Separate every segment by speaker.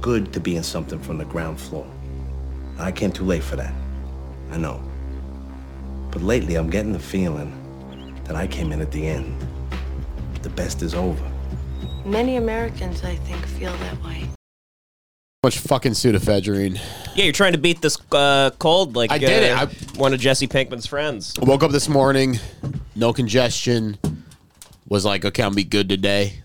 Speaker 1: good to be in something from the ground floor. I came too late for that. I know. But lately, I'm getting the feeling that I came in at the end. The best is over.
Speaker 2: Many Americans, I think, feel that way.
Speaker 3: Much fucking pseudoephedrine.
Speaker 4: Yeah, you're trying to beat this uh, cold like
Speaker 3: I did
Speaker 4: uh,
Speaker 3: it.
Speaker 4: one of Jesse Pinkman's friends.
Speaker 3: I woke up this morning, no congestion. Was like, okay, I'll be good today.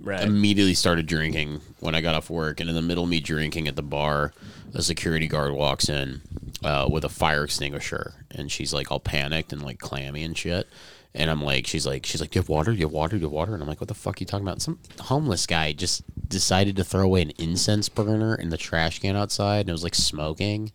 Speaker 4: Right.
Speaker 3: Immediately started drinking when I got off work, and in the middle of me drinking at the bar, a security guard walks in uh, with a fire extinguisher, and she's like all panicked and like clammy and shit. And I'm like, she's like, she's like, do you have water? Do you have water? Do you have water? And I'm like, what the fuck are you talking about? Some homeless guy just decided to throw away an incense burner in the trash can outside, and it was like smoking,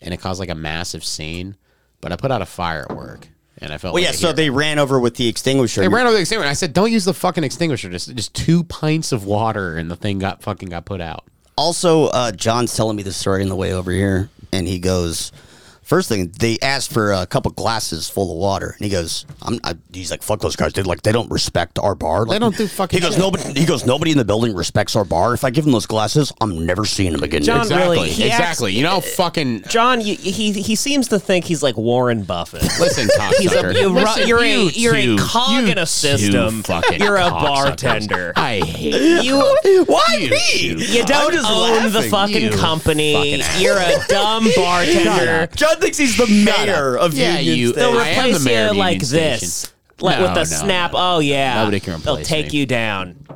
Speaker 3: and it caused like a massive scene. But I put out a fire at work, and I felt
Speaker 5: Well,
Speaker 3: like
Speaker 5: yeah.
Speaker 3: a
Speaker 5: So
Speaker 3: hero.
Speaker 5: they ran over with the extinguisher.
Speaker 3: They ran over the extinguisher. and I said, "Don't use the fucking extinguisher. Just, just two pints of water, and the thing got fucking got put out."
Speaker 5: Also, uh, John's telling me the story on the way over here, and he goes, first thing they asked for a couple glasses full of water, and he goes, "I'm." I, he's like, "Fuck those guys, dude! Like they don't respect our bar. Like,
Speaker 3: don't do fucking
Speaker 5: He goes,
Speaker 3: shit.
Speaker 5: "Nobody." He goes, "Nobody in the building respects our bar. If I give them those glasses, I'm never seeing them again."
Speaker 4: John
Speaker 3: Exactly.
Speaker 4: really- he acts- uh,
Speaker 3: exactly. you know, how fucking.
Speaker 4: John, you, he he seems to think he's like Warren Buffett.
Speaker 3: Listen,
Speaker 4: He's
Speaker 3: cocksucker.
Speaker 4: a, you're,
Speaker 3: Listen,
Speaker 4: you're a
Speaker 3: you
Speaker 4: you're
Speaker 3: two-
Speaker 4: a cog
Speaker 3: you
Speaker 4: in a
Speaker 3: two
Speaker 4: system.
Speaker 3: fucking
Speaker 4: You're a
Speaker 3: cocksuckers.
Speaker 4: bartender.
Speaker 3: I hate
Speaker 4: You
Speaker 5: Why
Speaker 3: you.
Speaker 5: me?
Speaker 3: two.
Speaker 4: you don't own the fucking
Speaker 3: You
Speaker 4: company.
Speaker 3: fucking
Speaker 4: you're a dumb bartender.
Speaker 5: John thinks he's the mayor of
Speaker 3: Yeah,
Speaker 5: Union
Speaker 3: you-
Speaker 5: Station.
Speaker 4: They'll
Speaker 3: I am the
Speaker 4: replace
Speaker 3: mayor of
Speaker 4: you like
Speaker 3: Union
Speaker 4: this,
Speaker 3: Station.
Speaker 4: like
Speaker 3: No,
Speaker 4: with a
Speaker 3: no,
Speaker 4: snap.
Speaker 3: no, no.
Speaker 4: Oh yeah,
Speaker 3: Nobody can
Speaker 4: They'll
Speaker 3: replace
Speaker 4: take
Speaker 3: me.
Speaker 4: you down.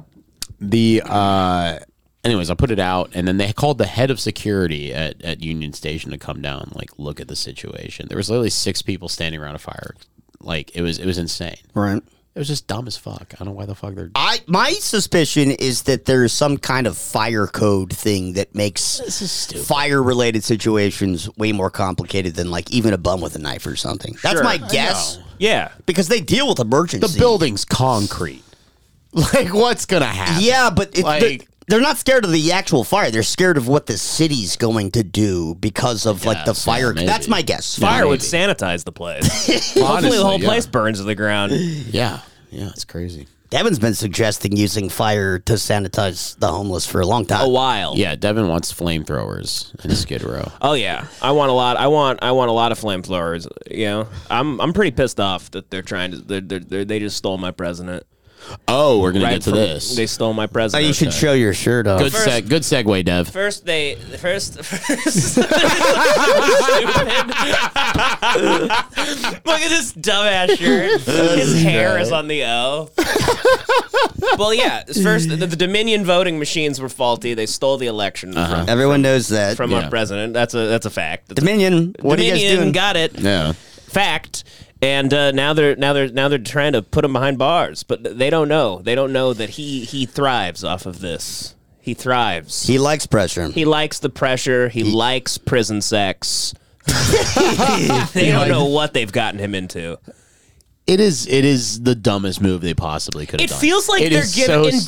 Speaker 3: the uh anyways i put it out and then they called the head of security at, at union station to come down and, like look at the situation there was literally six people standing around a fire like it was it was insane
Speaker 5: Right.
Speaker 3: it was just dumb as fuck i don't know why the fuck they're
Speaker 5: I my suspicion is that there's some kind of fire code thing that makes
Speaker 3: is stupid.
Speaker 5: fire related situations way more complicated than like even a bum with a knife or something. That's
Speaker 4: Sure.
Speaker 5: my guess
Speaker 4: Yeah,
Speaker 5: because they deal with
Speaker 3: the
Speaker 5: emergencies.
Speaker 3: building's concrete like what's gonna happen
Speaker 5: yeah, but it,
Speaker 3: Like-
Speaker 5: they're, they're not scared of the actual fire. They're scared of what the city's going to do because of like the
Speaker 3: so
Speaker 5: fire.
Speaker 3: maybe.
Speaker 5: That's my guess.
Speaker 4: fire would
Speaker 3: maybe.
Speaker 4: sanitize the place. Hopefully,
Speaker 3: Honestly,
Speaker 4: the whole
Speaker 3: yeah.
Speaker 4: place burns to the ground.
Speaker 3: yeah yeah it's crazy
Speaker 5: Devin's been suggesting using fire to sanitize the homeless for a long
Speaker 3: Oh,
Speaker 5: time.
Speaker 4: A while.
Speaker 3: yeah devin wants flamethrowers in skid row
Speaker 4: Oh yeah, I want a lot. I want I want a lot of flamethrowers. You know, I'm I'm pretty pissed off that they're trying to they're, they're, they're, they just stole my president.
Speaker 3: oh we're gonna
Speaker 4: Right
Speaker 3: get to
Speaker 4: from-
Speaker 3: this
Speaker 4: They stole my
Speaker 5: Oh,
Speaker 4: president.
Speaker 5: you should show your shirt off.
Speaker 3: good seg good segue dev
Speaker 4: First they first first Look at this dumbass shirt. His hair is on the O. well, yeah. First, the, the Dominion voting machines were faulty. They stole the election from,
Speaker 5: Everyone knows that.
Speaker 4: from
Speaker 3: Yeah.
Speaker 4: our president. That's a that's a fact. That's a-
Speaker 5: Dominion, what
Speaker 4: Dominion
Speaker 5: are you guys doing?
Speaker 4: got it.
Speaker 3: yeah
Speaker 4: Fact. And uh, now they're now they're now they're trying to put him behind bars, but they don't know. They don't know that he he thrives off of this. He thrives.
Speaker 5: he likes pressure.
Speaker 4: He likes the pressure. He likes prison sex. they don't know what they've gotten him into.
Speaker 3: It is it is the dumbest move they possibly could have
Speaker 4: It
Speaker 3: done.
Speaker 4: feels like
Speaker 3: It
Speaker 4: they're
Speaker 3: is
Speaker 4: giv-
Speaker 3: so
Speaker 4: indicting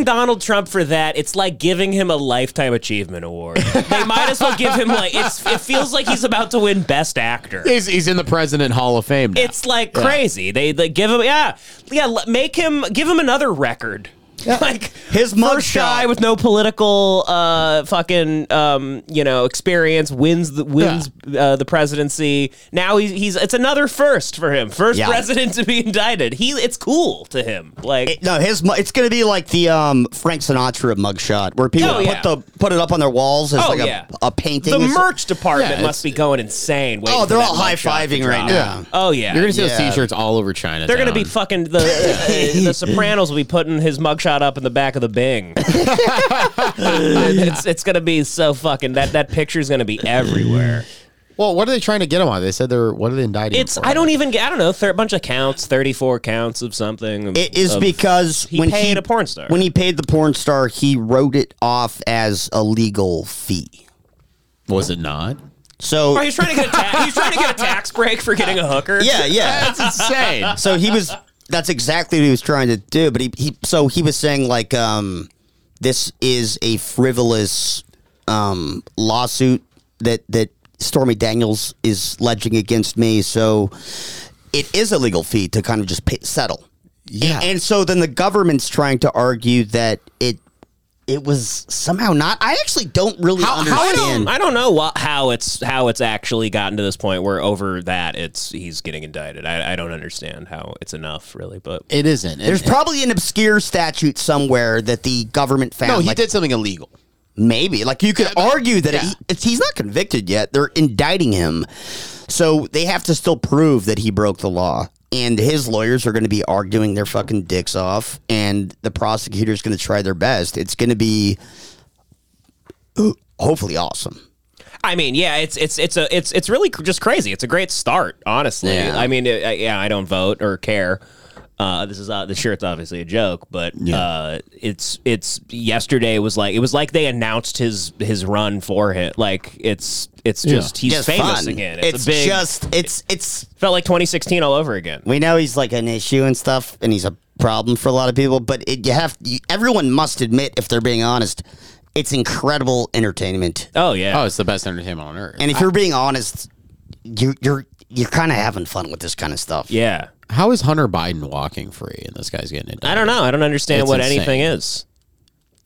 Speaker 3: stupid.
Speaker 4: Donald Trump for that. It's like giving him a lifetime achievement award. they might as well give him like it's, it feels like he's about to win best actor.
Speaker 3: He's, he's in the president Hall of Fame now.
Speaker 4: It's like crazy. They, they give him yeah yeah l- make him give him another record. Like
Speaker 5: His
Speaker 4: first
Speaker 5: mugshot.
Speaker 4: guy with no political uh fucking um you know experience wins the wins uh, the presidency. Now he's he's it's another first for him. First
Speaker 5: Yeah.
Speaker 4: president to be indicted. He it's cool to him. Like
Speaker 5: no, his mu- it's gonna be like the um, Frank Sinatra mugshot where people
Speaker 4: Oh,
Speaker 5: put
Speaker 4: yeah.
Speaker 5: the put it up on their walls as
Speaker 4: Oh,
Speaker 5: like a,
Speaker 4: yeah.
Speaker 5: a painting.
Speaker 4: the
Speaker 5: or so-
Speaker 4: merch department
Speaker 3: Yeah,
Speaker 4: must be going insane. waiting
Speaker 5: Oh,
Speaker 4: for
Speaker 5: they're
Speaker 4: that
Speaker 5: all
Speaker 4: mugshot
Speaker 5: high
Speaker 4: to
Speaker 5: fiving
Speaker 4: drop.
Speaker 5: right now.
Speaker 4: Oh yeah.
Speaker 3: You're gonna see those
Speaker 5: Yeah.
Speaker 3: T-shirts all over China.
Speaker 4: They're going to be fucking the uh, the Sopranos will be putting his mugshot up in the back of the Bing. it's it's going to be so fucking that that picture's going to be everywhere.
Speaker 3: well. What are they trying to get him on? They said they're what are they indicting? him
Speaker 4: It's
Speaker 3: for?
Speaker 4: I don't even get I don't know a bunch of counts, 34 counts of something. of-
Speaker 5: It is
Speaker 4: of-
Speaker 5: because
Speaker 4: he
Speaker 5: when
Speaker 4: paid
Speaker 5: he
Speaker 4: a porn star.
Speaker 5: When he paid the porn star, he wrote it off as a legal fee.
Speaker 3: Was it not?
Speaker 5: So
Speaker 4: Oh, he's trying to get a ta- he's trying to get a tax break for getting a hooker.
Speaker 5: yeah, yeah.
Speaker 3: insane.
Speaker 5: so he was that's exactly what he was trying to do but he, he so he was saying like um this is a frivolous um lawsuit that that stormy daniels is ledging against me so it is a legal fee to kind of just pay, settle
Speaker 3: Yeah.
Speaker 5: and so then the government's trying to argue that it it was somehow not. I actually don't really
Speaker 4: I
Speaker 5: understand.
Speaker 4: don't, I don't know what, how it's how it's actually gotten to this point where over that it's he's getting indicted. I, I don't understand how it's enough really, but
Speaker 6: It isn't.
Speaker 5: There's probably an obscure statute somewhere that the government found.
Speaker 6: no, he
Speaker 5: like,
Speaker 6: did something illegal.
Speaker 5: Maybe. Like, you could argue that
Speaker 6: yeah.
Speaker 5: he, it's, he's not convicted yet. They're indicting him. So they have to still prove that he broke the law. And his lawyers are going to be arguing their fucking dicks off. And the prosecutor's going to try their best. It's going to be hopefully awesome.
Speaker 4: I mean, yeah, it's it's it's a it's it's really cr- just crazy. It's a great start, honestly.
Speaker 5: Yeah.
Speaker 4: I mean, it, I, yeah, I don't vote or care. Uh, this is uh, the shirt's obviously a joke, but uh, it's it's yesterday was like it was like they announced his his run for it. Like it's it's just he's
Speaker 5: just
Speaker 4: famous
Speaker 5: fun.
Speaker 4: again.
Speaker 5: It's,
Speaker 4: It's, a big
Speaker 5: just, it's, it's,
Speaker 4: felt like 2016 all over again.
Speaker 5: we know he's like an issue and stuff, and he's a problem for a lot of people. But it, you have, you, everyone must admit, if they're being honest, it's incredible entertainment.
Speaker 4: Oh yeah,
Speaker 6: Oh, it's the best entertainment on earth.
Speaker 5: And if you're being honest, you, you're you're kind of having fun with this kind of stuff.
Speaker 4: yeah.
Speaker 6: How is Hunter Biden walking free and this guy's getting indicted?
Speaker 4: I don't know. I don't understand
Speaker 6: It's
Speaker 4: what
Speaker 6: insane.
Speaker 4: anything is.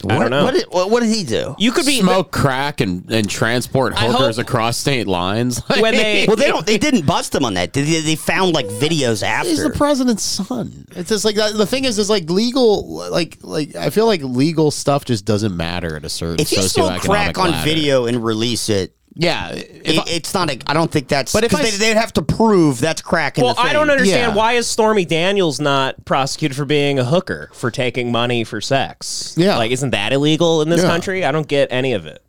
Speaker 5: what,
Speaker 4: I don't know.
Speaker 5: What did, what, what did he do?
Speaker 4: You could be
Speaker 6: Smoke crack and, and transport
Speaker 4: I
Speaker 6: hookers
Speaker 4: hope-
Speaker 6: across state lines.
Speaker 4: when they
Speaker 5: well, they don't. They didn't bust him on that. They, they- they found like videos
Speaker 7: He's
Speaker 5: after.
Speaker 7: the president's son. It's just like that. The thing is, is like legal, like like I feel like legal stuff just doesn't matter at a certain.
Speaker 5: if you smoke
Speaker 6: socioeconomic
Speaker 5: crack on
Speaker 6: ladder.
Speaker 5: video and release it,
Speaker 6: yeah,
Speaker 5: it it's not. A, I don't think that's. But
Speaker 6: if
Speaker 5: if
Speaker 6: I
Speaker 5: they,
Speaker 6: s-
Speaker 5: they'd have to prove that's crack. In
Speaker 4: Well,
Speaker 5: the
Speaker 4: I
Speaker 5: thing.
Speaker 4: don't understand
Speaker 7: Yeah.
Speaker 4: why is Stormy Daniels not prosecuted for being a hooker for taking money for sex?
Speaker 7: Yeah.
Speaker 4: like isn't that illegal in this
Speaker 7: Yeah.
Speaker 4: country? I don't get any of it.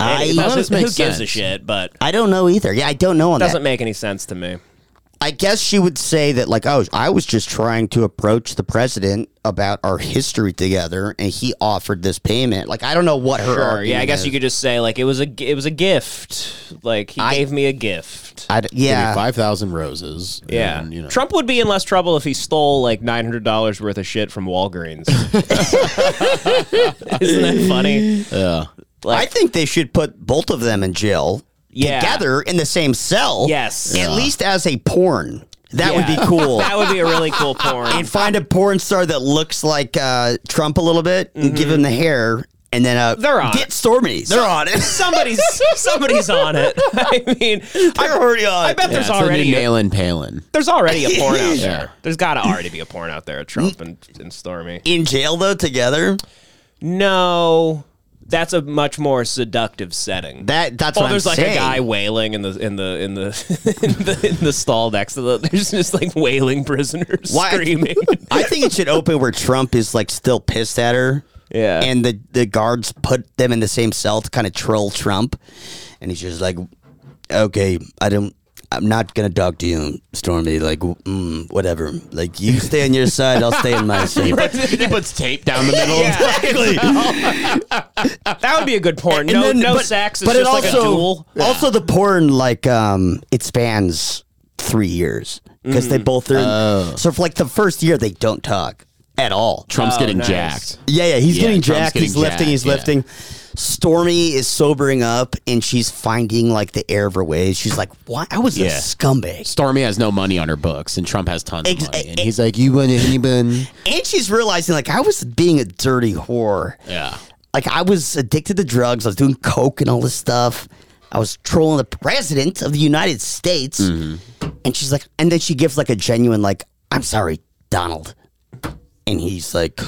Speaker 5: I-
Speaker 4: It
Speaker 5: none of
Speaker 4: doesn't-
Speaker 6: this makes
Speaker 4: who gives a
Speaker 6: sense.
Speaker 4: shit? But it
Speaker 5: I don't know either. Yeah, I don't know on that.
Speaker 4: doesn't make any sense to me.
Speaker 5: I guess she would say that, like, oh, I was just trying to approach the president about our history together, and he offered this payment. Like, I don't know what her.
Speaker 4: Sure. Yeah, I
Speaker 5: argument
Speaker 4: guess
Speaker 5: is.
Speaker 4: you could just say like it was a g- it was a gift. Like he gave me a gift.
Speaker 5: I d- yeah,
Speaker 7: five thousand roses.
Speaker 4: yeah, Trump would be in less trouble if he stole like nine hundred dollars worth of shit from Walgreens. Isn't that funny?
Speaker 5: I think they should put both of them in jail
Speaker 4: Yeah.
Speaker 5: together in the same cell.
Speaker 4: Yes.
Speaker 5: At
Speaker 4: Yeah.
Speaker 5: least as a porn. That would be
Speaker 4: Yeah.
Speaker 5: cool.
Speaker 4: That would be a really cool porn.
Speaker 5: and find a porn star that looks like uh, Trump a little bit and give him the hair and then uh,
Speaker 4: Mm-hmm. They're on
Speaker 5: get
Speaker 4: it.
Speaker 5: Stormy. They're on it.
Speaker 4: somebody's somebody's on it. I mean,
Speaker 5: They're already on
Speaker 4: I
Speaker 5: it.
Speaker 4: bet
Speaker 6: Yeah, it's
Speaker 4: there's
Speaker 6: the new
Speaker 4: already a,
Speaker 6: Nailing Palin.
Speaker 4: there's already a porn out there. There's got to already be a porn out there of Trump and, and Stormy.
Speaker 5: In jail, though, together.
Speaker 4: No, that's a much more seductive setting.
Speaker 5: That That's
Speaker 4: Oh,
Speaker 5: what
Speaker 4: there's
Speaker 5: I'm
Speaker 4: like
Speaker 5: saying.
Speaker 4: a guy wailing in the in the in the in the, in the stall next to the. There's just like wailing prisoners
Speaker 5: Why-
Speaker 4: screaming.
Speaker 5: I think it should open where Trump is like still pissed at her.
Speaker 4: Yeah.
Speaker 5: And the, the guards put them in the same cell to kind of troll Trump. And he's just like, okay, I don't, I'm not going to talk to you, Stormy. Like, mm, whatever. Like, you stay on your side, I'll stay on my side.
Speaker 6: he puts tape down the middle.
Speaker 5: Exactly.
Speaker 4: that would be a good porn. No,
Speaker 5: And then-
Speaker 4: no
Speaker 5: but-
Speaker 4: sex. It's
Speaker 5: but
Speaker 4: just
Speaker 5: it
Speaker 4: like a
Speaker 5: also-
Speaker 4: duel.
Speaker 5: Also, the porn like um, it spans three years because
Speaker 4: Mm.
Speaker 5: they both are.
Speaker 4: Oh.
Speaker 5: So for like the first year, they don't talk at all.
Speaker 6: Trump's getting
Speaker 4: Oh, nice.
Speaker 6: jacked.
Speaker 5: Yeah, yeah, he's
Speaker 6: Yeah,
Speaker 5: getting
Speaker 6: Trump's
Speaker 5: jacked.
Speaker 6: getting
Speaker 5: he's lifting. He's
Speaker 6: jacked, yeah.
Speaker 5: lifting. Stormy is sobering up, and she's finding like the air of her ways. She's like, "Why? I was a
Speaker 6: Yeah.
Speaker 5: scumbag."
Speaker 6: Stormy has no money on her books, and Trump has tons
Speaker 5: Ex-
Speaker 6: of money.
Speaker 4: e-
Speaker 6: And
Speaker 5: eh,
Speaker 6: he's like, "You want anyone?"
Speaker 5: And she's realizing like I was being a dirty whore.
Speaker 6: Yeah,
Speaker 5: like I was addicted to drugs. I was doing coke and all this stuff. I was trolling the president of the United States,
Speaker 4: Mm-hmm.
Speaker 5: and she's like, and then she gives like a genuine like, "I'm sorry, Donald," and he's like,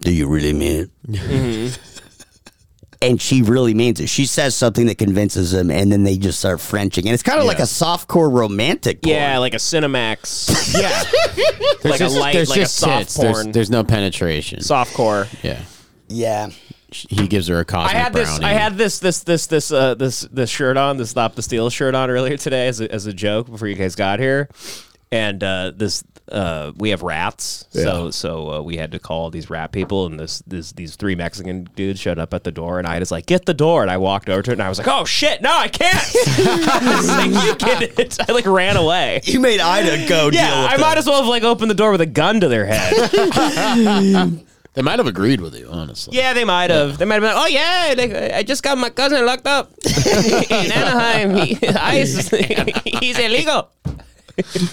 Speaker 5: "Do you really mean it?"
Speaker 4: Mm-hmm.
Speaker 5: And she really means it. She says something that convinces him, and then they just start frenching, and it's kind of like a softcore romantic. Porn.
Speaker 4: Yeah, like a Cinemax. yeah, like a
Speaker 6: There's
Speaker 4: light,
Speaker 6: there's
Speaker 4: like a soft
Speaker 6: tits.
Speaker 4: porn,
Speaker 6: There's- There's, no penetration.
Speaker 4: soft core.
Speaker 6: Yeah,
Speaker 5: yeah.
Speaker 6: he gives her a
Speaker 4: I
Speaker 6: cosmic
Speaker 4: had
Speaker 6: brownie.
Speaker 4: this. I had this. This. This. This. Uh, this. This shirt on. This stop the steal shirt on earlier today as a, as a joke before you guys got here, and uh, this. Uh, we have rats, so so uh, we had to call these rat people, and this, this these three Mexican dudes showed up at the door, and I was like, "Get the door!" And I walked over to it, and I was like, "Oh shit, no, I can't!" I was like, "You get it!" I like ran away.
Speaker 5: You made Ida go deal
Speaker 4: Yeah,
Speaker 5: with
Speaker 4: I
Speaker 5: it.
Speaker 4: might as well have like opened the door with a gun to their head.
Speaker 6: They might have agreed with you, honestly.
Speaker 4: Yeah, they might have. They might have been like, oh, yeah, they, I just got my cousin locked up in Anaheim. He, ICE, he's illegal.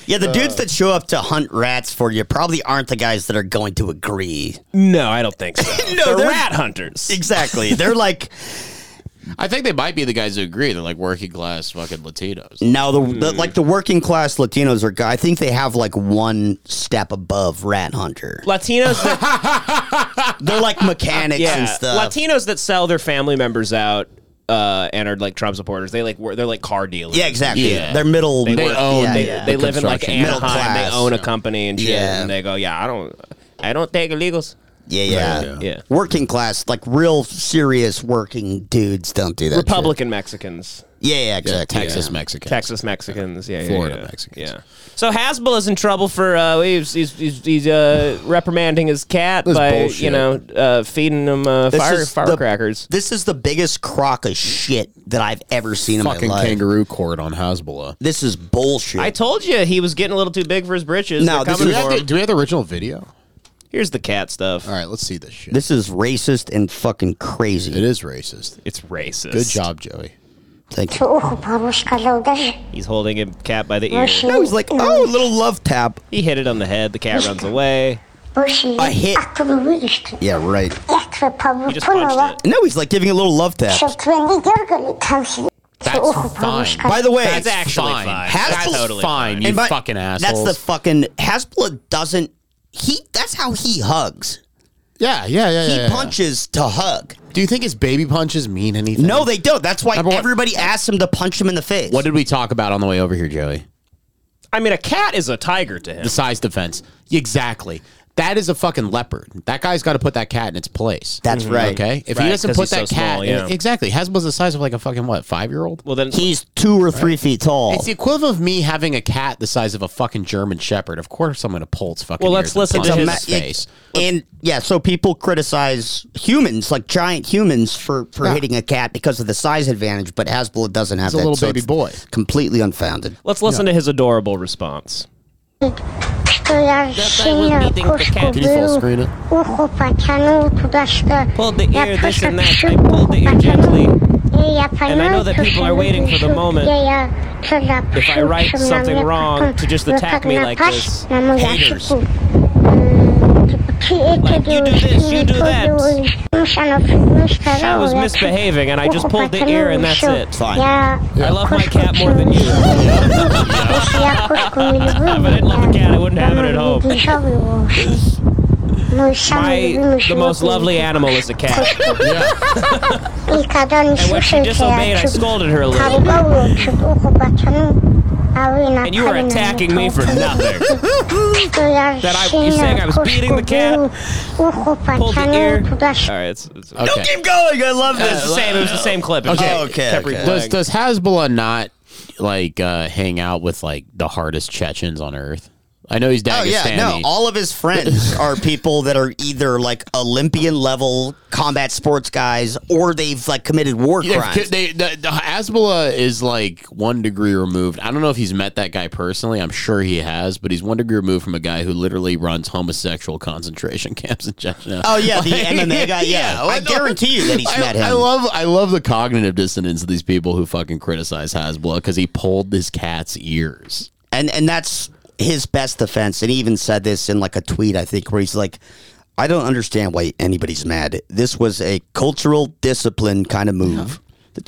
Speaker 5: Yeah, the dudes that show up to hunt rats for you probably aren't the guys that are going to agree.
Speaker 4: No, I don't think so.
Speaker 5: No,
Speaker 4: they're,
Speaker 5: they're-
Speaker 4: rat hunters.
Speaker 5: Exactly. They're like,
Speaker 3: I think they might be the guys who agree. They're like working class fucking Latinos.
Speaker 5: no, the, the like the working class Latinos are. I think they have like one step above rat hunter.
Speaker 4: Latinos that,
Speaker 5: They're like mechanics
Speaker 4: uh, yeah,
Speaker 5: and stuff.
Speaker 4: Latinos that sell their family members out uh, and are like Trump supporters. They like wor- they're like car dealers.
Speaker 5: yeah, exactly.
Speaker 3: Yeah.
Speaker 5: They're middle.
Speaker 3: They own-
Speaker 5: yeah,
Speaker 4: They,
Speaker 5: yeah.
Speaker 4: they live in like
Speaker 3: construction.
Speaker 5: uh, Middle
Speaker 4: Anaheim. They
Speaker 5: class.
Speaker 4: own a company and shit.
Speaker 5: Yeah.
Speaker 4: And they go, yeah, I don't, I don't take illegals.
Speaker 5: Yeah, yeah,
Speaker 7: Yeah.
Speaker 4: Yeah.
Speaker 5: Working class, like real serious working dudes, don't do that. shit.
Speaker 4: Republican Mexicans,
Speaker 5: Yeah, yeah, exactly.
Speaker 3: Texas
Speaker 5: yeah.
Speaker 3: Mexican.
Speaker 4: Texas Mexicans, yeah, yeah,
Speaker 3: Florida
Speaker 4: yeah.
Speaker 3: Mexicans.
Speaker 4: Yeah. So Hasbell is in trouble for uh, he's he's, he's, he's uh, reprimanding his cat
Speaker 7: This is
Speaker 4: by
Speaker 7: bullshit.
Speaker 4: you know uh, feeding him uh,
Speaker 5: This
Speaker 4: fire,
Speaker 5: is the-
Speaker 4: firecrackers.
Speaker 5: This is the biggest crock of shit that I've ever seen in
Speaker 3: Fucking
Speaker 5: my life.
Speaker 3: kangaroo court on Hasbullah.
Speaker 5: This is bullshit.
Speaker 4: I told you he was getting a little too big for his britches.
Speaker 5: No,
Speaker 4: They're
Speaker 5: this
Speaker 3: Do we,
Speaker 4: coming
Speaker 3: have
Speaker 4: for
Speaker 3: the,
Speaker 4: him.
Speaker 3: do we have the original video?
Speaker 4: Here's the cat stuff.
Speaker 3: All right, let's see this shit.
Speaker 5: this is racist and fucking crazy.
Speaker 3: it is racist.
Speaker 4: It's racist.
Speaker 3: Good job, Joey.
Speaker 5: Thank you.
Speaker 6: تشوف بروشكا لو دش
Speaker 4: He's holding a cat by the ear.
Speaker 6: ماشي
Speaker 5: I was like, oh, a little love tap.
Speaker 4: He hit it on the head. The cat runs away.
Speaker 6: ماشي
Speaker 5: I hit-
Speaker 6: أكرويشت
Speaker 5: Yeah, right.
Speaker 6: يكتب
Speaker 4: He just punched
Speaker 6: بروشكا
Speaker 4: it.
Speaker 5: No, he's like giving a little love tap.
Speaker 6: شوفني درجة تمشي
Speaker 3: That's
Speaker 6: تشوف
Speaker 3: fine.
Speaker 6: بروشكا
Speaker 5: By the way,
Speaker 4: That's actually fine.
Speaker 3: fine.
Speaker 5: That's
Speaker 3: That's
Speaker 5: totally
Speaker 3: fine, you
Speaker 5: and by-
Speaker 3: fucking
Speaker 5: That's
Speaker 3: assholes.
Speaker 5: the fucking Hasbula doesn't. He that's how he hugs.
Speaker 7: Yeah, yeah, yeah,
Speaker 5: He
Speaker 7: yeah. yeah.
Speaker 5: punches to hug.
Speaker 3: Do you think his baby punches mean anything?
Speaker 5: No, they don't. That's why
Speaker 3: Number one-
Speaker 5: everybody asks him to punch him in the face.
Speaker 3: What did we talk about on the way over here, Joey?
Speaker 4: I mean, a cat is a tiger to him.
Speaker 3: The size defense. Exactly. That is a fucking leopard. That guy's got to put that cat in its place.
Speaker 5: That's right.
Speaker 3: Okay. If
Speaker 4: Mhm. Right,
Speaker 3: he doesn't
Speaker 4: 'cause
Speaker 3: put
Speaker 4: he's
Speaker 3: that
Speaker 4: so
Speaker 3: cat,
Speaker 4: small,
Speaker 3: in-
Speaker 4: yeah.
Speaker 3: exactly. Hasbul's the size of like a fucking what five year old.
Speaker 4: Well, then
Speaker 5: He's two or three feet tall.
Speaker 3: It's the equivalent of me having a cat the size of a fucking German Shepherd. Of course, I'm going to pull its fucking.
Speaker 4: Well,
Speaker 3: ears
Speaker 4: let's listen
Speaker 3: and
Speaker 4: to
Speaker 3: punch it in
Speaker 4: his-
Speaker 3: the face.
Speaker 5: And yeah, so people criticize humans, like giant humans, for, for hitting a cat because of the size advantage, but Hasbula doesn't have
Speaker 7: a
Speaker 5: that.
Speaker 7: little
Speaker 5: so
Speaker 7: baby
Speaker 5: it's
Speaker 7: boy.
Speaker 5: Completely unfounded.
Speaker 4: let's listen to his adorable response.
Speaker 6: Pulled the ear, this and that. I
Speaker 4: pulled the ear gently.
Speaker 6: And I know that people are waiting for the moment. If I write something wrong, to just attack me like this. Haters. Like, you do this, you do that.
Speaker 4: I was misbehaving, and I just pulled the ear, and that's it.
Speaker 6: Fine.
Speaker 4: I love my cat more than you.
Speaker 6: if I didn't love the cat, I wouldn't have it at home. My,
Speaker 4: My, the most lovely animal is a cat.
Speaker 6: And
Speaker 4: When she disobeyed, I scolded her a little.
Speaker 6: And
Speaker 4: And you were attacking me for nothing.
Speaker 6: That
Speaker 4: I- you're saying I was beating the cat? Pulled the ear. Uh, All right, it's, it's
Speaker 3: Okay.
Speaker 5: Don't keep going. I love
Speaker 4: It's
Speaker 5: this.
Speaker 4: the same. It was the same clip. It was
Speaker 5: Okay,
Speaker 4: just-
Speaker 5: okay,
Speaker 4: kept
Speaker 5: okay.
Speaker 4: replaying.
Speaker 3: Does does Hasbullah not like uh, hang out with like the hardest Chechens on earth? I know he's
Speaker 5: Oh, yeah. No,
Speaker 3: Dagestani.
Speaker 5: all of his friends are people that are either like Olympian level combat sports guys or they've like committed war
Speaker 3: They've ki-
Speaker 5: crimes.
Speaker 3: They, the, the Hasbullah is like one degree removed. I don't know if he's met that guy personally. I'm sure he has, but he's one degree removed from a guy who literally runs homosexual concentration camps in Chechnya.
Speaker 5: Oh yeah, the MMA guy. Yeah, I
Speaker 3: what the-
Speaker 5: guarantee you that he's
Speaker 3: I,
Speaker 5: met him.
Speaker 3: I love I love the cognitive dissonance of these people who fucking criticize Hasbullah because he pulled his cat's ears.
Speaker 5: and and that's his best defense. And he even said this in like a tweet, I think, where he's like, "I don't understand why anybody's mad. This was a cultural discipline kind of move.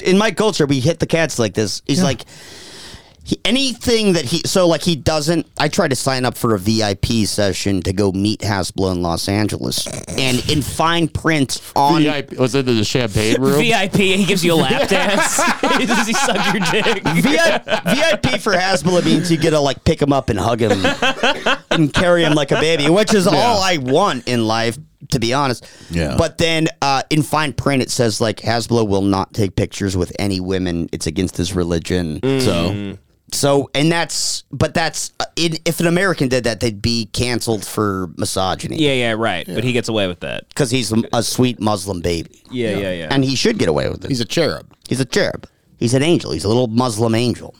Speaker 5: In my culture, we hit the cats like this." He's like. he- Anything that he so like he doesn't. I tried to sign up for a VIP session to go meet Hasbro in Los Angeles, and in fine print on
Speaker 3: VIP, was it the champagne room?
Speaker 4: VIP, he gives you a lap dance. he sucks your dick.
Speaker 5: VIP, VIP for Hasbula means you get to like pick him up and hug him and carry him like a baby, which is all I want in life, to be honest.
Speaker 3: Yeah.
Speaker 5: But then uh, in fine print, it says like Hasbula will not take pictures with any women. It's against his religion.
Speaker 3: Mm. So
Speaker 5: So, and that's, but that's, uh, in, if an American did that, they'd be canceled for misogyny
Speaker 4: Yeah, yeah, right. But he gets away with that.
Speaker 5: because he's a, a sweet Muslim baby.
Speaker 4: Yeah, yeah, yeah.
Speaker 5: And he should get away with it.
Speaker 3: he's a cherub.
Speaker 5: He's a cherub. He's an angel. He's a little Muslim angel.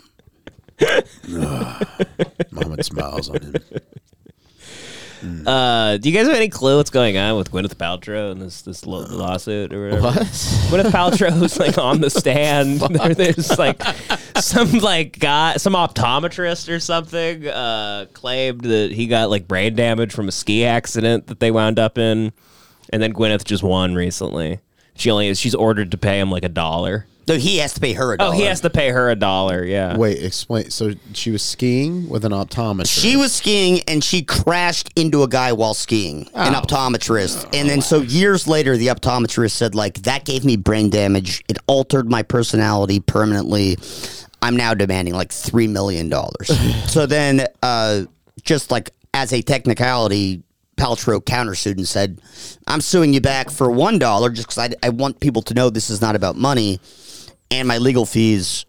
Speaker 3: Muhammad smiles on him.
Speaker 4: Uh, do you guys have any clue what's going on with Gwyneth Paltrow and this this lo- lawsuit or whatever? Gwyneth Paltrow's like on the stand. There- there's like some like guy, some optometrist or something, uh, claimed that he got like brain damage from a ski accident that they wound up in, and then Gwyneth just won recently. She only she's ordered to pay him like a dollar.
Speaker 5: No, he has to pay her. A
Speaker 4: Oh,
Speaker 5: dollar.
Speaker 4: he has to pay her a dollar. Yeah.
Speaker 7: Wait, explain. So she was skiing with an optometrist.
Speaker 5: She was skiing and she crashed into a guy while skiing, an optometrist. and then so years later, the optometrist said, like, that gave me brain damage. It altered my personality permanently. I'm now demanding like $3 million. so then, uh, just like as a technicality, Paltrow countersued and said, I'm suing you back for $1 just because I, I want people to know this is not about money and my legal fees.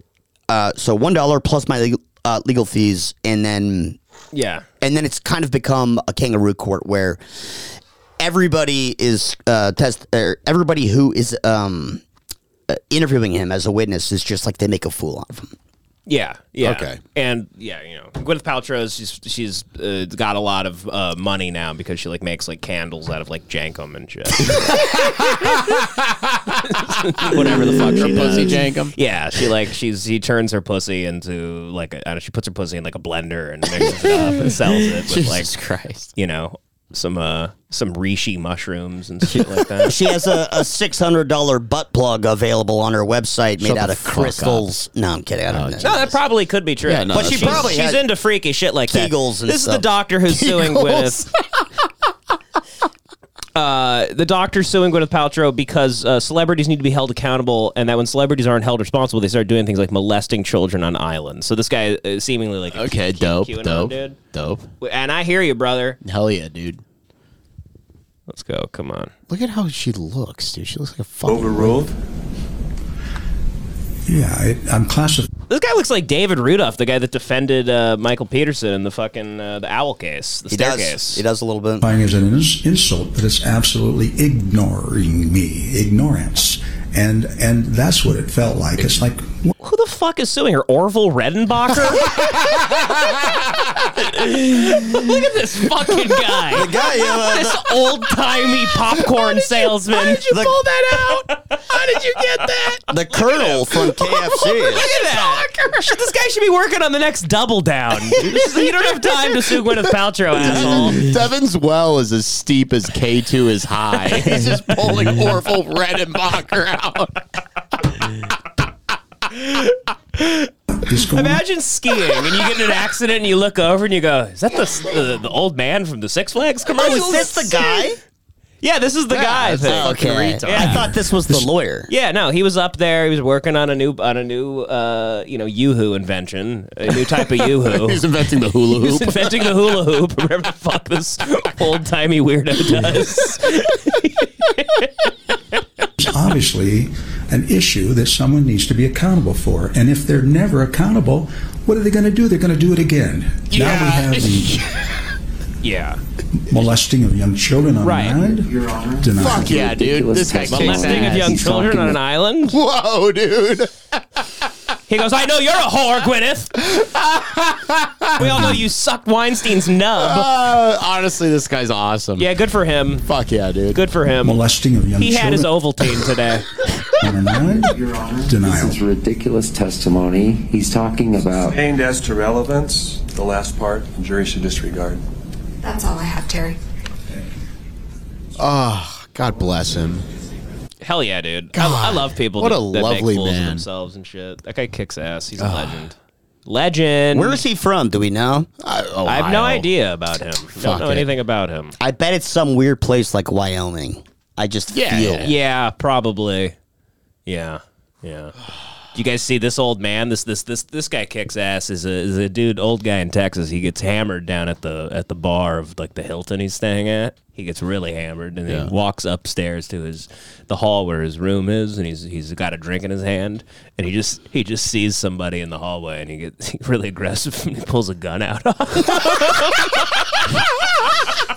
Speaker 5: Uh, so $1 plus my legal, uh, legal fees and then
Speaker 4: Yeah.
Speaker 5: and then it's kind of become a kangaroo court where everybody is uh, test er, everybody who is um, uh, interviewing him as a witness is just like they make a fool out of him.
Speaker 4: Yeah, yeah.
Speaker 7: Okay.
Speaker 4: And yeah, you know, Gwyneth Paltrow's she's she's uh, got a lot of uh, money now because she like makes like candles out of like jankum and shit. Whatever the fuck she
Speaker 6: Pussy
Speaker 4: does.
Speaker 6: jankum.
Speaker 4: Yeah, she like she's she turns her pussy into like a, I don't know, she puts her pussy in like a blender and mixes it up and sells it with
Speaker 6: Jesus
Speaker 4: like
Speaker 6: Christ.
Speaker 4: you know some uh some reishi mushrooms and shit like that.
Speaker 5: She has a, a six hundred dollar butt plug available on her website made
Speaker 6: Shut
Speaker 5: out
Speaker 6: the
Speaker 5: of
Speaker 6: fuck
Speaker 5: crystals. No, I'm kidding. I
Speaker 7: Oh,
Speaker 5: don't know.
Speaker 4: No, that probably could be true.
Speaker 6: Yeah, no,
Speaker 4: but
Speaker 6: that's
Speaker 4: she
Speaker 6: true.
Speaker 4: probably she's
Speaker 5: had-
Speaker 4: into freaky shit like that.
Speaker 5: Kegels and
Speaker 4: this is the
Speaker 5: stuff.
Speaker 4: doctor who's suing Gwyneth. Uh, the doctor's suing Gwyneth Paltrow because uh, celebrities need to be held accountable, and that when celebrities aren't held responsible, they start doing things like molesting children on islands. So this guy is uh, seemingly like a
Speaker 6: Okay, dope,
Speaker 4: QAnon
Speaker 6: dope,
Speaker 4: dude.
Speaker 6: dope.
Speaker 4: And I hear you, brother.
Speaker 6: Hell yeah, dude.
Speaker 4: Let's go. Come on.
Speaker 7: Look at how she looks, dude. She looks like a fucking.
Speaker 1: Yeah, I, I'm classified.
Speaker 4: This guy looks like David Rudolph, the guy that defended uh, Michael Peterson in the fucking uh, the owl case, the
Speaker 5: He
Speaker 4: staircase.
Speaker 5: does. He does a little bit.
Speaker 1: Buying is an ins- insult, but it's absolutely ignoring me, ignorance, and and that's what it felt like. It's like what
Speaker 4: Who the fuck is suing her? Orville Redenbacher? Look at this fucking guy.
Speaker 5: guy, yeah, uh,
Speaker 4: This old timey popcorn salesman. How did you
Speaker 5: pull
Speaker 4: that out? How did you get that?
Speaker 5: the colonel from KFC.
Speaker 4: Look at that. Shit, This guy should be working on the next double down. This is- you don't have time to sue Gwyneth Paltrow, asshole.
Speaker 7: Devin's well is as steep as K two is high. He's just pulling Orville Redenbacher out.
Speaker 1: is going on?
Speaker 4: Imagine skiing and you get in an accident and you look over and you go, "Is that the the, the old man from the Six Flags commercial?"
Speaker 5: Oh, is this the guy?
Speaker 4: Yeah, this is the guy. I think.
Speaker 5: Okay,
Speaker 4: Yeah.
Speaker 5: I thought this was the lawyer.
Speaker 4: Yeah, no, he was up there. He was working on a new on a new uh, you know YooHoo invention, a new type of YooHoo.
Speaker 7: He's
Speaker 4: He's
Speaker 7: inventing the hula hoop.
Speaker 4: inventing the hula hoop, or whatever the fuck this old timey weirdo does.
Speaker 1: It's obviously an issue that someone needs to be accountable for, and if they're never accountable, what are they going to do? They're going to do it again. Now we have the
Speaker 4: Yeah,
Speaker 1: molesting of young children on
Speaker 4: Right.
Speaker 1: an island. Denied.
Speaker 7: Fuck yeah, dude. This guy kicks
Speaker 4: molesting of
Speaker 7: ass.
Speaker 4: young children on an island.
Speaker 7: Whoa, dude.
Speaker 4: He goes, "I know you're a whore, Gwyneth. we all know you sucked Weinstein's nub."
Speaker 7: Uh, honestly, this guy's awesome.
Speaker 4: Yeah, good for him.
Speaker 7: Fuck yeah, dude.
Speaker 4: Good for him.
Speaker 1: Molesting of young
Speaker 4: He
Speaker 1: children
Speaker 4: had his Ovaltine today.
Speaker 1: on an island. Denial.
Speaker 8: This is ridiculous testimony. He's talking about.
Speaker 9: Aimed as to relevance, the last part, the jury should disregard.
Speaker 10: That's all I have, Terry.
Speaker 7: God bless him.
Speaker 4: Hell yeah, dude! I, I love people.
Speaker 7: What
Speaker 4: that,
Speaker 7: a
Speaker 4: that
Speaker 7: lovely
Speaker 4: make fools
Speaker 7: man.
Speaker 4: Of themselves and shit. That guy kicks ass. He's a legend. Legend.
Speaker 5: Where is he from? Do we know?
Speaker 7: I, oh,
Speaker 4: I have no
Speaker 7: I'll-
Speaker 4: idea about him. Don't
Speaker 7: Fuck
Speaker 4: know
Speaker 7: it.
Speaker 4: anything about him.
Speaker 5: I bet it's some weird place like Wyoming. I just
Speaker 7: Yeah,
Speaker 5: feel.
Speaker 7: yeah,
Speaker 4: Yeah, probably. Yeah, yeah. Do you guys see this old man? This this this this guy kicks ass. Is a is a dude old guy in Texas. He gets hammered down at the at the bar of like the Hilton he's staying at. He gets really hammered and he walks upstairs to his the hall where his room is, and he's he's got a drink in his hand, and he just he just sees somebody in the hallway, and he gets really aggressive and he pulls a gun out.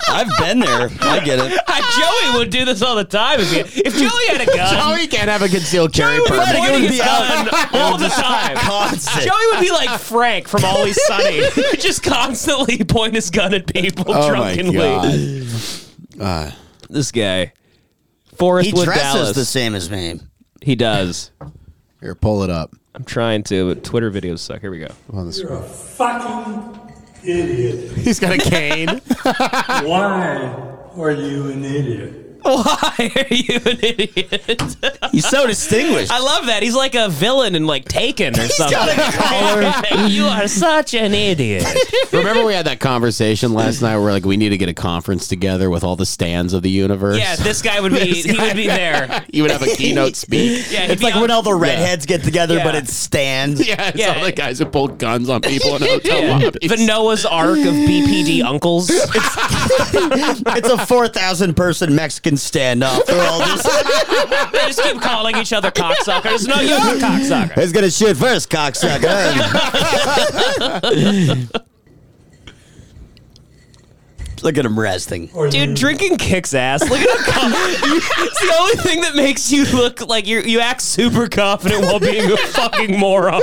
Speaker 5: I've been there. I get it.
Speaker 4: Joey would do this all the time. If, he, if Joey had a
Speaker 3: Oh,
Speaker 4: gun,
Speaker 11: Joey can't have a concealed carry
Speaker 4: Joey would
Speaker 11: permit.
Speaker 4: be pointing his gun all the
Speaker 5: Just
Speaker 4: time.
Speaker 5: constant.
Speaker 4: Joey would be like Frank from Always Sunny, He'd just constantly point his gun at people
Speaker 11: Oh my
Speaker 4: drunkenly.
Speaker 11: God.
Speaker 4: This guy, Forrest
Speaker 5: He
Speaker 4: Wood
Speaker 5: dresses
Speaker 4: Dallas.
Speaker 5: the same as me.
Speaker 4: He does.
Speaker 11: Here, pull it up.
Speaker 4: I'm trying to, but Twitter videos suck. Here we go.
Speaker 11: On the screen.
Speaker 12: Fucking idiot.
Speaker 11: He's got a cane.
Speaker 12: Why are you an idiot?
Speaker 4: Why are you an idiot?
Speaker 5: He's so distinguished.
Speaker 4: I love that. He's like a villain in like Taken or something.
Speaker 5: got
Speaker 4: you are such an idiot.
Speaker 3: Remember we had that conversation last night where like we need to get a conference together with all the stands of the universe.
Speaker 4: yeah, this guy would be. he would be there.
Speaker 3: you would have a keynote speak.
Speaker 4: Yeah, he'd
Speaker 5: It's
Speaker 4: be
Speaker 5: like
Speaker 4: on-
Speaker 5: when all the redheads get together,
Speaker 4: Yeah.
Speaker 5: but it stands.
Speaker 3: Yeah, it's
Speaker 4: Yeah.
Speaker 3: all the guys who pulled guns on people in hotel lobbies.
Speaker 4: the Noah's Ark of BPD uncles.
Speaker 5: It's a four thousand person Mexican standoff. They're all just.
Speaker 4: they just keep calling each other cocksuckers. No, you're a cocksucker.
Speaker 5: Let's get a shit first, cocksucker. Look at him resting.
Speaker 12: Or
Speaker 4: Dude,
Speaker 12: you-
Speaker 4: drinking kicks ass. Look at him. it's the only thing that makes you look like you you act super confident while being a fucking moron.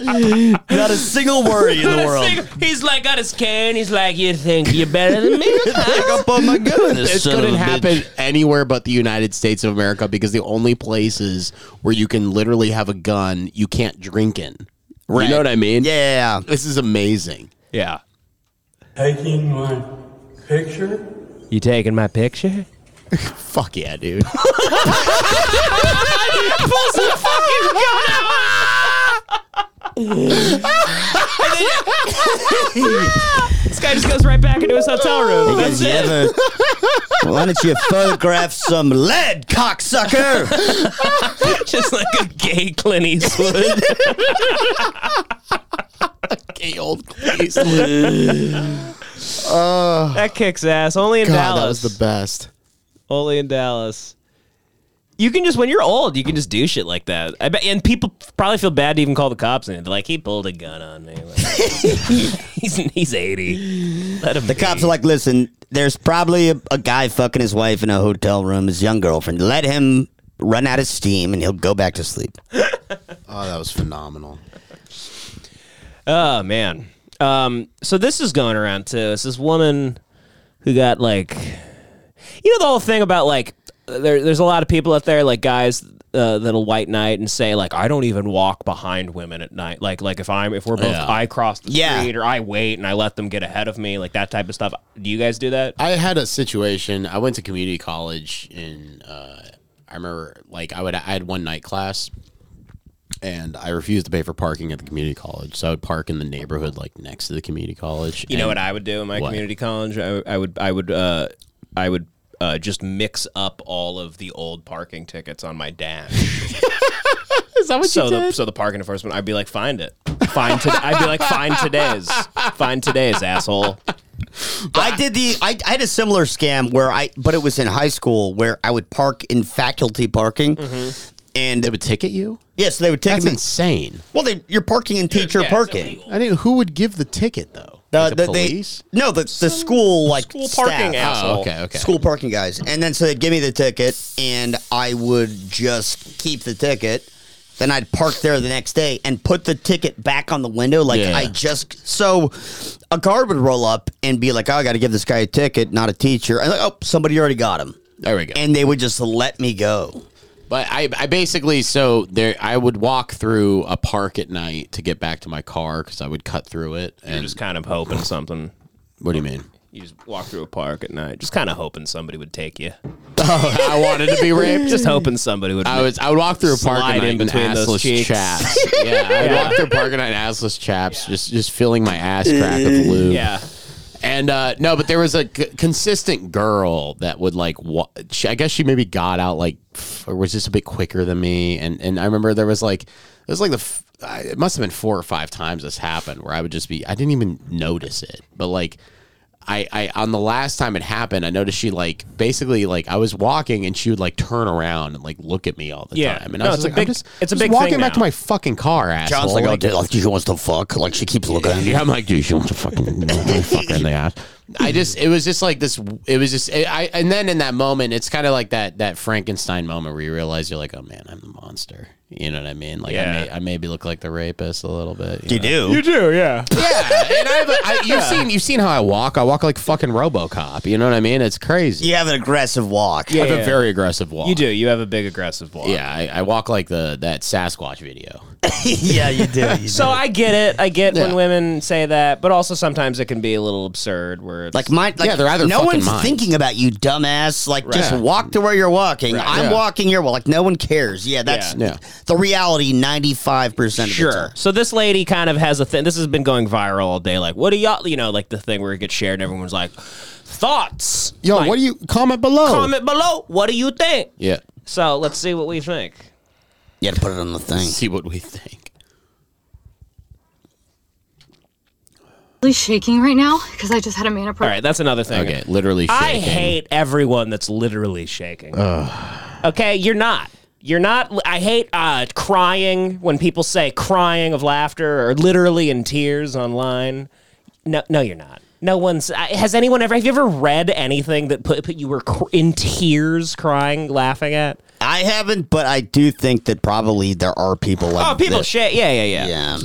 Speaker 5: Not a single worry in the world.
Speaker 4: He's like got his cane. He's like, you think you're better than me?
Speaker 5: Pick up on "Oh my gun.
Speaker 3: this couldn't happen anywhere but the United States of America because the only places where you can literally have a gun, you can't drink in. You know what I mean?
Speaker 5: Yeah.
Speaker 3: This is amazing.
Speaker 4: yeah.
Speaker 12: Taking my picture?
Speaker 4: You taking my picture?
Speaker 3: Fuck yeah, dude.
Speaker 4: pulls the fucking gun out. this guy just goes right back into his hotel room.
Speaker 5: Because
Speaker 4: That's
Speaker 5: you
Speaker 4: it.
Speaker 5: ever, why don't you photograph some lead, cocksucker?
Speaker 4: Just like a gay Clint Eastwood.
Speaker 3: Gay old place. That
Speaker 4: that kicks ass. Only in
Speaker 11: God, that
Speaker 4: Dallas.
Speaker 11: was the best.
Speaker 4: Only in Dallas. You can just when you're old, you can just do shit like that. I bet, and people probably feel bad to even call the cops in. They're like, he pulled a gun on me. Like, he's he's eighty. Let him.
Speaker 5: the cops are like, listen, there's probably a, a guy fucking his wife in a hotel room, his young girlfriend. Let him run out of steam and he'll go back to sleep.
Speaker 11: Oh, that was phenomenal.
Speaker 4: Oh man. Um, so this is going around too. It's this woman who got like, you know, the whole thing about like, there, there's a lot of people out there, like guys uh, that'll white knight and say like, I don't even walk behind women at night. Like, like if I'm if we're both
Speaker 3: Yeah.
Speaker 4: I cross the
Speaker 5: Yeah.
Speaker 4: street or I wait and I let them get ahead of me, like that type of stuff. Do you guys do that?
Speaker 3: I had a situation. I went to community college in. Uh, I remember, like, I would I had one night class, and I refused to pay for parking at the community college, so I would park in the neighborhood, like next to the community college.
Speaker 4: You know what
Speaker 3: and-
Speaker 4: I would do in my
Speaker 3: What?
Speaker 4: community college? I, I would I would uh, I would uh, just mix up all of the old parking tickets on my dash.
Speaker 3: Is that what
Speaker 4: so
Speaker 3: you
Speaker 4: the
Speaker 3: did?
Speaker 4: so the parking enforcement, I'd be like, find it, find today. I'd be like, find today's, find today's asshole.
Speaker 5: I did the. I, I had a similar scam where I, but it was in high school where I would park in faculty parking,
Speaker 11: Mm-hmm.
Speaker 5: and
Speaker 3: they would ticket you.
Speaker 5: yes, they would take
Speaker 3: That's
Speaker 5: me.
Speaker 3: insane.
Speaker 5: Well, they, you're parking in teacher parking.
Speaker 11: I didn't. Who would give the ticket though?
Speaker 5: The,
Speaker 3: Like the
Speaker 5: the- they-
Speaker 3: police?
Speaker 5: no, the, the school like
Speaker 4: school
Speaker 5: staff.
Speaker 4: parking asshole.
Speaker 3: Oh, okay, okay.
Speaker 5: School parking guys, and then so they'd give me the ticket, and I would just keep the ticket. Then I'd park there the next day and put the ticket back on the window, like
Speaker 3: Yeah.
Speaker 5: I just so a guard would roll up and be like, "Oh, I got to give this guy a ticket, not a teacher." And like, oh, somebody already got him.
Speaker 3: There we go.
Speaker 5: and they would just let me go.
Speaker 3: But I, I basically so there I would walk through a park at night to get back to my car because I would cut through it.
Speaker 4: You're
Speaker 3: And
Speaker 4: just kind of hoping something.
Speaker 3: what do you mean?
Speaker 4: You just walk through a park at night, just kind of hoping somebody would take you.
Speaker 3: Oh, I wanted to be raped.
Speaker 4: Just hoping somebody would.
Speaker 3: I was I would walk through a park
Speaker 4: Slide
Speaker 3: at night
Speaker 4: in
Speaker 3: in
Speaker 4: between those
Speaker 3: assless
Speaker 4: cheeks.
Speaker 3: chaps. Yeah, I would walk through a park at night in assless chaps, just just filling my ass crack with lube.
Speaker 4: yeah.
Speaker 3: And uh, no, but there was a c- consistent girl that would like. Wa- she, I guess she maybe got out like, f- or was just a bit quicker than me. And and I remember there was like, it was like the. F- I, it must have been four or five times this happened where I would just be. I didn't even notice it, but like. I, I on the last time it happened, I noticed she like basically like I was walking and she would like turn around and like look at me all the
Speaker 4: Yeah.
Speaker 3: time. And
Speaker 4: No,
Speaker 3: I was
Speaker 4: it's a
Speaker 3: just like,
Speaker 4: big-
Speaker 3: I'm just,
Speaker 4: it's a
Speaker 3: just
Speaker 4: big
Speaker 3: walking
Speaker 4: thing
Speaker 3: back to
Speaker 4: now.
Speaker 3: my fucking car. Asshole.
Speaker 5: John's like,
Speaker 3: Like,
Speaker 5: oh, dude, like she wants to fuck. Like she keeps looking at me.
Speaker 3: yeah, I'm like, dude, she wants to fucking fuck her in the ass. I just it was just like this. It was just I and then in that moment, it's kind of like that that Frankenstein moment where you realize you're like, oh man, I'm the monster. You know what I mean? Like I, may, I maybe look like the rapist a little bit.
Speaker 5: You
Speaker 3: know?
Speaker 5: do. You
Speaker 4: do, yeah.
Speaker 3: Yeah, and I've I, you've seen you've seen how I walk. I walk like fucking RoboCop. You know what I mean? It's crazy.
Speaker 5: You have an aggressive walk.
Speaker 3: I have a very aggressive walk.
Speaker 4: You do. You have a big aggressive walk.
Speaker 3: Yeah, I, I walk like the that Sasquatch video.
Speaker 5: yeah, you do. You
Speaker 4: So
Speaker 5: do.
Speaker 4: I get it. I get
Speaker 3: Yeah.
Speaker 4: when women say that, but also sometimes it can be a little absurd. Where it's,
Speaker 5: Like my, like,
Speaker 3: Yeah, they're either
Speaker 5: no
Speaker 3: fucking
Speaker 5: one's
Speaker 3: mine.
Speaker 5: thinking about you, dumbass. Like, just
Speaker 3: Yeah.
Speaker 5: walk to where you're walking. I'm
Speaker 3: Yeah.
Speaker 5: walking, you're walking. Like, no one cares. Yeah, that's
Speaker 3: Yeah. Yeah.
Speaker 5: the reality. Ninety five percent. Of the
Speaker 4: Sure.
Speaker 5: time.
Speaker 4: So this lady kind of has a thing. This has been going viral all day. Like, what do y'all, you know, like the thing where it gets shared and everyone's like, thoughts.
Speaker 13: Yo,
Speaker 4: Like,
Speaker 13: what do you comment below?
Speaker 4: comment below? What do you think?
Speaker 3: Yeah.
Speaker 4: So let's see what we think.
Speaker 5: You had to put it on the thing.
Speaker 3: See what we think.
Speaker 14: really shaking right now because I just had a man
Speaker 4: All
Speaker 14: approach.
Speaker 4: right, that's another thing.
Speaker 3: Okay, literally. Shaking.
Speaker 4: I hate everyone that's literally shaking. Okay, you're not. You're not. I hate uh, crying when people say crying of laughter or literally in tears online. No, no, you're not. No one's. I- Has anyone ever? Have you ever read anything that put, put you were cr- in tears, crying, laughing at?
Speaker 5: I haven't, but I do think that probably there are people. Like
Speaker 4: Oh, people
Speaker 5: that-
Speaker 4: shit. Yeah, yeah, yeah.
Speaker 5: Yeah.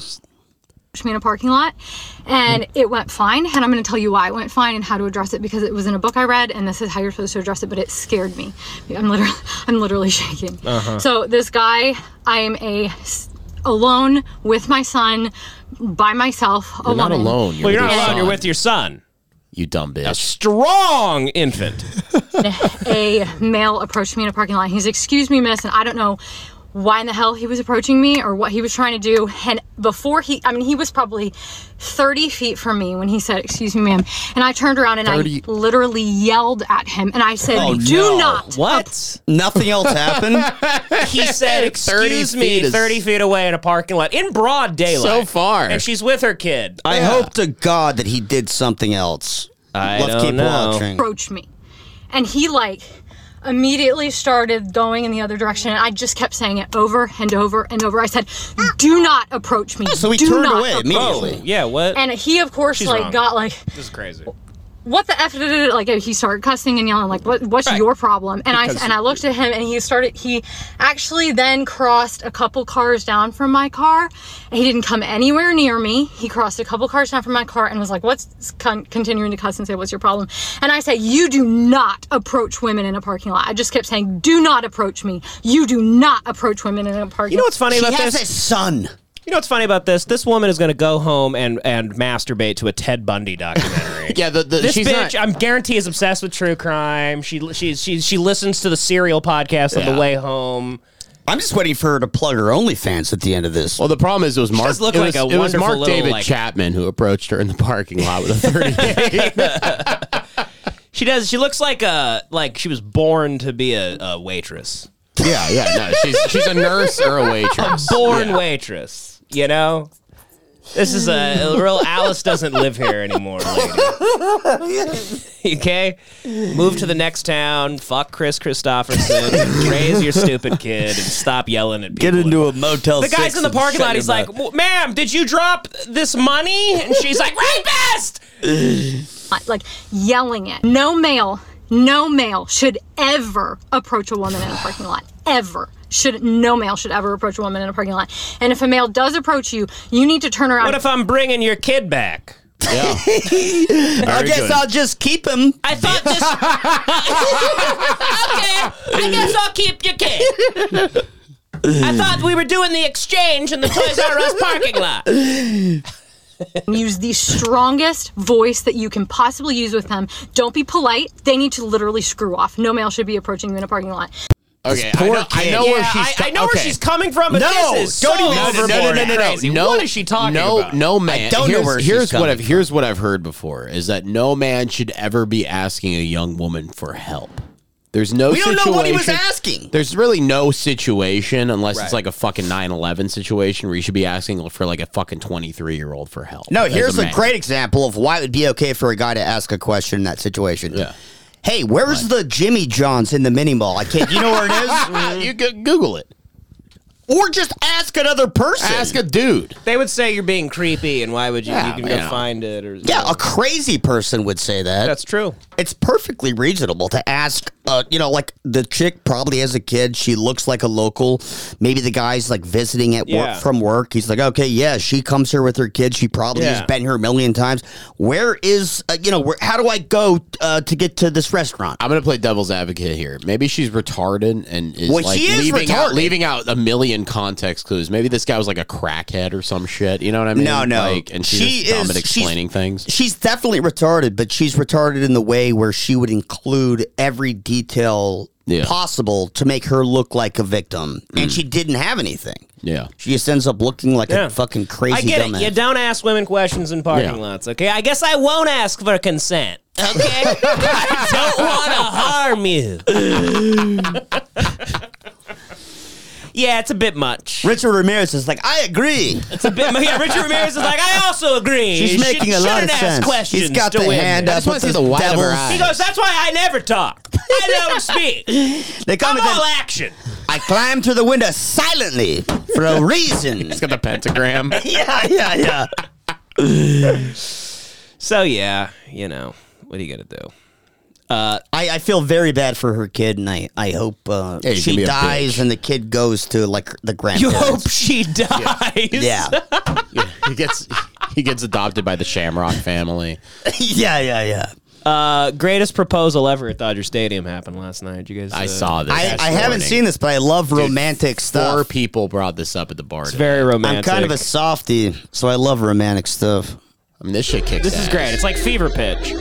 Speaker 14: me in a parking lot and it went fine and i'm going to tell you why it went fine and how to address it because it was in a book i read and this is how you're supposed to address it but it scared me i'm literally i'm literally shaking
Speaker 6: Uh-huh.
Speaker 14: so this guy i am a s- alone with my son by myself a
Speaker 3: You're not
Speaker 14: woman.
Speaker 3: alone. You're
Speaker 4: Well, you're
Speaker 3: with your
Speaker 4: not alone. You're
Speaker 3: son.
Speaker 4: with your son.
Speaker 3: You dumb bitch.
Speaker 4: Strong infant.
Speaker 14: a male approached me in a parking lot. He's, excuse me, miss, and I don't know why in the hell he was approaching me or what he was trying to do. And before he, I mean, he was probably 30 feet from me when he said, excuse me, ma'am. And I turned around and
Speaker 3: 30.
Speaker 14: I literally yelled at him and I said,
Speaker 5: Oh,
Speaker 14: do
Speaker 5: no.
Speaker 14: not.
Speaker 4: What?
Speaker 5: Nothing else happened.
Speaker 4: he said,
Speaker 3: 30
Speaker 4: "Excuse me,"
Speaker 3: feet is-
Speaker 4: thirty feet away in a parking lot in broad daylight.
Speaker 3: So far.
Speaker 4: and she's with her kid.
Speaker 5: I hope to God that he did something else.
Speaker 4: I
Speaker 5: Let's
Speaker 4: don't
Speaker 5: keep
Speaker 4: know.
Speaker 5: watching.
Speaker 14: Approached me. And he, like, immediately started going in the other direction and I just kept saying it over and over and over. I said, do not approach me.
Speaker 5: So he
Speaker 14: do
Speaker 5: turned
Speaker 14: not
Speaker 5: away
Speaker 14: approach
Speaker 5: immediately.
Speaker 4: Oh, Yeah, what?
Speaker 14: And he, of course,
Speaker 4: She's
Speaker 14: like,
Speaker 4: wrong.
Speaker 14: got like,
Speaker 4: this is crazy.
Speaker 14: what the f did it like he started cussing and yelling like what what's your problem and
Speaker 4: Because-
Speaker 14: i and i looked at him and he started he actually then crossed a couple cars down from my car he didn't come anywhere near me he crossed a couple cars down from my car and was like what's con- continuing to cuss and say what's your problem and i said you do not approach women in a parking lot i just kept saying do not approach me you do not approach women in a parking
Speaker 4: You know what's funny
Speaker 5: He
Speaker 4: about
Speaker 5: has
Speaker 4: this?
Speaker 5: a son.
Speaker 4: You know what's funny about this? This woman is going to go home and and masturbate to a Ted Bundy documentary.
Speaker 3: Yeah, the, the
Speaker 4: This
Speaker 3: she's not.
Speaker 4: bitch, I'm guarantee, is obsessed with true crime. She she she she listens to the Serial podcast on
Speaker 3: Yeah.
Speaker 4: the way home.
Speaker 5: I'm just waiting for her to plug her OnlyFans at the end of this.
Speaker 3: Well, the problem is it was Mark.
Speaker 4: does look
Speaker 3: it was,
Speaker 4: like a
Speaker 3: it was
Speaker 4: wonderful
Speaker 3: Mark
Speaker 4: little,
Speaker 3: David
Speaker 4: like-
Speaker 3: Chapman who approached her in the parking lot with a thirty.
Speaker 4: She does. She looks like a like she was born to be a, a waitress,
Speaker 3: yeah, yeah. No, she's she's a nurse or a waitress.
Speaker 4: born waitress. You know, this is a, a real Alice doesn't live here anymore. Lady. okay, move to the next town. Fuck Chris Christopherson. raise your stupid kid and stop yelling at people.
Speaker 5: Get into a motel.
Speaker 4: the guy's in the parking lot. He's like, "Well, "Ma'am, did you drop this money?" And she's like, "Rapist!"
Speaker 14: lot, like yelling it. No male, no male should ever approach a woman in a parking lot. Ever. Should no male should ever approach a woman in a parking lot. And if a male does approach you, you need to turn around.
Speaker 4: What if I'm bringing your kid back?
Speaker 5: I guess I'll just keep him.
Speaker 4: I thought this. okay, I guess I'll keep your kid. I thought we were doing the exchange in the Toys R Us parking lot.
Speaker 14: use the strongest voice that you can possibly use with them. Don't be polite. They need to literally screw off. No male should be approaching you in a parking lot.
Speaker 3: Okay, I know, I know where she's.
Speaker 4: I, I know where
Speaker 3: okay.
Speaker 4: she's coming from, but
Speaker 5: No,
Speaker 4: this is
Speaker 5: don't
Speaker 4: so
Speaker 5: even-
Speaker 4: overboard
Speaker 5: no, no, no,
Speaker 4: and
Speaker 5: no, no,
Speaker 4: crazy. What is she talking
Speaker 3: no,
Speaker 4: about?
Speaker 3: No man.
Speaker 5: don't know
Speaker 3: here's,
Speaker 5: where she's
Speaker 3: here's what
Speaker 5: coming
Speaker 3: I've here's what I've heard before is that no man should ever be asking a young woman for help. There's no
Speaker 5: We don't
Speaker 3: situation.
Speaker 5: know what he was asking.
Speaker 3: There's really no situation unless it's like a fucking 9/11 situation where you should be asking for like a fucking 23 year old for help.
Speaker 5: No,
Speaker 3: as
Speaker 5: here's a,
Speaker 3: man.
Speaker 5: great example of why it would be okay for a guy to ask a question in that situation.
Speaker 3: Yeah.
Speaker 5: Hey, where's the Jimmy John's in the mini mall? I can't. You know where it is?
Speaker 3: Ah, you go- Google it.
Speaker 5: Or just ask another person.
Speaker 7: Ask a dude.
Speaker 4: They would say you're being creepy, and why would you?
Speaker 5: Yeah,
Speaker 4: you can
Speaker 5: yeah.
Speaker 4: go find it, or
Speaker 5: Yeah, a crazy person would say that. That's
Speaker 4: true.
Speaker 5: It's perfectly reasonable to ask. Uh, you know, like the chick probably has a kid. She looks like a local. Maybe the guy's like visiting at
Speaker 4: Yeah.
Speaker 5: work from work. He's like, okay, yeah, she comes here with her kid. She probably
Speaker 4: Yeah.
Speaker 5: has been here a million times. Where is uh, you know? Where, how do I go uh, to get to this restaurant?
Speaker 6: I'm gonna play devil's advocate here. Maybe she's retarded and is
Speaker 5: Well,
Speaker 6: like
Speaker 5: she is
Speaker 6: leaving out
Speaker 5: retarded.
Speaker 6: leaving out a million context clues. Maybe this guy was like a crackhead or some shit. You know what I mean?
Speaker 5: No, no.
Speaker 6: Like, and she's
Speaker 5: She
Speaker 6: just dumb
Speaker 5: is-
Speaker 6: at
Speaker 5: she's-
Speaker 6: explaining things.
Speaker 5: She's definitely retarded, but she's retarded in the way where she would include every detail
Speaker 6: Yeah. Mm.
Speaker 5: possible to make her look like a victim, and she didn't have anything.
Speaker 6: Yeah.
Speaker 5: She just ends up looking like a fucking crazy
Speaker 4: I get
Speaker 5: dumbass.
Speaker 4: it. You don't ask women questions in parking
Speaker 5: Yeah.
Speaker 4: lots, okay? I guess I won't ask for consent, okay? I don't want to harm you. yeah, it's a bit much.
Speaker 5: Richard Ramirez is like, I agree.
Speaker 4: It's a bit. Yeah, Richard Ramirez is like, I also agree.
Speaker 5: She's
Speaker 4: You should-
Speaker 5: making a lot of
Speaker 4: shouldn't ask
Speaker 5: sense.
Speaker 4: Questions
Speaker 5: He's got
Speaker 4: to
Speaker 5: the
Speaker 4: women.
Speaker 5: hand up with the devil's-
Speaker 4: He goes, that's why I never talk. I don't speak.
Speaker 5: They come
Speaker 4: I'm
Speaker 5: and then-
Speaker 4: all action.
Speaker 5: I climbed through the window silently for a reason. He's
Speaker 6: got the pentagram.
Speaker 5: yeah, yeah, yeah.
Speaker 4: So yeah, you know what are you gonna do?
Speaker 5: Uh, I, I feel very bad for her kid, and I, I hope uh,
Speaker 4: Yeah, you can be
Speaker 5: she
Speaker 4: a
Speaker 5: dies and the kid goes to like the
Speaker 4: You
Speaker 5: grandparents.
Speaker 4: hope she dies.
Speaker 5: Yeah.
Speaker 6: he gets he gets adopted by the Shamrock family.
Speaker 5: yeah, yeah, yeah.
Speaker 4: Uh, greatest proposal ever at Dodger Stadium happened last night. Did you guys?
Speaker 6: I
Speaker 4: uh,
Speaker 6: saw this.
Speaker 5: I, I haven't seen this, but I love romantic
Speaker 6: Four
Speaker 5: stuff.
Speaker 6: people brought this up at the bar.
Speaker 4: It's
Speaker 6: today.
Speaker 4: very romantic.
Speaker 5: I'm kind of a softie, so I love romantic stuff.
Speaker 6: I mean, this shit kicks.
Speaker 4: This is great. It's like fever pitch.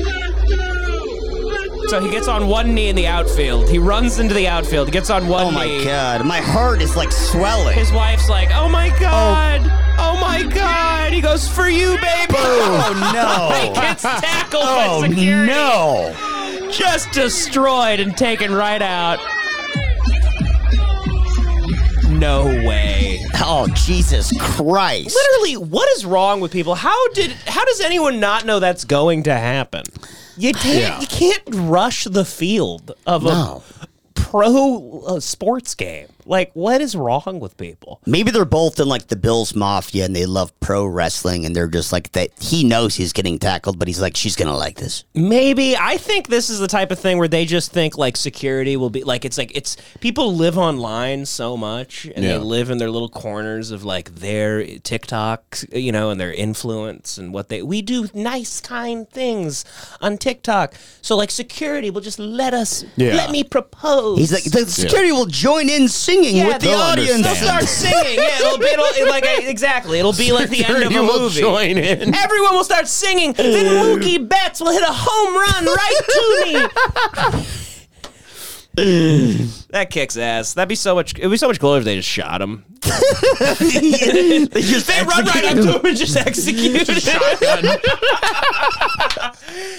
Speaker 4: So he gets on one knee in the outfield. He runs into the outfield. Gets on one.
Speaker 5: Oh my
Speaker 4: knee.
Speaker 5: god, my heart is like swelling.
Speaker 4: His wife's like, "Oh my god, oh, my god." He goes for you, baby.
Speaker 5: Oh, no.
Speaker 4: he gets tackled
Speaker 5: Oh,
Speaker 4: by security.
Speaker 5: no.
Speaker 4: Just destroyed and taken right out. No way.
Speaker 5: Oh Jesus Christ.
Speaker 4: Literally, what is wrong with people? How did how does anyone not know that's going to happen? You can't
Speaker 5: Yeah.
Speaker 4: you can't rush the field of
Speaker 5: No.
Speaker 4: a pro uh, sports game. Like what is wrong with people?
Speaker 5: Maybe they're both in like the Bills Mafia and they love pro wrestling and they're just like that. He knows he's getting tackled, but he's like, she's gonna like this.
Speaker 4: Maybe I think this is the type of thing where they just think like security will be like it's like it's people live online so much and
Speaker 6: Yeah.
Speaker 4: they live in their little corners of like their TikTok, you know, and their influence and what they we do nice kind things on TikTok. So like security will just let us
Speaker 5: Yeah.
Speaker 4: let me propose.
Speaker 5: He's like, the security will join in singing
Speaker 4: Yeah,
Speaker 5: with the
Speaker 4: they'll
Speaker 5: audience.
Speaker 4: They'll start singing. Yeah, it'll be it'll, it- like I- exactly. It'll be like the end of a
Speaker 6: Security will
Speaker 4: movie.
Speaker 6: join in.
Speaker 4: Everyone will start singing. Then Mookie Betts will hit a home run right to me. that kicks ass. That'd be so much. It'd be so much cooler if they just shot him.
Speaker 5: they just
Speaker 4: They run right up to him and just execute him.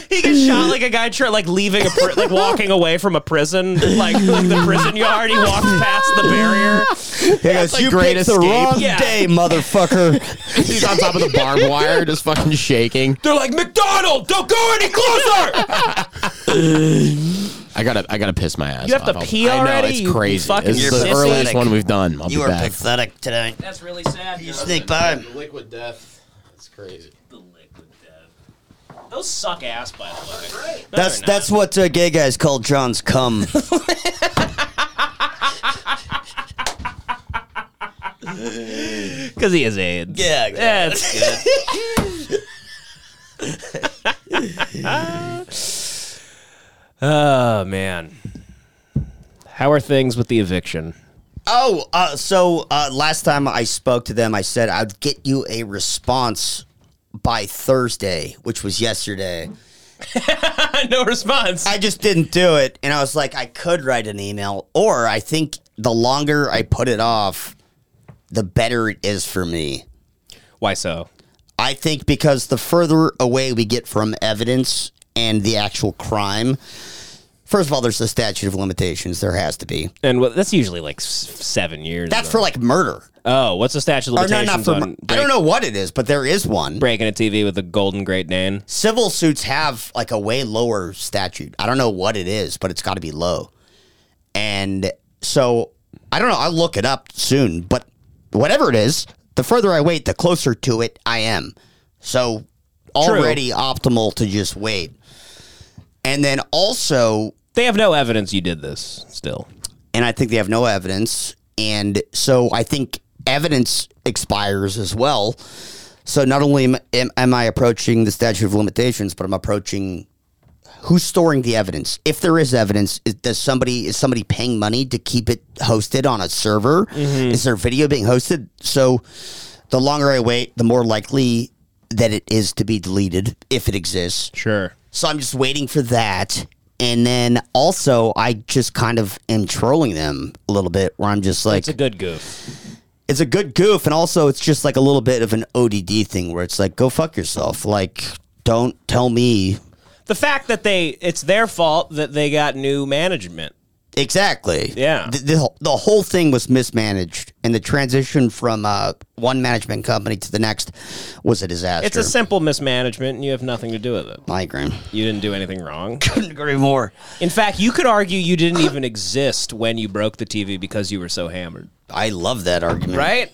Speaker 4: he gets shot like a guy tr- like leaving a pri- like walking away from a prison, like like the prison yard. He walks past the barrier.
Speaker 5: He goes,
Speaker 4: like
Speaker 5: you
Speaker 4: Great
Speaker 5: picked the
Speaker 4: Escape."
Speaker 5: wrong
Speaker 4: Yeah.
Speaker 5: day, motherfucker.
Speaker 6: He's on top of the barbed wire, just fucking shaking.
Speaker 4: They're like McDonald. Don't go any closer.
Speaker 6: I gotta, I gotta piss my ass.
Speaker 4: You have
Speaker 6: off.
Speaker 4: to pee
Speaker 6: I know,
Speaker 4: already,
Speaker 6: It's
Speaker 4: you
Speaker 6: crazy.
Speaker 4: fucking
Speaker 6: This is the
Speaker 4: sissy.
Speaker 6: earliest one we've done. I'll
Speaker 5: you
Speaker 6: be
Speaker 5: are
Speaker 6: back.
Speaker 5: pathetic today.
Speaker 4: That's really sad. You
Speaker 5: sneak by.
Speaker 6: Liquid death. It's crazy.
Speaker 4: Those suck ass, by the way.
Speaker 5: That's that's what uh, gay guys call John's cum.
Speaker 4: Because he has AIDS.
Speaker 5: Yeah, exactly.
Speaker 4: that's good. oh man, how are things with the eviction?
Speaker 5: Oh, uh, so uh, last time I spoke to them, I said I'd get you a response by Thursday, which was yesterday.
Speaker 4: no response.
Speaker 5: I just didn't do it, and I was like, I could write an email, or I think the longer I put it off, the better it is for me.
Speaker 4: Why so?
Speaker 5: I think because the further away we get from evidence and the actual crime, first of all, there's the statute of limitations. There has to be.
Speaker 4: And what, that's usually like s- seven years.
Speaker 5: That's
Speaker 4: though.
Speaker 5: for like murder.
Speaker 4: Oh, what's the statute of
Speaker 5: Or not,
Speaker 4: limitations
Speaker 5: not for.
Speaker 4: on
Speaker 5: mur- I don't know what it is, but there is one.
Speaker 4: breaking a TV with a golden Great Dane?
Speaker 5: civil suits have like a way lower statute. I don't know what it is, but it's got to be low. And so I don't know. I'll look it up soon. But whatever it is, the further I wait, the closer to it I am. So already optimal to just wait. And then also,
Speaker 4: they have no evidence you did this still.
Speaker 5: And I think they have no evidence. And so I think evidence expires as well. So not only am, am, am I approaching the statute of limitations, but I'm approaching who's storing the evidence. If there is evidence, is, does somebody is somebody paying money to keep it hosted on a server?
Speaker 2: Mhm.
Speaker 5: Is there video being hosted? So the longer I wait, the more likely that it is to be deleted if it exists.
Speaker 4: Sure.
Speaker 5: So I'm just waiting for that. And then also, I just kind of am trolling them a little bit, where I'm just like,
Speaker 4: it's a good goof.
Speaker 5: it's a good goof, and also it's just like a little bit of an ODD thing where it's like, go fuck yourself. Like, don't tell me.
Speaker 4: The fact that they it's their fault that they got new management.
Speaker 5: Exactly.
Speaker 4: Yeah.
Speaker 5: The, the, whole- the whole thing was mismanaged, and the transition from uh, one management company to the next was a disaster.
Speaker 4: It's a simple mismanagement, and you have nothing to do with it.
Speaker 5: I agree.
Speaker 4: You didn't do anything wrong.
Speaker 5: Couldn't agree more.
Speaker 4: In fact, you could argue you didn't even exist when you broke the TV because you were so hammered.
Speaker 5: I love that argument.
Speaker 4: Right?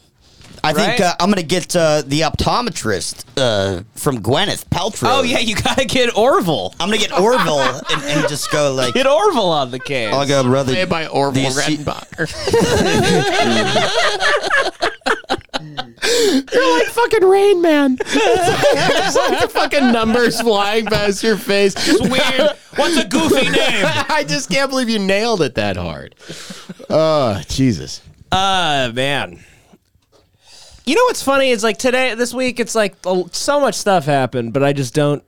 Speaker 5: I think
Speaker 4: Right?
Speaker 5: uh, I'm going to get uh, the optometrist uh, from Gwyneth Paltrow.
Speaker 4: Oh yeah, you gotta get Orville.
Speaker 5: I'm gonna get Orville and, and just go like
Speaker 4: get Orville on the case.
Speaker 5: I'll go, brother. Played
Speaker 4: by
Speaker 5: do
Speaker 4: Orville
Speaker 5: you see-
Speaker 7: You're like fucking Rain Man. It's like the fucking numbers flying past your face. It's
Speaker 4: weird. What's a goofy name?
Speaker 7: I just can't believe you nailed it that hard. Oh, Jesus.
Speaker 4: Uh man. You know what's funny is like today this week it's like oh, so much stuff happened, but I just don't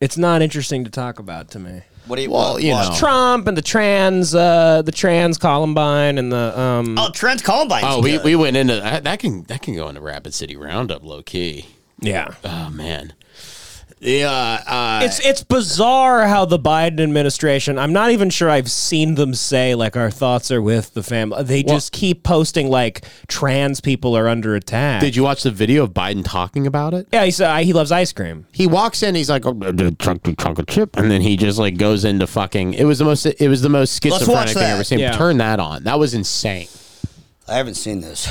Speaker 4: it's not interesting to talk about to me.
Speaker 5: What do you
Speaker 7: Well, you know.
Speaker 4: Oh. Trump and the trans uh the trans Columbine and the um
Speaker 5: Oh, Trent Columbine.
Speaker 6: Oh, we, we went into that. That can that can go into Rapid City Roundup low key.
Speaker 4: Yeah.
Speaker 6: Oh man. Yeah. Uh,
Speaker 4: it's it's bizarre how the Biden administration. I'm not even sure I've seen them say like our thoughts are with the family. They
Speaker 6: Well-
Speaker 4: just keep posting like trans people are under attack.
Speaker 6: did you watch the video of Biden talking about it?
Speaker 4: Yeah, he said he loves ice cream.
Speaker 7: He walks in, he's like, oh,
Speaker 6: Chocolate, chocolate chip, and then he just like goes into fucking. It was the most. It was the most
Speaker 5: watch
Speaker 6: schizophrenic thing
Speaker 5: that.
Speaker 6: I've ever seen.
Speaker 5: Yeah.
Speaker 6: Turn that on. That was insane.
Speaker 5: I haven't seen this.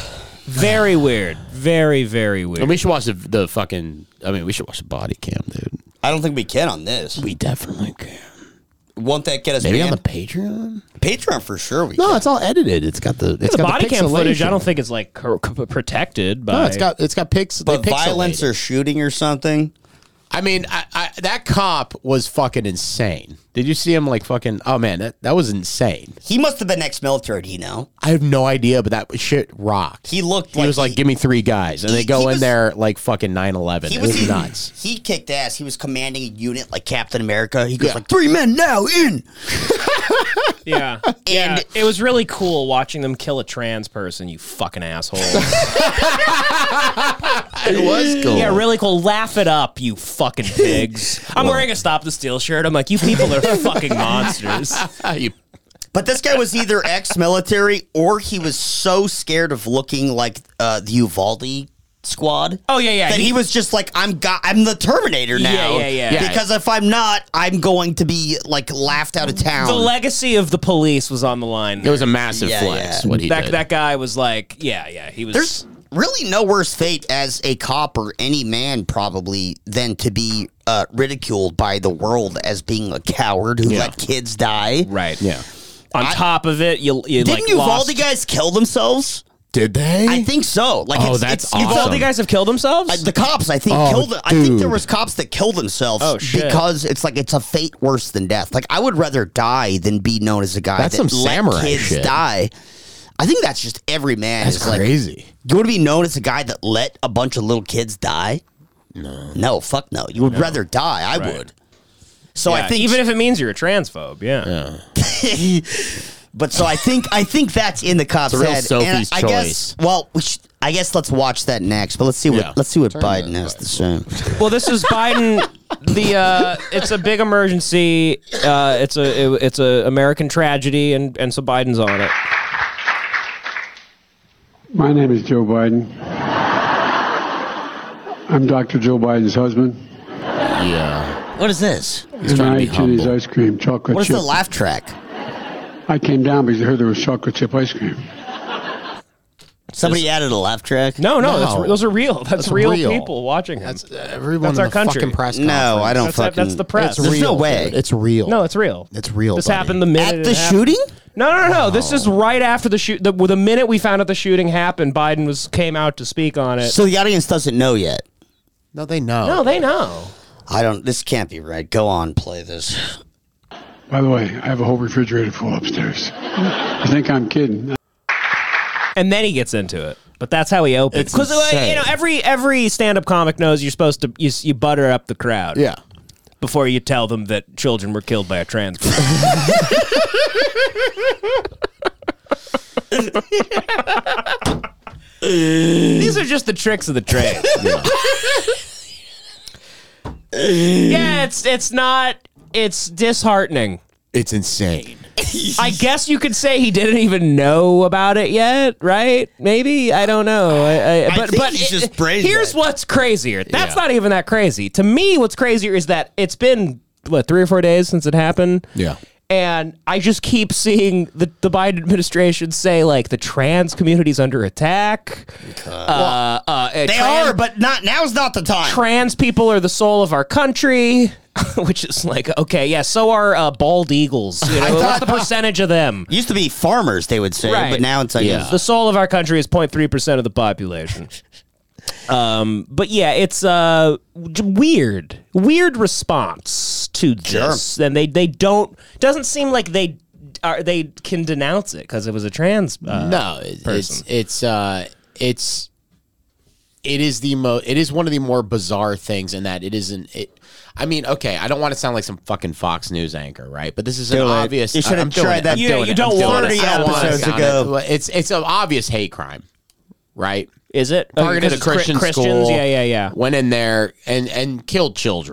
Speaker 4: Very weird. Very very weird.
Speaker 6: And we should watch the, the fucking. I mean, we should watch the body cam, dude.
Speaker 5: I don't think we can on this.
Speaker 6: We definitely can.
Speaker 5: Won't that get us
Speaker 6: Maybe on
Speaker 5: banned?
Speaker 6: the Patreon.
Speaker 5: Patreon for sure. We
Speaker 7: No, it's all edited. It's got the it's
Speaker 4: the
Speaker 7: got
Speaker 4: body cam
Speaker 7: pixelation.
Speaker 4: footage. I don't think it's like cor- c- protected by.
Speaker 7: No, it's got it's got pics. they
Speaker 5: but
Speaker 7: pixelate
Speaker 5: violence
Speaker 7: it.
Speaker 5: or shooting or something.
Speaker 6: I mean, I, I, that cop was fucking insane. Did you see him like fucking? Oh man, that, that was insane.
Speaker 5: He must have been ex-military. Do you know?
Speaker 6: I have no idea, but that shit rocked.
Speaker 5: He looked
Speaker 6: He
Speaker 5: like
Speaker 6: was like, "Give me three guys," and
Speaker 5: he-
Speaker 6: they go
Speaker 5: he
Speaker 6: in
Speaker 5: was-
Speaker 6: there like fucking 9-11.
Speaker 5: He
Speaker 6: It
Speaker 5: was
Speaker 6: was nuts.
Speaker 5: He kicked ass. He was commanding a unit like Captain America. He goes like three men now in.
Speaker 4: yeah, yeah. It was really cool watching them kill a trans person. You fucking asshole.
Speaker 7: It was cool.
Speaker 4: Yeah, really cool. Laugh it up, you fucking pigs. I'm wearing a Stop the Steal shirt. I'm like, you people are fucking monsters.
Speaker 6: Ah,
Speaker 5: But this guy was either ex-military or he was so scared of looking like uh, the Uvalde squad.
Speaker 4: Oh yeah, yeah.
Speaker 5: that he, was just like, I'm go- I'm the Terminator
Speaker 4: Yeah,
Speaker 5: now.
Speaker 4: yeah, yeah. Yeah.
Speaker 5: Because if I'm not, I'm going to be like laughed out of town.
Speaker 4: the legacy of the police was on the line.
Speaker 6: It was a massive
Speaker 5: Yeah,
Speaker 6: flex.
Speaker 5: yeah.
Speaker 6: What he
Speaker 4: that
Speaker 6: did.
Speaker 4: that guy was like, yeah, yeah. He was.
Speaker 5: There's really no worse fate as a cop or any man probably than to be uh, ridiculed by the world as being a coward who
Speaker 4: Yeah.
Speaker 5: let kids die.
Speaker 4: right.
Speaker 6: yeah.
Speaker 4: On top of it, you you
Speaker 5: Didn't
Speaker 4: like
Speaker 5: Uvalde
Speaker 4: lost.
Speaker 5: guys kill themselves?
Speaker 7: Did they?
Speaker 3: Eh.
Speaker 5: I think so. Like,
Speaker 6: Oh,
Speaker 5: it's,
Speaker 6: that's
Speaker 5: it's, it's-
Speaker 4: Uvalde guys have killed themselves.
Speaker 5: I- the cops, I think,
Speaker 7: Oh,
Speaker 5: killed. I think there
Speaker 7: dude.
Speaker 5: was cops that killed themselves
Speaker 4: Oh, shit.
Speaker 5: because it's like it's a fate worse than death. Like I would rather die than be known as a guy
Speaker 6: That's
Speaker 5: that
Speaker 6: some
Speaker 5: let
Speaker 6: samurai
Speaker 5: kids
Speaker 6: shit.
Speaker 5: die. I think that's just every man.
Speaker 7: That's
Speaker 5: is like,
Speaker 7: crazy.
Speaker 5: You want to be known as a guy that let a bunch of little kids die? No. No, fuck no. You would rather die. I
Speaker 4: Right.
Speaker 5: would. So I
Speaker 4: Yeah,
Speaker 5: think
Speaker 4: even if it means you're a transphobe, yeah.
Speaker 5: but so I think I think that's in the cops
Speaker 6: It's a real
Speaker 5: head.
Speaker 6: Sophie's
Speaker 5: I, I guess
Speaker 6: choice.
Speaker 5: well, we should, I guess let's watch that next. But let's see what
Speaker 6: Yeah.
Speaker 5: let's see what
Speaker 7: Turn
Speaker 5: Biden
Speaker 7: that
Speaker 5: has to say.
Speaker 4: Well, this is Biden. The uh, it's a big emergency. Uh, it's a it- it's a American tragedy, and and so Biden's on it.
Speaker 15: My name is Joe Biden. I'm Dr. Joe Biden's husband.
Speaker 6: Yeah.
Speaker 5: What is this?
Speaker 15: and
Speaker 6: trying to
Speaker 15: I
Speaker 6: be
Speaker 15: eat Jimmy's
Speaker 6: humble.
Speaker 15: ice cream, chocolate
Speaker 5: What is
Speaker 15: chip.
Speaker 5: the laugh track?
Speaker 15: I came down because I heard there was chocolate chip ice cream.
Speaker 5: It's Somebody added a laugh track.
Speaker 4: No, no, That's, those are real. That's, real, people watching. That's
Speaker 7: uh, Everyone
Speaker 4: That's
Speaker 7: in
Speaker 4: our
Speaker 7: the
Speaker 4: country.
Speaker 7: fucking press
Speaker 5: No,
Speaker 7: conference.
Speaker 5: I don't
Speaker 4: That's- that's fucking- the press.
Speaker 7: It's
Speaker 4: There's
Speaker 7: real,
Speaker 4: no way.
Speaker 7: dude. It's real.
Speaker 4: No, it's real.
Speaker 7: It's real.
Speaker 4: This
Speaker 7: buddy.
Speaker 4: happened the minute
Speaker 5: At
Speaker 4: it
Speaker 5: the
Speaker 4: happened.
Speaker 5: shooting?
Speaker 4: No, no, no, no. This is right after the shoot. The, well, the minute we found out the shooting happened, Biden was came out to speak on it.
Speaker 5: So the audience doesn't know yet.
Speaker 7: No, they know.
Speaker 4: no, they know.
Speaker 5: I don't. This can't be right. Go on, play this.
Speaker 15: By the way, I have a whole refrigerator full upstairs. I think I'm kidding.
Speaker 4: And then he gets into it. But that's how he opens.
Speaker 15: It's
Speaker 4: Because
Speaker 15: insane.
Speaker 4: you know, every every stand up comic knows you're supposed to you, you butter up the crowd.
Speaker 7: Yeah.
Speaker 4: Before you tell them that children were killed by a trans. person. These are just the tricks of the trade. yeah, it's it's not it's disheartening.
Speaker 3: It's insane.
Speaker 4: I guess you could say he didn't even know about it yet, right? Maybe I don't know. I, I, but
Speaker 5: think
Speaker 4: but
Speaker 5: he's
Speaker 4: it-
Speaker 5: just brazen.
Speaker 4: here's what's crazier. That's
Speaker 3: Yeah.
Speaker 4: not even that crazy. To me, what's crazier is that it's been what three or four days since it happened.
Speaker 3: Yeah.
Speaker 4: And I just keep seeing the, the Biden administration say like the trans community's under attack. Uh, uh,
Speaker 5: They
Speaker 4: trans-
Speaker 5: are, but not now's not the time.
Speaker 4: trans people are the soul of our country, which is like okay, yeah. So are uh, bald eagles. You know, what's the percentage of them?
Speaker 5: Used to be farmers, they would say, but now it's like
Speaker 4: the soul of our country is 0.3 percent of the population. um, but yeah, it's uh j- weird, weird response to this, and they they don't doesn't seem like they are they can denounce it because it was a trans uh,
Speaker 3: no, it- it's
Speaker 4: person.
Speaker 3: it's uh it's it is the mo it is one of the more bizarre things in that it isn't it I mean, okay, I don't want to sound like some fucking Fox News anchor, right? But this is an
Speaker 5: Do it.
Speaker 3: obvious
Speaker 5: You should have
Speaker 3: I'm doing
Speaker 5: tried
Speaker 3: it.
Speaker 5: that
Speaker 3: I'm
Speaker 5: You-
Speaker 3: doing
Speaker 5: you
Speaker 3: it.
Speaker 5: don't
Speaker 3: I'm doing
Speaker 5: want
Speaker 3: it.
Speaker 5: to
Speaker 3: I don't wanna
Speaker 5: episodes
Speaker 3: sound
Speaker 5: ago.
Speaker 3: it. It's it's an obvious hate crime, right?
Speaker 4: is it Oh,
Speaker 3: targeted
Speaker 4: because
Speaker 3: a
Speaker 4: it's Chri-
Speaker 3: Christian
Speaker 4: Christians?
Speaker 3: school.
Speaker 4: Yeah, yeah, yeah. Mm-hmm.
Speaker 3: Went in there and and killed children.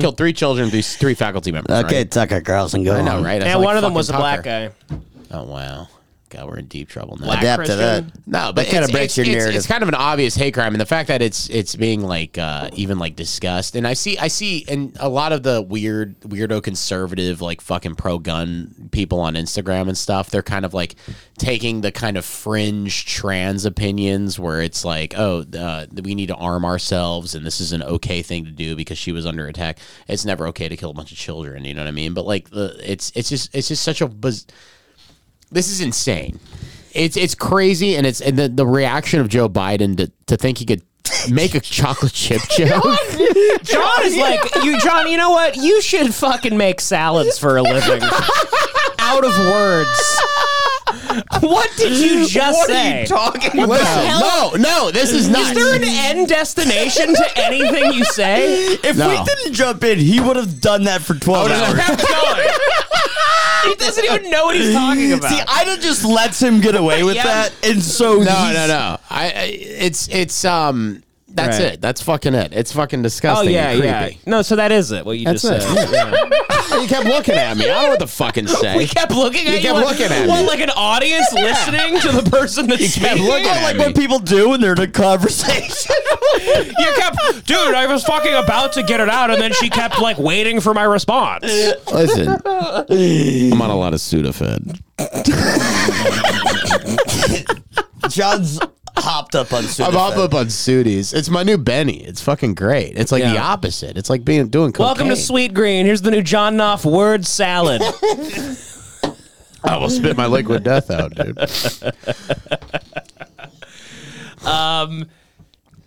Speaker 3: Killed three children, three, three faculty members.
Speaker 5: okay,
Speaker 3: right?
Speaker 5: Tucker Carlson, go
Speaker 3: I know,
Speaker 5: on.
Speaker 3: right? I
Speaker 4: And
Speaker 3: sound like
Speaker 4: one of them was a
Speaker 3: fucking
Speaker 4: black
Speaker 3: Tucker.
Speaker 4: guy.
Speaker 3: Oh wow, God, we're in deep trouble now.
Speaker 5: Adapt
Speaker 4: Christian?
Speaker 5: to that.
Speaker 3: No, but
Speaker 5: That kinda
Speaker 3: it's-
Speaker 5: breaks
Speaker 3: it's-
Speaker 5: your
Speaker 3: it's-
Speaker 5: narrative.
Speaker 3: It's kind of an obvious hate crime, and the fact that it's it's being like uh, even like discussed, and I see I see, and a lot of the weird weirdo conservative like fucking pro gun people on Instagram and stuff, they're kind of like taking the kind of fringe trans opinions where it's like, oh, uh, we need to arm ourselves, and this is an okay thing to do because she was under attack. It's never okay to kill a bunch of children, you know what I mean? But like the it's it's just it's just such a biz- this is insane. It's it's crazy, and it's and the, the reaction of Joe Biden to, to think he could make a chocolate chip joke.
Speaker 4: John is like you, John. You know what? You should fucking make salads for a living. Out of words. What did you just
Speaker 5: What
Speaker 4: say?
Speaker 5: are you talking
Speaker 4: What the
Speaker 5: about?
Speaker 4: hell?
Speaker 3: no, no, this is
Speaker 4: Is
Speaker 3: not.
Speaker 4: there an end destination to anything you say?
Speaker 5: If
Speaker 3: No. Oh,
Speaker 5: we didn't jump in, he would have done that for twelve hours.
Speaker 4: He doesn't even know what he's talking about.
Speaker 5: See, Ida just lets him get away with
Speaker 4: Yeah.
Speaker 5: that, and so
Speaker 3: no,
Speaker 5: he's-
Speaker 3: no, no. I, I it's it's um that's
Speaker 4: Right.
Speaker 3: it. That's fucking it. It's fucking
Speaker 4: oh
Speaker 3: disgusting.
Speaker 4: yeah,
Speaker 3: and
Speaker 4: yeah.
Speaker 3: creepy.
Speaker 4: No, so that is it. What you
Speaker 7: That's
Speaker 4: just
Speaker 7: it.
Speaker 4: said. Yeah.
Speaker 3: You kept looking at me. I don't know what to fucking say.
Speaker 4: We kept looking at you.
Speaker 3: kept
Speaker 4: like,
Speaker 3: looking at
Speaker 4: what,
Speaker 3: me.
Speaker 4: like an audience listening to the person that's
Speaker 3: kept
Speaker 4: speaking?
Speaker 3: looking
Speaker 5: Oh,
Speaker 3: at
Speaker 5: like
Speaker 3: me.
Speaker 5: what people do when they're in a conversation.
Speaker 4: you kept, dude. I was fucking about to get it out, and then she kept like waiting for my response.
Speaker 3: Listen, I'm on a lot of Sudafed.
Speaker 5: John's hopped up on
Speaker 3: I'm
Speaker 5: suicide.
Speaker 3: off up on Sudis. It's my new Benny. It's fucking great. It's like the
Speaker 4: Yeah.
Speaker 3: opposite. It's like being doing cocaine.
Speaker 4: Welcome to Sweet Green. Here's the new John Knopf word salad.
Speaker 3: I will spit my liquid death out, dude.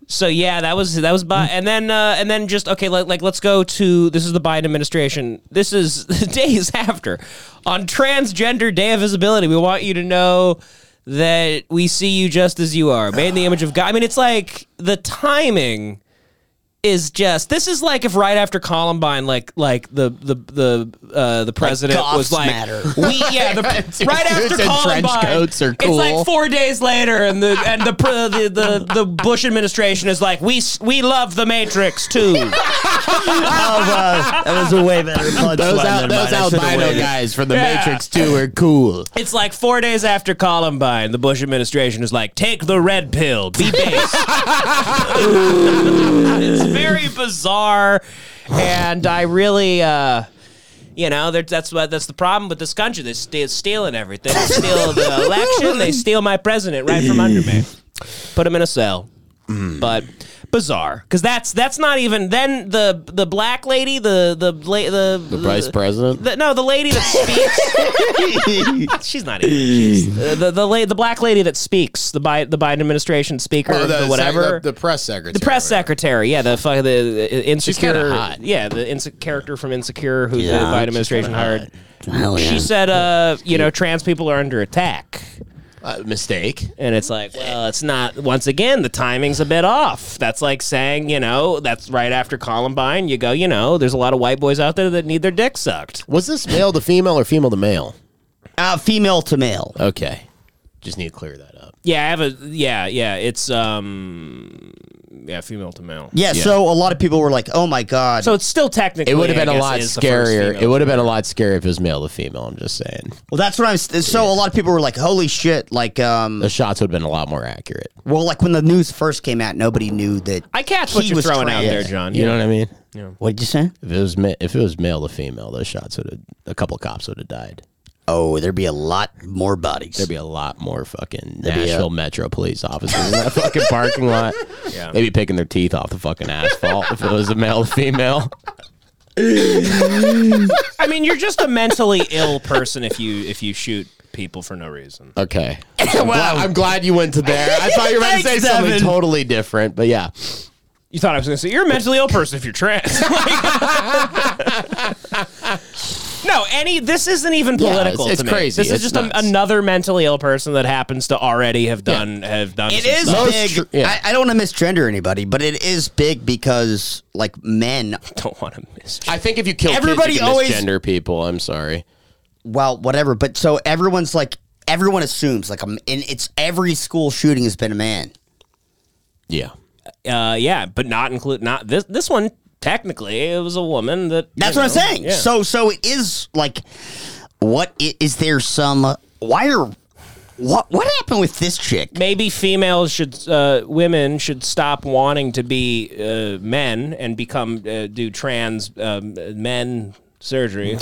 Speaker 4: so yeah, that was that was
Speaker 5: Mm.
Speaker 4: by and then uh, and then just okay, like, like let's go to this is the Biden administration. This is days after on Transgender Day of Visibility. We want you to know that we see you just as you are, made in the image of God. I mean, it's like the timing is just this is like if right after Columbine, like like the the the uh, the president
Speaker 5: Goffs
Speaker 4: was like,
Speaker 5: matter.
Speaker 4: we yeah, the,
Speaker 3: Dude,
Speaker 4: right after
Speaker 3: dudes in
Speaker 4: Columbine,
Speaker 3: trench coats are
Speaker 4: it's
Speaker 3: cool.
Speaker 4: like four days later, and the and the pr- the, the the Bush administration is like, we s- we love the Matrix too.
Speaker 5: wow, that was a way better punchline.
Speaker 3: Those,
Speaker 5: than
Speaker 3: al-
Speaker 5: mine.
Speaker 3: those
Speaker 5: I should've
Speaker 3: albino
Speaker 5: waited.
Speaker 3: guys from The
Speaker 4: Yeah.
Speaker 3: Matrix 2 are cool.
Speaker 4: It's like four days after Columbine, the Bush administration is like, take the red pill, be base. it's very bizarre, and I really, uh, you know, they're- that's what that's the problem with this country. They're st- stealing everything. They steal the election. They steal my president right from under me. Put him in a cell. But bizarre, because that's that's not even then the the black lady, the the la- the the
Speaker 6: vice president?
Speaker 4: the- no, the lady that speaks. She's not even. She's, uh, the the la- the black lady that speaks, the Bi- the Biden administration speaker,
Speaker 3: Oh,
Speaker 4: the,
Speaker 3: sec-
Speaker 4: whatever,
Speaker 3: the, the press secretary.
Speaker 4: the press secretary, yeah, the fuck, the, the
Speaker 3: She's kinda
Speaker 4: insecure,
Speaker 3: hot.
Speaker 4: yeah, the inse- character from Insecure who
Speaker 5: Yeah,
Speaker 4: the Biden
Speaker 5: she's
Speaker 4: administration
Speaker 5: kinda
Speaker 4: hired.
Speaker 5: Hell yeah.
Speaker 4: She said, uh, you know, trans people are under attack.
Speaker 3: Uh, mistake.
Speaker 4: And it's like, well, it's not. Once again, the timing's a bit off. That's like saying, you know, that's right after Columbine. You go, you know, there's a lot of white boys out there that need their dick sucked.
Speaker 3: Was this male to female or female to male?
Speaker 5: Uh, female to male.
Speaker 3: Okay. Just need to clear that up.
Speaker 4: Yeah, I have a. Yeah, yeah. It's um, yeah, female to male.
Speaker 5: Yeah, so a lot of people were like, "Oh my god!"
Speaker 4: So it's still technically.
Speaker 3: It would have
Speaker 4: I
Speaker 3: been a
Speaker 4: guess,
Speaker 3: lot
Speaker 4: is the first
Speaker 3: scarier.
Speaker 4: female
Speaker 3: It would have
Speaker 4: to
Speaker 3: been a
Speaker 4: male.
Speaker 3: lot scarier if it was male to female. I'm just saying.
Speaker 5: well, that's what I'm. So a lot of people were like, "Holy shit!" Like, um,
Speaker 3: The shots would have been a lot more accurate.
Speaker 5: well, like when the news first came out, nobody knew that.
Speaker 4: I catch what
Speaker 5: he
Speaker 4: you're
Speaker 5: was
Speaker 4: throwing out
Speaker 5: trans.
Speaker 4: there, John.
Speaker 3: You know what I mean?
Speaker 5: What did you say?
Speaker 3: If it was ma- if it was male to female, those shots would have a couple cops would have died.
Speaker 5: Oh, there'd be a lot more bodies.
Speaker 3: There'd be a lot more fucking
Speaker 5: be a-
Speaker 3: Nashville Metro police officers in that fucking parking lot.
Speaker 4: Yeah.
Speaker 3: They'd be picking their teeth off the fucking asphalt if it was a male to female.
Speaker 4: I mean, you're just a mentally ill person if you if you shoot people for no reason.
Speaker 3: Okay. I'm, glad, I'm glad you went to there. I thought you were about to say
Speaker 4: Thanks,
Speaker 3: something
Speaker 4: Devin.
Speaker 3: totally different, but yeah.
Speaker 4: You thought I was going to say you're a mentally ill person if you're trans. no, any. This isn't even
Speaker 3: Yeah,
Speaker 4: political.
Speaker 3: it's- it's
Speaker 4: to me.
Speaker 3: crazy.
Speaker 4: This
Speaker 3: It's
Speaker 4: is just a,
Speaker 3: nuts.
Speaker 4: another mentally ill person that happens to already have done have done.
Speaker 5: It
Speaker 4: some
Speaker 5: is
Speaker 4: stuff.
Speaker 3: Most
Speaker 5: big.
Speaker 3: tr- yeah.
Speaker 5: I, I don't want to misgender anybody, but it is big because like men,
Speaker 4: Don't want to miss.
Speaker 3: I think if you kill
Speaker 5: Everybody
Speaker 3: kids, you can
Speaker 5: always-
Speaker 3: misgender people. I'm sorry.
Speaker 5: well, whatever. But so everyone's like, everyone assumes like, um, and it's every school shooting has been a man.
Speaker 3: Yeah.
Speaker 4: Uh, yeah, but not include not this this one. Technically, it was a woman that. you
Speaker 5: That's what I'm
Speaker 4: know,
Speaker 5: saying.
Speaker 4: yeah.
Speaker 5: So so it is like, what i- is there some why are what what happened with this chick?
Speaker 4: maybe females should uh, women should stop wanting to be uh, men and become uh, do trans um, men surgery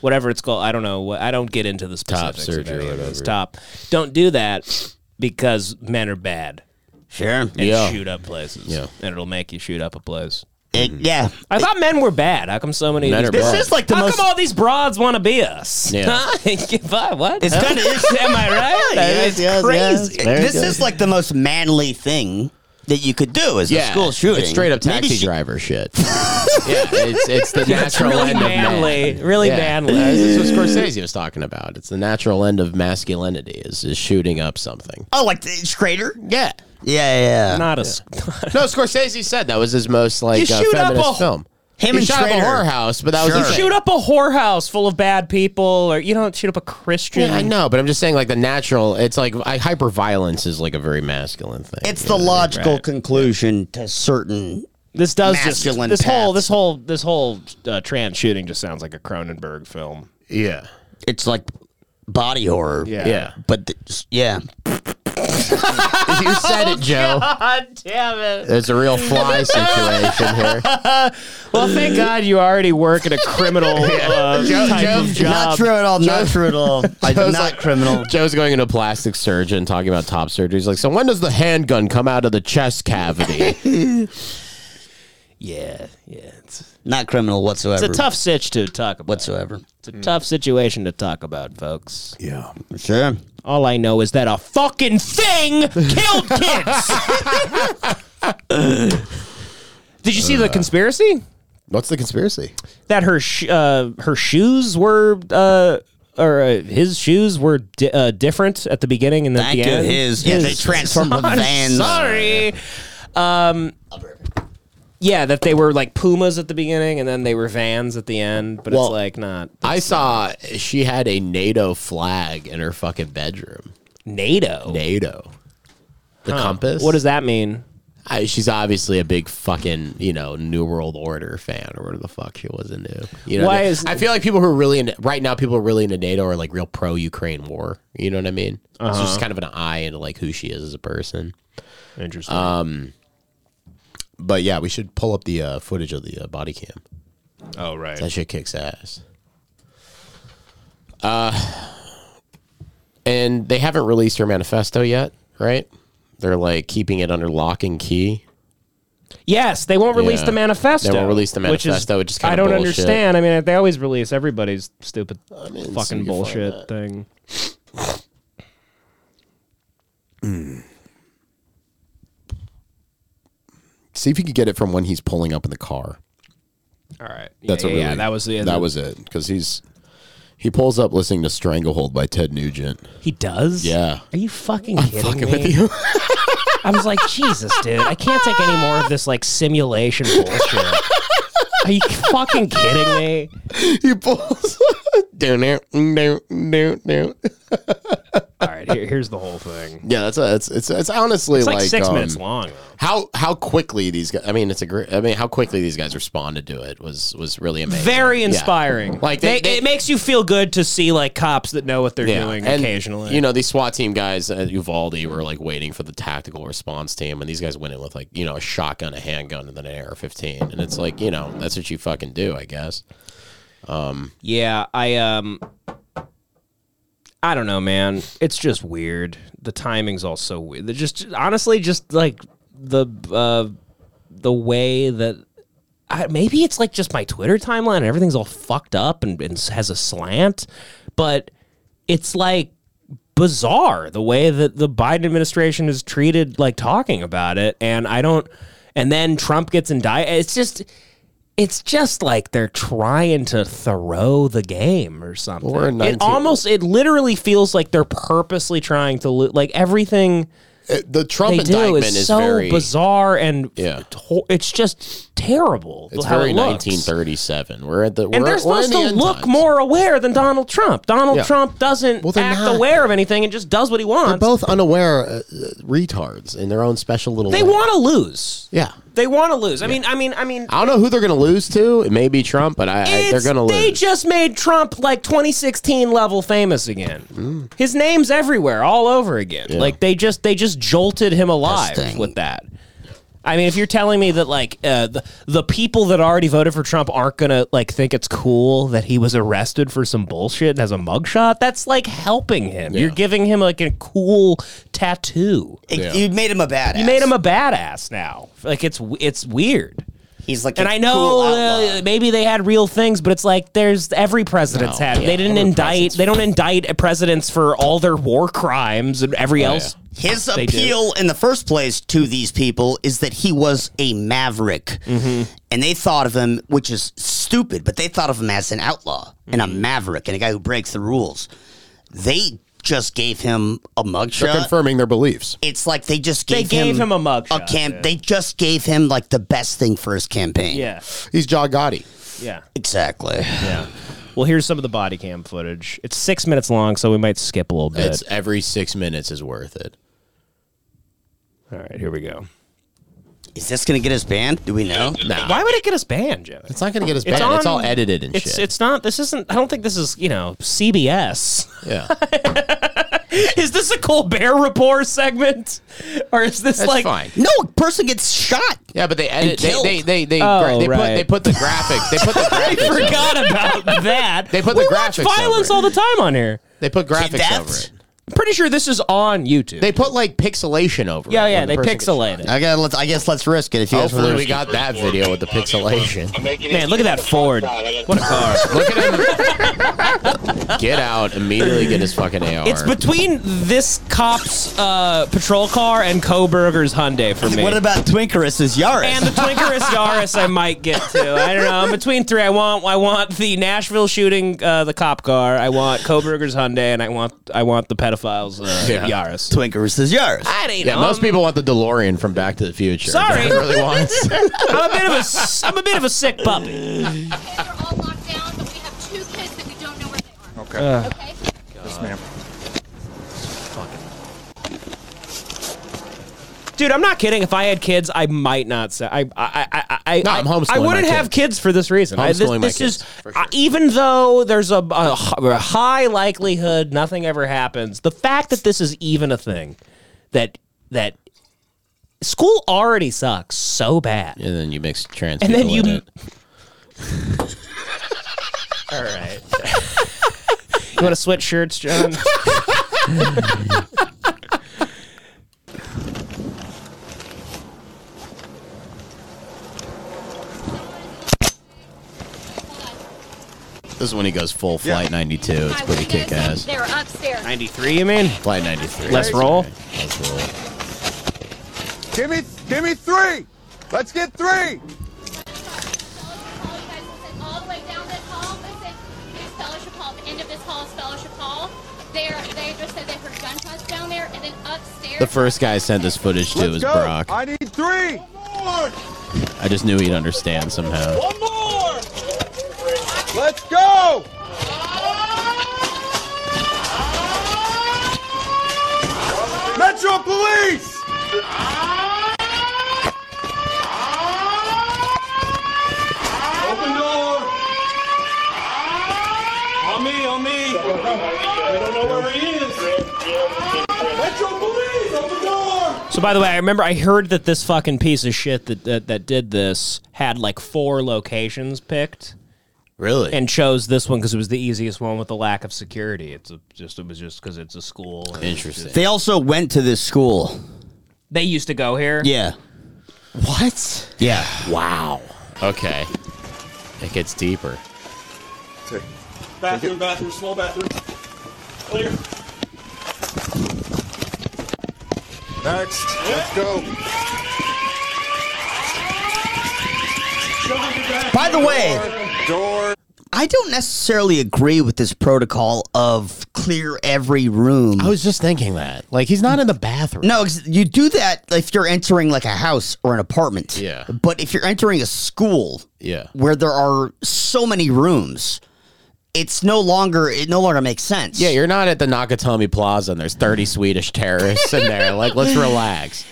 Speaker 4: whatever it's called i don't know i don't get into the
Speaker 3: Top
Speaker 4: specifics of
Speaker 3: surgery
Speaker 4: any
Speaker 3: or
Speaker 4: of this
Speaker 3: whatever.
Speaker 4: top don't do that because men are bad
Speaker 5: Sure.
Speaker 4: and
Speaker 3: Yeah.
Speaker 4: shoot up places
Speaker 3: Yeah.
Speaker 4: and it'll make you shoot up a place
Speaker 5: It- yeah.
Speaker 4: I thought men were bad. How come so many?
Speaker 3: Men
Speaker 4: of
Speaker 3: are
Speaker 4: these
Speaker 3: bad. This
Speaker 5: is like the
Speaker 4: How
Speaker 5: most-
Speaker 4: come all these broads want to be us?
Speaker 3: Yeah.
Speaker 4: Huh? what?
Speaker 5: It's kinda- it's-
Speaker 4: am I right? it's crazy.
Speaker 3: Very
Speaker 5: This
Speaker 3: good.
Speaker 5: is like the most manly thing that you could do as a school shooting.
Speaker 3: It's straight up
Speaker 5: Maybe
Speaker 3: taxi
Speaker 5: she-
Speaker 3: driver shit. yeah, it's it's the natural
Speaker 4: really
Speaker 3: end
Speaker 4: manly,
Speaker 3: of man.
Speaker 4: really
Speaker 3: yeah.
Speaker 4: manly.
Speaker 3: Yeah, This is what Scorsese was talking about. It's the natural end of masculinity is is shooting up something.
Speaker 5: Oh, like the Schrader?
Speaker 3: Yeah.
Speaker 5: Yeah, yeah.
Speaker 4: Not a s-
Speaker 3: No, Scorsese said that was his most like
Speaker 4: You
Speaker 3: uh,
Speaker 4: shoot up
Speaker 3: feminist
Speaker 4: a-
Speaker 3: film.
Speaker 5: Him
Speaker 3: he
Speaker 5: and
Speaker 3: shot up
Speaker 5: Schrader.
Speaker 3: a horror house, but that was
Speaker 5: Sure.
Speaker 3: his
Speaker 5: You
Speaker 3: thing.
Speaker 4: shoot up a whorehouse full of bad people, or you don't shoot up a Christian.
Speaker 3: Yeah, I know, but I'm just saying, like the natural. It's like I, hyper violence is like a very masculine thing.
Speaker 5: It's
Speaker 3: you
Speaker 5: the
Speaker 3: know?
Speaker 5: logical conclusion to certain.
Speaker 4: This does just this
Speaker 5: Masculine
Speaker 4: whole
Speaker 5: path.
Speaker 4: this whole this whole uh, trans shooting just sounds like a Cronenberg film.
Speaker 3: Yeah,
Speaker 5: It's like body horror.
Speaker 4: Yeah.
Speaker 3: yeah.
Speaker 5: But th- yeah,
Speaker 3: you said it, Joe.
Speaker 4: God damn it!
Speaker 3: It's a real fly situation here.
Speaker 4: Well, thank God you already work at a criminal uh, type of
Speaker 5: not
Speaker 4: job.
Speaker 5: true at all. Not true at all. I'm not criminal.
Speaker 3: Joe's going into plastic surgeon talking about top surgery. He's like, so when does the handgun come out of the chest cavity?
Speaker 4: Yeah, yeah. It's,
Speaker 5: Not criminal whatsoever.
Speaker 4: it's a tough sitch to talk about.
Speaker 5: whatsoever.
Speaker 4: It's a tough situation to talk about, folks.
Speaker 15: Yeah.
Speaker 5: Sure.
Speaker 4: All I know is that a fucking thing killed kids. Did you see the conspiracy?
Speaker 3: What's the conspiracy?
Speaker 4: that her sh- uh, her shoes were uh, or uh, his shoes were di- uh, different at the beginning and at
Speaker 5: Thank
Speaker 4: the
Speaker 5: you.
Speaker 4: end.
Speaker 5: His, yeah, they transformed the
Speaker 4: I'm
Speaker 5: vans.
Speaker 4: Sorry. Um, yeah, that they were like Pumas at the beginning and then they were Vans at the end, but
Speaker 3: Well,
Speaker 4: it's like not
Speaker 3: I saw she had a NATO flag in her fucking bedroom.
Speaker 4: NATO.
Speaker 3: NATO. The
Speaker 4: Huh.
Speaker 3: compass.
Speaker 4: What does that mean?
Speaker 3: I, she's obviously a big fucking you know New World Order fan or whatever the fuck she was into. You know what
Speaker 4: Why
Speaker 3: I mean?
Speaker 4: is-
Speaker 3: I feel like people who are really into, right now people who are really into NATO are like real pro Ukraine war. You know what I mean? So
Speaker 4: Uh-huh.
Speaker 3: she's kind of an eye into like who she is as a person. Um,
Speaker 4: Interesting.
Speaker 3: But yeah, we should pull up the uh, footage of the uh, body cam.
Speaker 4: oh right.
Speaker 3: That shit kicks ass. Uh, and they haven't released her manifesto yet, right? They're like keeping it under lock and key.
Speaker 4: Yes, they won't release
Speaker 3: Yeah.
Speaker 4: the manifesto.
Speaker 3: They won't release the manifesto,
Speaker 4: Which is,
Speaker 3: which is kinda
Speaker 4: I don't
Speaker 3: bullshit.
Speaker 4: understand. I mean, they always release everybody's stupid
Speaker 3: so
Speaker 4: fucking
Speaker 3: you find
Speaker 4: bullshit thing.
Speaker 3: See if you can get it from when he's pulling up in the car.
Speaker 4: All right.
Speaker 3: That's
Speaker 4: yeah,
Speaker 3: what
Speaker 4: yeah,
Speaker 3: really,
Speaker 4: That was the,
Speaker 3: that was it because he's he pulls up listening to "Stranglehold" by Ted Nugent.
Speaker 4: He does.
Speaker 3: Yeah,
Speaker 4: Are you fucking kidding
Speaker 3: fucking
Speaker 4: me?
Speaker 3: with you.
Speaker 4: I was like, Jesus, dude, I can't take any more of this like simulation bullshit. Are you fucking kidding me?
Speaker 3: he pulls down there, down down down.
Speaker 4: All right, here, here's the whole thing.
Speaker 3: Yeah, that's a, it's it's it's honestly
Speaker 4: It's like, six
Speaker 3: um,
Speaker 4: minutes long.
Speaker 3: How how quickly these guys? I mean, it's a great. I mean, how quickly these guys responded to it was was really amazing.
Speaker 4: Very
Speaker 3: Yeah.
Speaker 4: inspiring.
Speaker 3: Like they, they,
Speaker 4: it makes you feel good to see like cops that know what they're
Speaker 3: yeah.
Speaker 4: doing
Speaker 3: And,
Speaker 4: occasionally.
Speaker 3: You know, these SWAT team guys at Uvalde were like waiting for the tactical response team, and these guys went in with like you know a shotgun, a handgun, and then an AR-15, and it's like you know that's what you fucking do, I guess. Um,
Speaker 4: Yeah, I um I don't know, man. It's just weird. The timing's all so weird. They're just honestly just like the uh the way that I, maybe it's like just my Twitter timeline and everything's all fucked up and, and has a slant, but it's like bizarre the way that the Biden administration is treated like talking about it and I don't and then Trump gets indicted. It's just it's just like they're trying to throw the game or something.
Speaker 3: We're in 19
Speaker 4: it almost, it literally feels like they're purposely trying to lo- like everything.
Speaker 3: Uh, the Trump
Speaker 4: they do
Speaker 3: indictment
Speaker 4: is,
Speaker 3: is
Speaker 4: so
Speaker 3: very-
Speaker 4: bizarre and
Speaker 3: Yeah.
Speaker 4: to- it's just terrible.
Speaker 3: it's
Speaker 4: how
Speaker 3: very
Speaker 4: it looks.
Speaker 3: 1937. We're at the
Speaker 4: And
Speaker 3: we're,
Speaker 4: they're
Speaker 3: we're in
Speaker 4: supposed
Speaker 3: the
Speaker 4: to
Speaker 3: end
Speaker 4: look
Speaker 3: time.
Speaker 4: more aware than Donald Trump. Donald
Speaker 7: Yeah.
Speaker 4: Trump doesn't
Speaker 7: Well, they're
Speaker 4: act
Speaker 7: not.
Speaker 4: aware of anything and just does what he wants.
Speaker 3: They're both unaware uh, uh, retards in their own special little.
Speaker 4: They
Speaker 3: way.
Speaker 4: want to lose.
Speaker 3: Yeah.
Speaker 4: They want to lose. I mean, I mean, I mean,
Speaker 3: I don't know who they're going to lose to. It may be Trump, but I, I they're
Speaker 4: It's-
Speaker 3: going to
Speaker 4: They
Speaker 3: lose.
Speaker 4: just made Trump like 2016 level famous again.
Speaker 3: Mm.
Speaker 4: His name's everywhere, all over again. Like they just they just jolted him alive with that. I mean, if you're telling me that like uh, the the people that already voted for Trump aren't gonna like think it's cool that he was arrested for some bullshit and has a mugshot, that's like helping him. You're giving him like a cool tattoo.
Speaker 5: It- You made him a badass.
Speaker 4: You made him a badass now. Like it's it's weird.
Speaker 5: He's like,
Speaker 4: And
Speaker 5: a
Speaker 4: I
Speaker 5: cool
Speaker 4: know
Speaker 5: outlaw.
Speaker 4: uh, maybe they had real things, but it's like there's every president's
Speaker 3: No,
Speaker 4: had.
Speaker 3: yeah,
Speaker 4: they didn't
Speaker 3: every
Speaker 4: indict. They don't indict presidents for all their war crimes and every
Speaker 3: Oh,
Speaker 4: else.
Speaker 5: His
Speaker 4: they do.
Speaker 5: appeal in the first place to these people is that he was a maverick.
Speaker 4: Mm-hmm.
Speaker 5: And they thought of him, which is stupid, but they thought of him as an outlaw and a
Speaker 4: Mm-hmm.
Speaker 5: maverick and a guy who breaks the rules. They just gave him a
Speaker 3: They're
Speaker 5: mugshot.
Speaker 3: confirming their beliefs.
Speaker 5: It's like they just
Speaker 4: They
Speaker 5: gave,
Speaker 4: gave him a
Speaker 5: a
Speaker 4: mugshot.
Speaker 5: camp. They just gave him like the best thing for his campaign.
Speaker 4: Yeah,
Speaker 3: He's John Gotti.
Speaker 4: yeah,
Speaker 5: exactly.
Speaker 4: yeah. Well, here's some of the body cam footage. It's six minutes long, so we might skip a little bit.
Speaker 3: It's every six minutes is worth it.
Speaker 4: all right, here we go.
Speaker 5: Is this gonna get us banned? Do we know?
Speaker 3: Nah,
Speaker 4: Why would it get us banned, Joe?
Speaker 3: it's not going to get us banned. It's, all edited and
Speaker 4: it's,
Speaker 3: shit.
Speaker 4: It's not. This isn't. I don't think this is. You know, CBS.
Speaker 3: yeah,
Speaker 4: is this a Colbert Report segment, or is this
Speaker 3: that's
Speaker 4: like?
Speaker 3: fine.
Speaker 5: No, a person gets shot.
Speaker 3: Yeah, but they edit. They
Speaker 5: killed.
Speaker 3: they they they,
Speaker 4: Oh,
Speaker 3: gra- they
Speaker 4: right.
Speaker 3: put they put the graphics. They put the
Speaker 4: I
Speaker 3: graphics. over it.
Speaker 4: forgot about that.
Speaker 3: They put
Speaker 4: we
Speaker 3: the
Speaker 4: watch
Speaker 3: graphics
Speaker 4: violence
Speaker 3: over it.
Speaker 4: all the time on here.
Speaker 3: They put graphics over
Speaker 5: Deaths?
Speaker 3: it.
Speaker 4: I'm pretty sure this is on YouTube.
Speaker 3: They put like pixelation over
Speaker 4: yeah,
Speaker 3: it.
Speaker 4: yeah,
Speaker 3: when the
Speaker 4: they
Speaker 3: person gets shot.
Speaker 4: pixelate it.
Speaker 5: I got. Let's. I guess let's risk it. If you guys
Speaker 3: Hopefully,
Speaker 5: want
Speaker 3: we got that video with the pixelation.
Speaker 4: Man, look at that Ford. What a car.
Speaker 3: Look at him. Get out immediately. Get his fucking AR.
Speaker 4: It's between this cop's uh, patrol car and Koberger's Hyundai for me.
Speaker 5: What about Twinkerus's Yaris?
Speaker 4: and the Twinkerus Yaris I might get to. I don't know. I'm between three. I want I want the Nashville shooting uh, the cop car. I want Koberger's Hyundai, and I want I want the pedophiles uh,
Speaker 3: Yeah.
Speaker 4: Yaris.
Speaker 5: Twinkerus's Yaris.
Speaker 4: I don't
Speaker 3: yeah,
Speaker 4: know.
Speaker 3: most people want the DeLorean from Back to the Future.
Speaker 4: Um, Sorry.
Speaker 3: That's what everybody wants.
Speaker 4: I'm a bit of a I'm a bit of a sick puppy.
Speaker 16: They're all locked down, but we have two kids that we don't know where they are.
Speaker 9: Okay.
Speaker 16: Okay?
Speaker 9: Yes, ma'am.
Speaker 4: Dude, I'm not kidding. If I had kids, I might not say. I, I, I, I,
Speaker 3: No, I'm
Speaker 4: I-
Speaker 3: homeschooling
Speaker 4: I wouldn't
Speaker 3: my
Speaker 4: have
Speaker 3: kids.
Speaker 4: kids for this reason. I, this
Speaker 3: Homeschooling my
Speaker 4: this
Speaker 3: kids,
Speaker 4: is
Speaker 3: for
Speaker 4: I- even though there's a, a h- a high likelihood nothing ever happens. The fact that this is even a thing, that that school already sucks so bad,
Speaker 3: And then you mix trans
Speaker 4: and
Speaker 3: people
Speaker 4: then you.
Speaker 3: in it.
Speaker 4: All right. you want to switch shirts, John?
Speaker 6: This is when he goes full Flight 92. It's pretty kick ass.
Speaker 16: They're upstairs.
Speaker 4: 93, you mean?
Speaker 6: Flight 93.
Speaker 4: Let's roll.
Speaker 6: Let's roll.
Speaker 11: Give me, give me three. Let's get three.
Speaker 16: all the way down this hall. They said it's fellowship hall. The end of this hall is fellowship hall. They are, they just said they heard gunshots down there, and then upstairs.
Speaker 6: The first guy I sent this footage to is Brock.
Speaker 11: I need three. One more.
Speaker 6: I just knew he'd understand somehow.
Speaker 11: One more. Let's go. Metro Police. Open door. On me, on me. We don't know where he is. Metro Police, open door.
Speaker 4: So by the way, I remember I heard that this fucking piece of shit that that, that did this had like four locations picked.
Speaker 6: Really?
Speaker 4: And chose this one because it was the easiest one with the lack of security. It's a, just it was just because it's a school. and it's
Speaker 6: Interesting.
Speaker 4: just-
Speaker 5: They also went to this school.
Speaker 4: They used to go here.
Speaker 5: Yeah.
Speaker 6: What?
Speaker 5: Yeah.
Speaker 6: Wow. Okay. It gets deeper.
Speaker 11: Bathroom, bathroom, small bathroom. Clear. Next, let's go.
Speaker 5: By the way,
Speaker 11: Door.
Speaker 5: I don't necessarily agree with this protocol of clear every room.
Speaker 3: I was just thinking that. Like he's not in the bathroom.
Speaker 5: No, 'cause you do that if you're entering like a house or an apartment.
Speaker 6: Yeah.
Speaker 5: But if you're entering a school
Speaker 6: Yeah.
Speaker 5: where there are so many rooms, it's no longer it no longer makes sense.
Speaker 3: Yeah, you're not at the Nakatomi Plaza and there's 30 Swedish terrorists in there. Like, let's relax.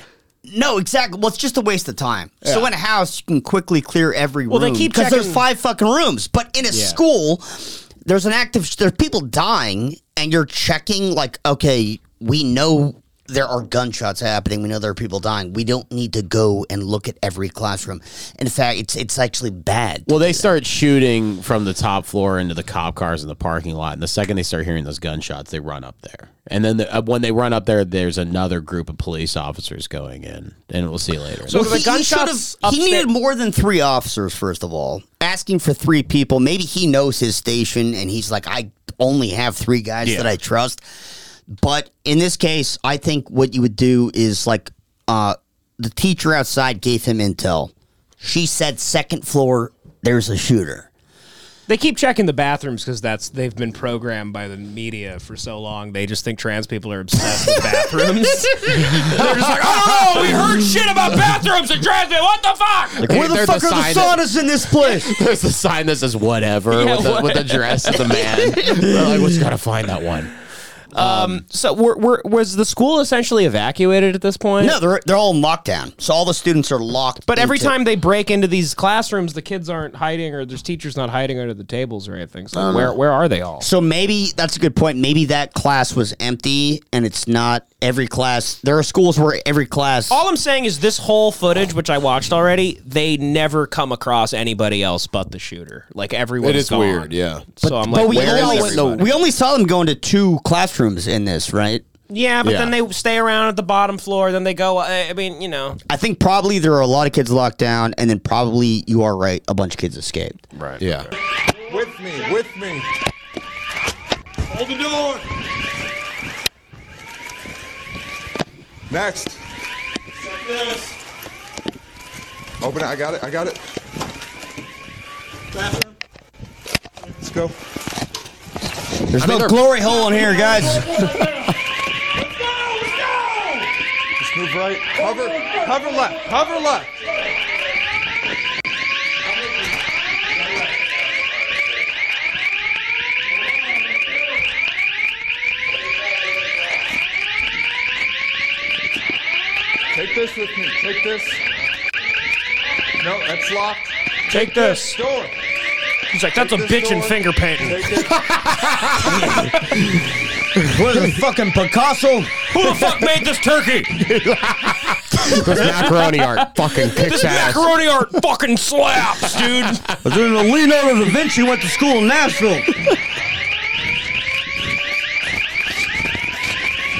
Speaker 5: No, exactly. Well, it's just a waste of time. So in a house, you can quickly clear every
Speaker 4: Well, they
Speaker 5: room
Speaker 4: keep
Speaker 5: because
Speaker 4: checking-
Speaker 5: there's five fucking rooms. But in a
Speaker 4: Yeah.
Speaker 5: school, there's an active. There's people dying, and you're checking. Like, okay, we know there are gunshots happening. We know there are people dying. We don't need to go and look at every classroom. In fact, it's it's actually bad.
Speaker 3: Well, they start shooting from the top floor into the cop cars in the parking lot. And the second they start hearing those gunshots, they run up there. And then the, uh, when they run up there, there's another group of police officers going in. And we'll see you later.
Speaker 5: So he, he should've- he needed more than three officers, first of all. Asking for three people, maybe he knows his station and he's like, I only have three guys
Speaker 3: Yeah.
Speaker 5: that I trust. But in this case, I think what you would do is like uh, the teacher outside gave him intel. She said, second floor, there's a shooter.
Speaker 4: They keep checking the bathrooms because that's they've been programmed by the media for so long. They just think trans people are obsessed with bathrooms. They're just like, oh, we heard shit about bathrooms and trans people. What the fuck?
Speaker 3: Like, Where the there's a fuck are the sign that-
Speaker 5: saunas in this place?
Speaker 3: There's a sign that says whatever
Speaker 4: Yeah,
Speaker 3: with, the, with the
Speaker 4: what-
Speaker 3: dress of the man. They're like, let's gotta find that one.
Speaker 4: Um, so were, were, was the school essentially evacuated at this point?
Speaker 5: No, they're, they're all in lockdown. So all the students are locked.
Speaker 4: But every
Speaker 5: into-
Speaker 4: time they break into these classrooms, the kids aren't hiding, or there's teachers not hiding under the tables or anything. So
Speaker 5: don't
Speaker 4: where
Speaker 5: know.
Speaker 4: where are they all?
Speaker 5: So maybe that's a good point. Maybe that class was empty and it's not every class. There are schools where every class.
Speaker 4: All I'm saying is this whole footage, which I watched already, they never come across anybody else but the shooter. Like everyone,
Speaker 17: It is weird, yeah.
Speaker 4: So I'm like,
Speaker 5: but we
Speaker 4: where
Speaker 5: only,
Speaker 4: is everybody?
Speaker 5: we only saw them going to two classrooms in this, right?
Speaker 4: Yeah, but
Speaker 5: Yeah.
Speaker 4: then they stay around at the bottom floor. Then they go. uh, I I mean, you know,
Speaker 5: I think probably there are a lot of kids locked down, and then probably you are right, a bunch of kids escaped.
Speaker 3: Right. Yeah.
Speaker 11: With me, with me. Hold the door. Next. Open it. I got it. I got it. Let's go.
Speaker 5: There's
Speaker 11: I mean,
Speaker 5: no
Speaker 11: they're-
Speaker 5: glory hole in here, guys.
Speaker 11: Just move right. Cover. Cover left. Cover left. Take this with me. Take this. No, that's locked.
Speaker 4: Take this.
Speaker 11: Door.
Speaker 4: he's like, that's a
Speaker 11: Take this
Speaker 4: bitch and
Speaker 11: door.
Speaker 4: finger painting.
Speaker 11: Take this.
Speaker 5: Where's the fucking Picasso?
Speaker 4: Who the fuck made this turkey?
Speaker 3: This macaroni art fucking kicks
Speaker 4: This
Speaker 3: ass.
Speaker 4: macaroni art fucking slaps, dude.
Speaker 5: Was there a Leonardo da Vinci went to school in Nashville?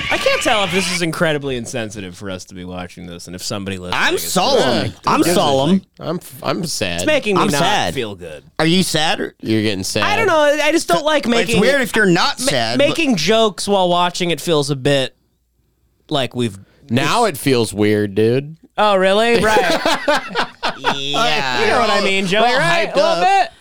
Speaker 4: I can't can't tell if this is incredibly insensitive for us to be watching this, and if somebody listening.
Speaker 5: I'm
Speaker 4: is-
Speaker 5: solemn. I'm
Speaker 4: Yeah.
Speaker 5: solemn.
Speaker 3: I'm I'm sad.
Speaker 4: It's making me
Speaker 5: I'm
Speaker 4: not
Speaker 5: sad.
Speaker 4: feel good.
Speaker 5: Are you sad? Or?
Speaker 3: You're getting sad.
Speaker 4: I don't know. I just don't like making.
Speaker 5: it's weird if you're not
Speaker 4: ma-
Speaker 5: sad. but-
Speaker 4: making jokes while watching it feels a bit like we've.
Speaker 3: Now it feels weird, dude.
Speaker 4: Oh really? Right.
Speaker 5: yeah.
Speaker 4: you know what I mean, Joey?
Speaker 5: Well,
Speaker 4: Right?
Speaker 5: hyped
Speaker 4: A little
Speaker 5: up.
Speaker 4: bit.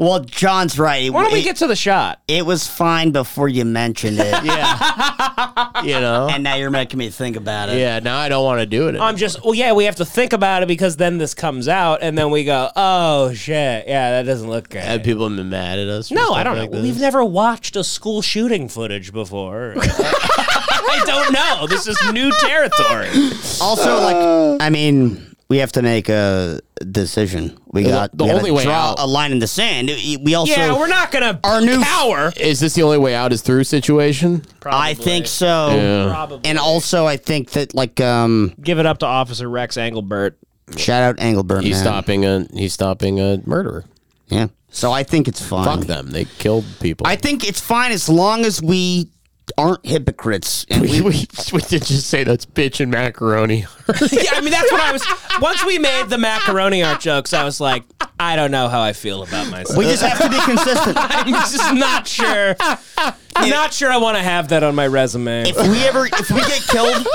Speaker 5: Well, John's right.
Speaker 4: Why don't we
Speaker 5: It-
Speaker 4: get to the shot?
Speaker 5: It was fine before you mentioned it.
Speaker 3: Yeah. you know.
Speaker 5: And now you're making me think about it.
Speaker 3: Yeah. Now I don't want to do it.
Speaker 4: I'm just. Well, yeah, we have to think about it because then this comes out, and then we go, "Oh shit, yeah, that doesn't look good."
Speaker 3: Have people been mad at us? for
Speaker 4: No, I
Speaker 3: stuff
Speaker 4: don't
Speaker 3: like
Speaker 4: know.
Speaker 3: this?
Speaker 4: We've never watched a school shooting footage before. I don't know. This is new territory.
Speaker 3: Uh,
Speaker 5: Also, like, I mean, we have to make a decision. We
Speaker 3: The-
Speaker 5: got
Speaker 3: the
Speaker 5: we gotta
Speaker 3: only way
Speaker 5: draw
Speaker 3: out-
Speaker 5: a line in the sand. We also,
Speaker 4: yeah, we're not gonna
Speaker 5: our new
Speaker 4: cower.
Speaker 3: Is this the only way out? Is through situation?
Speaker 5: I think so.
Speaker 3: Yeah.
Speaker 4: Probably.
Speaker 5: And also, I think that like, um,
Speaker 4: Give it up to Officer Rex Engelbert.
Speaker 5: shout out Engelbert.
Speaker 3: He's
Speaker 5: man.
Speaker 3: stopping a he's stopping a murderer.
Speaker 5: Yeah. So I think it's fine.
Speaker 3: Fuck them. They killed people.
Speaker 5: I think it's fine as long as we aren't hypocrites and we
Speaker 3: we, we, we did just say that's bitch and macaroni.
Speaker 4: yeah, I mean that's what I was. Once we made the macaroni art jokes, I was like, I don't know how I feel about myself.
Speaker 5: we just have to be consistent.
Speaker 4: I'm just not sure. Not sure I want to have that on my resume.
Speaker 5: if we ever if we get killed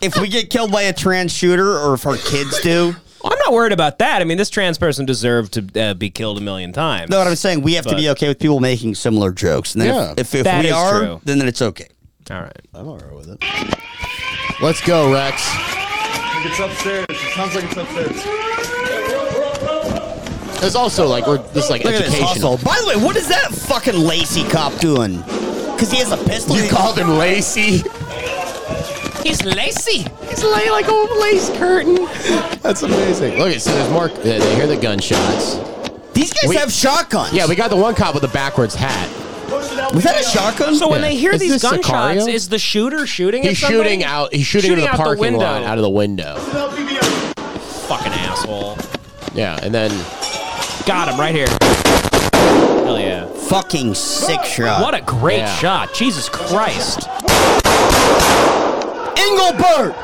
Speaker 5: if we get killed by a trans shooter or if our kids do
Speaker 4: I'm not worried about that. I mean, this trans person deserved to uh, be killed a million times.
Speaker 5: know what i'm saying we have to be okay with people making similar jokes and then
Speaker 7: Yeah.
Speaker 5: if, if, if
Speaker 4: That
Speaker 5: we
Speaker 4: is
Speaker 5: are
Speaker 4: true.
Speaker 5: then, then it's okay
Speaker 4: All right.
Speaker 7: I'm all right with it.
Speaker 3: Let's go, Rex.
Speaker 9: think it's upstairs. It sounds like it's upstairs.
Speaker 3: There's also like we're this is like
Speaker 5: Look at this
Speaker 3: educational.
Speaker 5: hustle. By the way, what is that fuccking lacy cop doing? Because he has a pistol.
Speaker 3: You called him Lacey.
Speaker 4: He's lacy.
Speaker 3: He's lay like old lace curtain. That's amazing. Look, so there's more. They they hear the gunshots.
Speaker 5: These guys
Speaker 3: We-
Speaker 5: have shotguns.
Speaker 3: Yeah, we got the one cop with the backwards hat.
Speaker 5: was that a shotgun?
Speaker 4: So when
Speaker 3: Yeah.
Speaker 4: they hear
Speaker 3: Is
Speaker 4: these
Speaker 3: this
Speaker 4: gunshots,
Speaker 3: Sicario?
Speaker 4: is the shooter shooting?
Speaker 3: He's
Speaker 4: at somebody?
Speaker 3: shooting out. He's shooting,
Speaker 4: Shooting
Speaker 3: into the
Speaker 4: out the
Speaker 3: parking
Speaker 4: window.
Speaker 3: lot out of the window.
Speaker 4: Fucking asshole.
Speaker 3: Yeah, and then
Speaker 4: Got him right here. Hell yeah.
Speaker 5: fucking sick shot.
Speaker 4: What a great
Speaker 3: Yeah.
Speaker 4: shot. Jesus Christ.
Speaker 5: Engelbert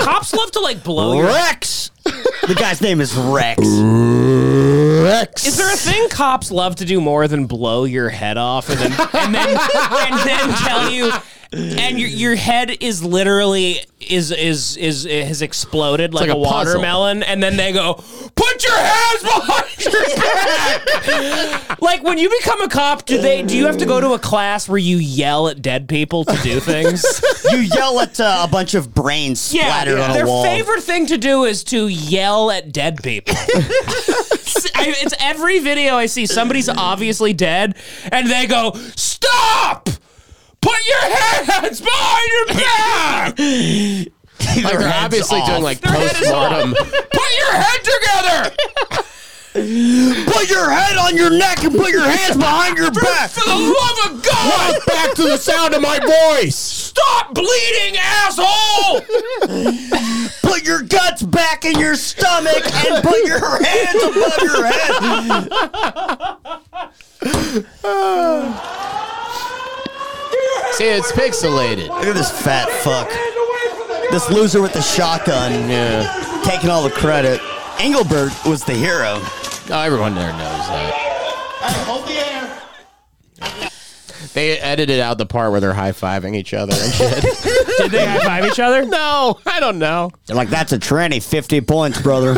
Speaker 4: Cops love to like blow your.
Speaker 5: Rex. the guy's name is Rex.
Speaker 3: Rex.
Speaker 4: Is there a thing cops love to do more than blow your head off and then and then, and then tell you and your, your head is literally is is is, has exploded like,
Speaker 3: like
Speaker 4: a,
Speaker 3: a puzzle.
Speaker 4: watermelon and then they go put your hands behind your back. like when you become a cop, do they do you have to go to a class where you yell at dead people to do things?
Speaker 5: you yell at uh, a bunch of brains splattered on
Speaker 4: their
Speaker 5: a wall.
Speaker 4: favorite thing to do is to yell at dead people. it's, I- it's every video I see. Somebody's obviously dead, and they go, "Stop! Put your hands behind your back! Put
Speaker 3: Like they're
Speaker 5: heads
Speaker 3: obviously
Speaker 5: off.
Speaker 3: doing like
Speaker 4: Their head
Speaker 3: post
Speaker 4: is off.
Speaker 3: mortem.
Speaker 4: your head together
Speaker 5: Put your head on your neck and put your hands behind your back.
Speaker 4: for the love of God!
Speaker 3: Back to the sound of my voice.
Speaker 4: Stop bleeding, asshole!
Speaker 5: Put your guts back in your stomach and put your hands above your head.
Speaker 3: See, it's pixelated.
Speaker 5: Look at this fat fuck. This loser with the shotgun uh,
Speaker 3: Yeah.
Speaker 5: taking all the credit. Engelbert was the hero.
Speaker 3: Oh, everyone there knows that. They edited out the part where they're high fiving each other and shit.
Speaker 4: Did they high five each other?
Speaker 3: no, I don't know.
Speaker 5: They're like, that's a tranny, 50 points, brother.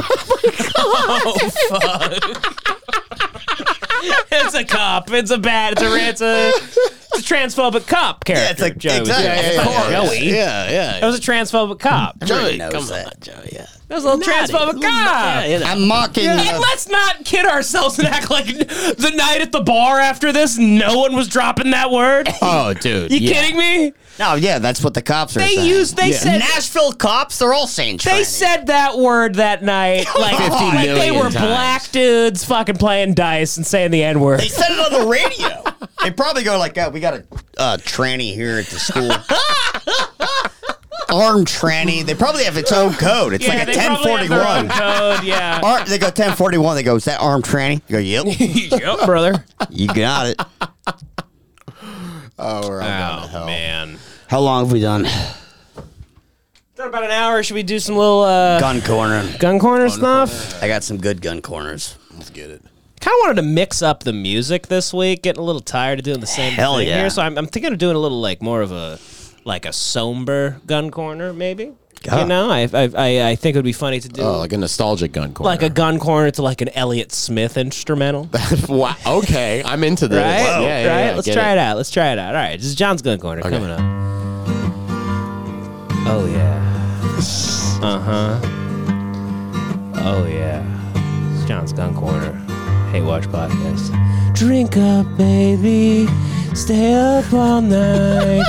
Speaker 4: It's a cop. It's a bad. It's a it's a, it's a transphobic cop character.
Speaker 5: it's like-
Speaker 4: Joey was
Speaker 5: exactly, yeah,
Speaker 4: doing. It's
Speaker 5: yeah,
Speaker 4: not
Speaker 5: yeah,
Speaker 4: Joey.
Speaker 3: Yeah, yeah.
Speaker 4: That was a transphobic cop.
Speaker 3: Joey,
Speaker 5: knows
Speaker 3: come
Speaker 5: that.
Speaker 3: on, Joey. Yeah.
Speaker 4: That was a little transphobic cop.
Speaker 5: I'm mocking.
Speaker 4: And let's not kid ourselves and act like the night at the bar after this, no one was dropping that word.
Speaker 3: Oh, dude.
Speaker 4: You
Speaker 3: yeah.
Speaker 4: kidding me?
Speaker 5: No, yeah, that's what the cops are
Speaker 4: They
Speaker 5: saying.
Speaker 4: used. They
Speaker 3: Yeah.
Speaker 4: said.
Speaker 5: Nashville cops, they're all saying tranny.
Speaker 4: They said that word that night, like,
Speaker 7: Oh,
Speaker 3: 50
Speaker 4: like they
Speaker 3: million
Speaker 4: were
Speaker 3: times.
Speaker 4: black dudes fucking playing dice and saying the n word.
Speaker 5: They said it on the radio. they probably go like, oh, we got a uh, tranny here at the school. Armed tranny. They probably have its own code. It's like a
Speaker 4: they probably have their own
Speaker 5: 1041.
Speaker 4: Code, yeah.
Speaker 5: Ar- they go 1041. They go, is that armed tranny? You go, yep.
Speaker 4: yep,
Speaker 5: Oh,
Speaker 4: brother.
Speaker 5: you got it.
Speaker 3: Oh, we're all going to hell.
Speaker 4: man.
Speaker 5: How long have we done?
Speaker 7: Done about an hour. Should we do some little uh,
Speaker 5: Gun corner.
Speaker 7: gun corner stuff?
Speaker 5: I got some good gun corners.
Speaker 7: Let's get it. Kind of wanted to mix up the music this week. Getting a little tired of doing the same
Speaker 5: Hell
Speaker 7: thing
Speaker 5: yeah.
Speaker 7: here, so I'm, I'm thinking of doing a little like more of a like a somber gun corner, maybe. You
Speaker 5: Ah.
Speaker 4: God.
Speaker 7: know, I, I I I think it would be funny to do
Speaker 3: Oh, like a nostalgic gun corner.
Speaker 7: like a gun corner to like an Elliott Smith instrumental.
Speaker 3: wow. Okay, I'm into this.
Speaker 7: right?
Speaker 3: Yeah, yeah,
Speaker 7: right?
Speaker 3: yeah,
Speaker 7: Let's
Speaker 3: get
Speaker 7: try it. out. Let's try it out. All right. This is John's Gun Corner coming up. Oh, yeah. Uh huh. Oh, yeah. It's John's Gun Corner. Hey, Watch Podcast. Drink up, baby. Stay up all night.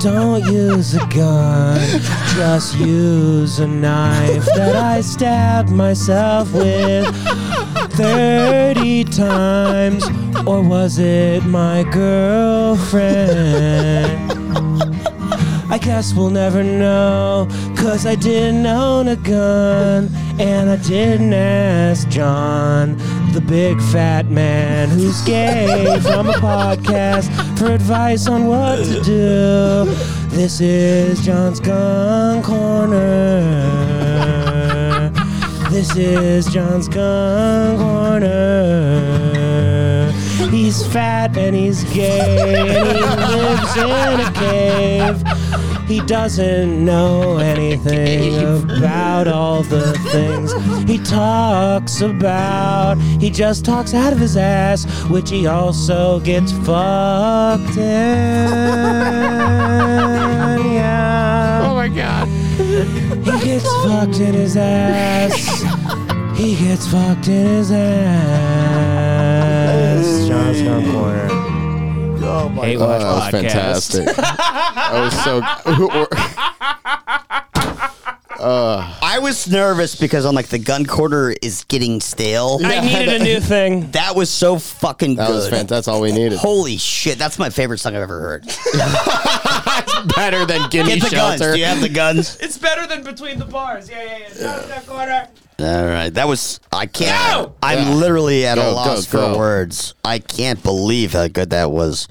Speaker 7: Don't use a gun. Just use a knife that I stabbed myself with 30 times. Or was it my girlfriend? I guess we'll never know. Cause I didn't own a gun. And I didn't ask John, the big fat man who's gay from a podcast, for advice on what to do. This is John's Gun Corner. This is John's Gun Corner. He's fat and he's gay and he lives in a cave. He doesn't know anything about all the things he talks about. He just talks out of his ass, which he also gets fucked in. Yeah. Oh my god. He gets fucked in his ass. He gets fucked in his ass. John's Gun Corner. Oh my
Speaker 3: Oh, that was fantastic. that was so.
Speaker 5: I was nervous because I'm like the gun corner is getting stale.
Speaker 7: I needed a new thing.
Speaker 5: That was so fucking
Speaker 3: That
Speaker 5: good.
Speaker 3: was fan- that's all we needed.
Speaker 5: Holy shit, that's my favorite song I've ever heard.
Speaker 3: Better than gimme
Speaker 5: Get the guns.
Speaker 3: shelter.
Speaker 5: Do you have the guns?
Speaker 7: It's better than Between the Bars. Yeah, yeah, yeah. John's Gun Corner.
Speaker 5: All right, that was I can't.
Speaker 7: Go!
Speaker 5: I'm
Speaker 7: Yeah.
Speaker 5: literally at a
Speaker 3: Go,
Speaker 5: loss
Speaker 3: go, go.
Speaker 5: for words. I can't believe how good that was.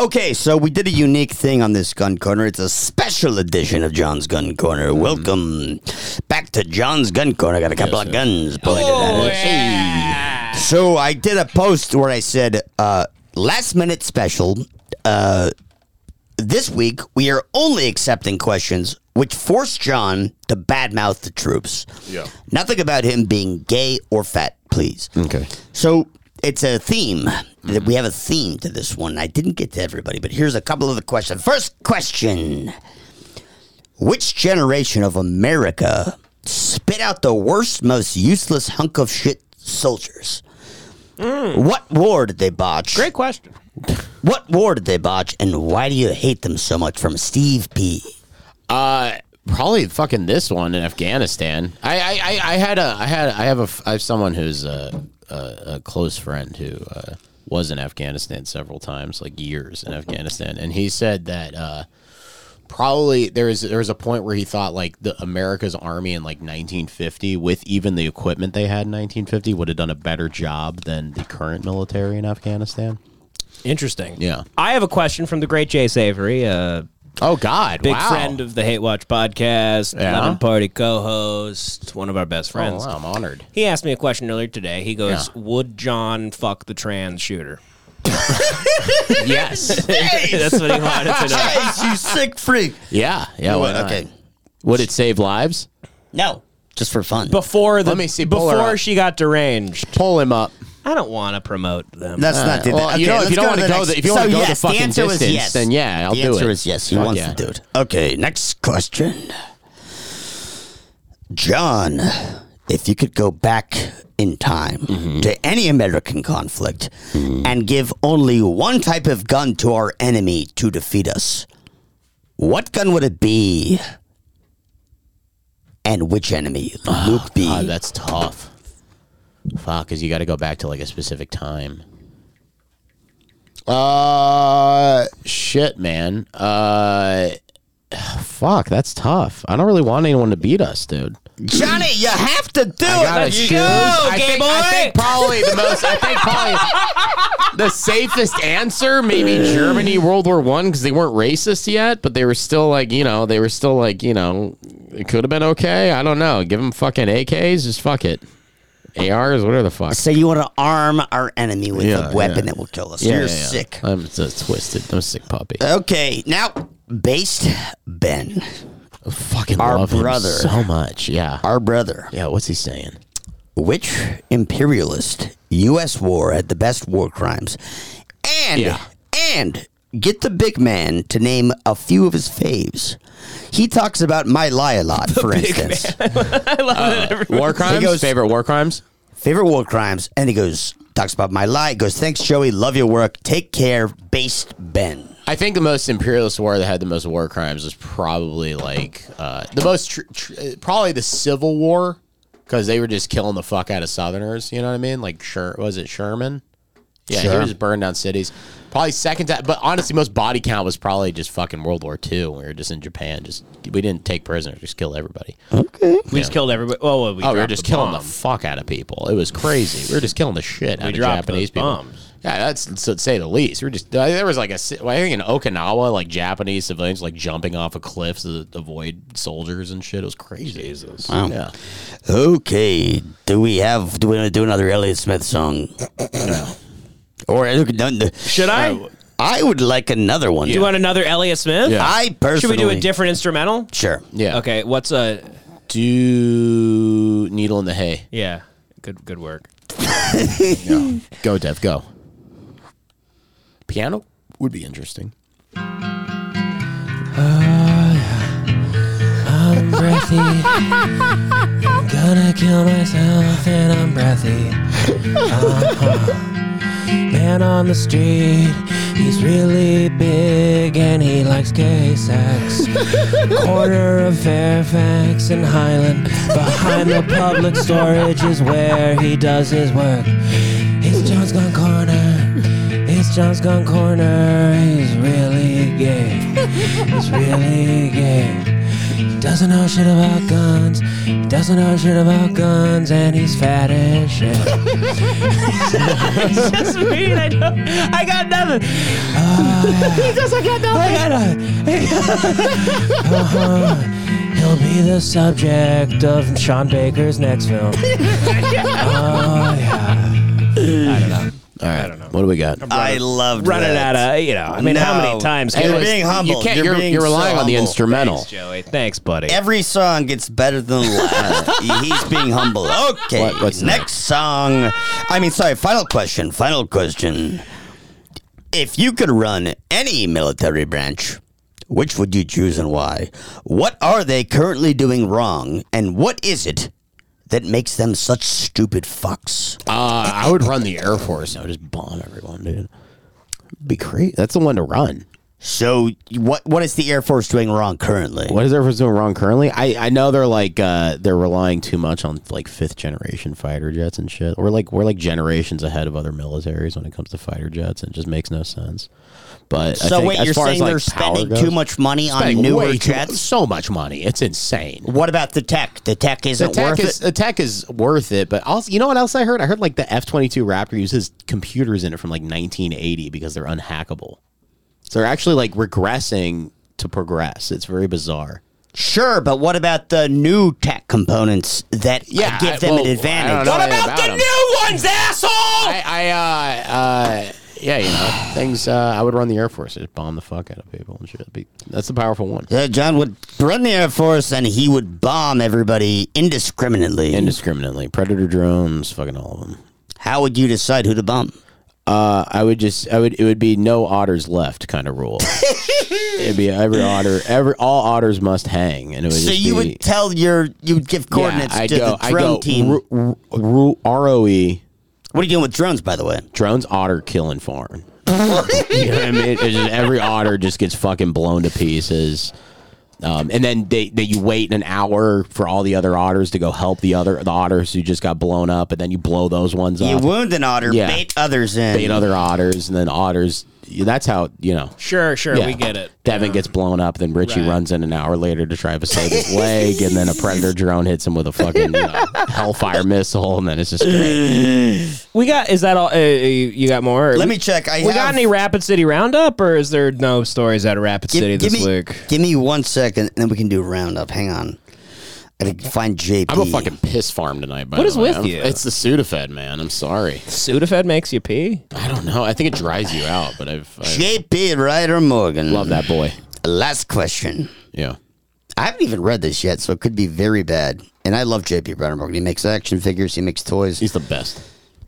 Speaker 5: Okay, so we did a unique thing on this gun corner. It's a special edition of John's Gun Corner. Welcome back to John's Gun Corner. I got a couple of guns pointed at us. Hey. So I did a post where I said, uh, "Last minute special." Uh, this week, we are only accepting questions which force John to badmouth the troops.
Speaker 11: Yeah.
Speaker 5: Nothing about him being gay or fat, please.
Speaker 3: Okay.
Speaker 5: So it's a theme. that We have a theme to this one. I didn't get to everybody, but here's a couple of the questions. First question Which generation of America spit out the worst, most useless hunk of shit soldiers? What war did they botch? Great
Speaker 7: question.
Speaker 5: What war did they botch, and why do you hate them so much? From Steve P.
Speaker 3: Uh, probably fucking this one in Afghanistan. I I, I, I had a I had I have a f- I have someone who's a a, a close friend who uh, was in Afghanistan several times, like years in Afghanistan, and he said that. Uh, Probably there is there was a point where he thought like the America's army in like 1950 with even the equipment they had in 1950 would have done a better job than the current military in Afghanistan.
Speaker 7: Interesting.
Speaker 3: Yeah.
Speaker 7: I have a question from the great Jay Savory. Uh,
Speaker 3: oh God,
Speaker 7: big
Speaker 3: wow.
Speaker 7: friend of the Hate Watch podcast,
Speaker 3: Yeah.
Speaker 7: Lemon Party co-host, one of our best friends.
Speaker 3: Oh, wow, I'm honored.
Speaker 7: He asked me a question earlier today. He goes, "Would John fuck the trans shooter?"
Speaker 3: yes,
Speaker 7: that's what he wanted to know.
Speaker 5: Jeez, you sick freak.
Speaker 3: Yeah, yeah.
Speaker 5: You
Speaker 3: why
Speaker 5: would,
Speaker 3: not?
Speaker 5: okay.
Speaker 3: Would it save lives?
Speaker 5: No, just for fun.
Speaker 7: Before the
Speaker 3: Let me see, pull her
Speaker 7: before
Speaker 3: up.
Speaker 7: she got deranged,
Speaker 3: Pull him up.
Speaker 7: I don't want to promote them.
Speaker 5: Let's not do that.
Speaker 3: Uh, Well,
Speaker 5: Okay,
Speaker 3: you know, if
Speaker 5: let's
Speaker 3: you don't
Speaker 5: go
Speaker 3: want to
Speaker 5: the
Speaker 3: go,
Speaker 5: next-
Speaker 3: the, if you
Speaker 5: So,
Speaker 3: want to go
Speaker 5: yes,
Speaker 3: the fucking
Speaker 5: answer was
Speaker 3: distance,
Speaker 5: yes.
Speaker 3: then yeah, I'll
Speaker 5: the
Speaker 3: do it.
Speaker 5: answer is yes. He
Speaker 3: Fuck
Speaker 5: wants
Speaker 3: yeah.
Speaker 5: to do it. Okay, next question. John, if you could go back in time
Speaker 3: Mm-hmm.
Speaker 5: to any American conflict and give only one type of gun to our enemy to defeat us, what gun would it be? And which enemy? Luke B.
Speaker 3: God, Ah, Oh, that's tough. Fuck, because you got to go back to like a specific time. Uh, shit, man. Uh, Fuck, that's tough. I don't really want anyone to beat us, dude.
Speaker 5: Johnny, you have to do
Speaker 3: I
Speaker 5: it.
Speaker 3: gotta
Speaker 5: Let's
Speaker 3: choose.
Speaker 5: go,
Speaker 3: I
Speaker 5: gay
Speaker 3: think-
Speaker 5: boy.
Speaker 3: I think probably the most. I think probably the safest answer, maybe Germany World War One, because they weren't racist yet, but they were still like, you know, they were still like, you know, it could have been okay. I don't know. Give them fucking AKs, just fuck it. ARs, whatever the fuck.
Speaker 5: So you want to arm our enemy with
Speaker 3: Yeah,
Speaker 5: a weapon
Speaker 3: yeah.
Speaker 5: that will kill us?
Speaker 3: Yeah,
Speaker 5: You're
Speaker 3: yeah, yeah.
Speaker 5: sick.
Speaker 3: I'm so twisted. I'm a sick puppy.
Speaker 5: Okay, now based Ben,
Speaker 3: fucking
Speaker 5: our
Speaker 3: love him
Speaker 5: brother,
Speaker 3: so much. Yeah,
Speaker 5: our brother.
Speaker 3: Yeah, what's he saying?
Speaker 5: Which imperialist U.S. war had the best war crimes? And and get the big man to name a few of his faves. He talks about my lie a lot, for instance.
Speaker 3: War
Speaker 5: He
Speaker 3: crimes.
Speaker 5: goes-
Speaker 3: Favorite war crimes.
Speaker 5: favorite war crimes, and he goes talks about my lie. Goes, thanks, Joey. Love your work. Take care, based Ben.
Speaker 3: I think the most imperialist war that had the most war crimes was probably like uh, the most, tr- tr- uh, probably the Civil War, because they were just killing the fuck out of Southerners. You know what I mean? Like, Sher- was it Sherman? Yeah, he
Speaker 5: Sure.
Speaker 3: was just burning down cities. Probably second time, but honestly, most body count was probably just fucking World War II. We were just in Japan. Just we didn't take prisoners, just kill everybody.
Speaker 5: Okay,
Speaker 4: We just killed everybody. Oh, well, we
Speaker 3: oh, we were
Speaker 4: dropped
Speaker 3: just
Speaker 4: the
Speaker 3: killing
Speaker 4: bomb.
Speaker 3: the fuck out of people. It was crazy. We were just killing the shit
Speaker 4: We
Speaker 3: out of
Speaker 4: dropped
Speaker 3: Japanese
Speaker 4: those
Speaker 3: people.
Speaker 4: bombs.
Speaker 3: Yeah, that's to say the least. We were just uh, there was like a ci- I think in Okinawa, like Japanese civilians like jumping off of cliffs to avoid soldiers and shit. It was crazy. Jesus.
Speaker 5: Wow.
Speaker 3: Yeah.
Speaker 5: Okay. Do we have? Do we want to do another Elliott Smith song? Or should
Speaker 3: Oh,
Speaker 4: I?
Speaker 5: I would like another one.
Speaker 4: Do you want another Elliot Smith?
Speaker 5: Yeah. I
Speaker 4: should we do
Speaker 5: personally-
Speaker 4: a different instrumental?
Speaker 5: Sure.
Speaker 3: Yeah.
Speaker 4: Okay. What's a
Speaker 3: Do needle in the hay.
Speaker 4: yeah? Good good work.
Speaker 3: Yeah. Go, Dev. Go. Piano would be interesting.
Speaker 2: I'm breathy. I'm gonna kill myself and I'm breathy. Uh-huh. Man on the street, he's really big and he likes gay sex. Corner of Fairfax and Highland, behind the public storage is where he does his work. It's John's Gun Corner. It's John's Gun Corner. He's really gay. He's really gay. He doesn't know shit about guns. He doesn't know shit about guns, and he's fat as shit.
Speaker 11: it's just me. I, don't, I got nothing.
Speaker 2: Uh-huh.
Speaker 11: he says I got nothing. I got nothing.
Speaker 2: Uh-huh. He'll be the subject of Sean Baker's next film. Oh yeah. I don't know.
Speaker 3: All right. I don't know. What do we got?
Speaker 5: I loved
Speaker 4: running
Speaker 5: that.
Speaker 4: out of you know. I mean, how
Speaker 5: No.
Speaker 4: many times?
Speaker 5: You're
Speaker 4: can we-
Speaker 5: being humble.
Speaker 4: You can't,
Speaker 5: You're
Speaker 4: you're,
Speaker 5: being
Speaker 4: you're
Speaker 5: so
Speaker 4: relying on the
Speaker 5: humble.
Speaker 4: instrumental.
Speaker 5: Thanks,
Speaker 4: Joey. Thanks, buddy.
Speaker 5: Every song gets better than the last. He's being humble. Okay.
Speaker 3: What- what's
Speaker 5: next song? I mean, sorry. Final question. Final question. If you could run any military branch, which would you choose and why? What are they currently doing wrong, and what is it that makes them such stupid fucks?
Speaker 3: Uh, I would run the Air Force. I would just bomb everyone, dude. Be great. That's the one to run.
Speaker 5: So what what is the Air Force doing wrong currently?
Speaker 3: What is Air Force doing wrong currently? I, I know they're like uh, they're relying too much on like fifth generation fighter jets and shit. We're like we're like generations ahead of other militaries when it comes to fighter jets, and it just makes no sense. But I
Speaker 5: So
Speaker 3: think
Speaker 5: wait,
Speaker 3: as
Speaker 5: you're
Speaker 3: far as,
Speaker 5: saying
Speaker 3: like,
Speaker 5: they're
Speaker 3: power
Speaker 5: spending
Speaker 3: goes-
Speaker 5: too much money on
Speaker 3: Spending
Speaker 5: newer
Speaker 3: way too-
Speaker 5: jets?
Speaker 3: so much money, it's insane.
Speaker 5: What about the tech? The tech
Speaker 3: The
Speaker 5: isn't
Speaker 3: tech
Speaker 5: worth
Speaker 3: is
Speaker 5: it.
Speaker 3: the tech is worth it, but also you know what else I heard? I heard like the F twenty two Raptor uses computers in it from like nineteen eighty because they're unhackable. So they're actually like regressing to progress. It's very bizarre.
Speaker 5: Sure, but what about the new tech components that yeah, give them an advantage?
Speaker 3: What about, the new ones, asshole? I, I uh, uh, yeah, you know things. Uh, I would run the Air Force, just bomb the fuck out of people and shit. Be, that's a powerful one.
Speaker 5: Uh, John would run the Air Force and he would bomb everybody indiscriminately.
Speaker 3: Indiscriminately, predator drones, fucking all of them.
Speaker 5: How would you decide who to bomb?
Speaker 3: Uh, I would just, I would, it would be no otters left kind of rule. It'd be every otter, every all otters must hang, and it would.
Speaker 5: So
Speaker 3: just
Speaker 5: you
Speaker 3: be,
Speaker 5: would tell your you would give coordinates
Speaker 3: I'd
Speaker 5: to
Speaker 3: go-
Speaker 5: the
Speaker 3: I'd
Speaker 5: drone
Speaker 3: go
Speaker 5: team.
Speaker 3: ru- ru- ru- ROE
Speaker 5: what are you doing with drones, by the way?
Speaker 3: drones otter killing foreign. you know what I mean? It's just every otter just gets fucking blown to pieces. Um, and then they, they you wait an hour for all the other otters to go help the other the otters who just got blown up, and then you blow those ones
Speaker 5: You
Speaker 3: up.
Speaker 5: wound an otter,
Speaker 3: Yeah.
Speaker 5: bait others in.
Speaker 3: Bait other otters, and then otters that's how you know.
Speaker 4: Sure, sure,
Speaker 3: Yeah.
Speaker 4: we get it.
Speaker 3: Devin gets blown up, then Richie
Speaker 4: Right.
Speaker 3: runs in an hour later to try to save his leg, and then a predator drone hits him with a fucking you know, hellfire missile, and then it's just great.
Speaker 4: We got is that all? Uh, you got more?
Speaker 5: Let me check. I
Speaker 4: we got
Speaker 5: have-
Speaker 4: any Rapid City Roundup, or is there no stories out of Rapid City
Speaker 5: give
Speaker 4: this
Speaker 5: me,
Speaker 4: week?
Speaker 5: Give me one second, and then we can do roundup. Hang on. I gotta find JP.
Speaker 3: I'm a fucking piss farm tonight. By
Speaker 4: What
Speaker 3: the
Speaker 4: is
Speaker 3: way.
Speaker 4: with
Speaker 3: I'm-
Speaker 4: you?
Speaker 3: It's the Sudafed, man. I'm sorry.
Speaker 4: Sudafed makes you pee.
Speaker 3: I don't know. I think it dries you out, but I've, i
Speaker 5: JP Ryder Morgan.
Speaker 3: love that boy.
Speaker 5: Last question.
Speaker 3: Yeah.
Speaker 5: I haven't even read this yet, so it could be very bad. And I love JP Ryder Morgan. He makes action figures. He makes toys.
Speaker 3: He's the best.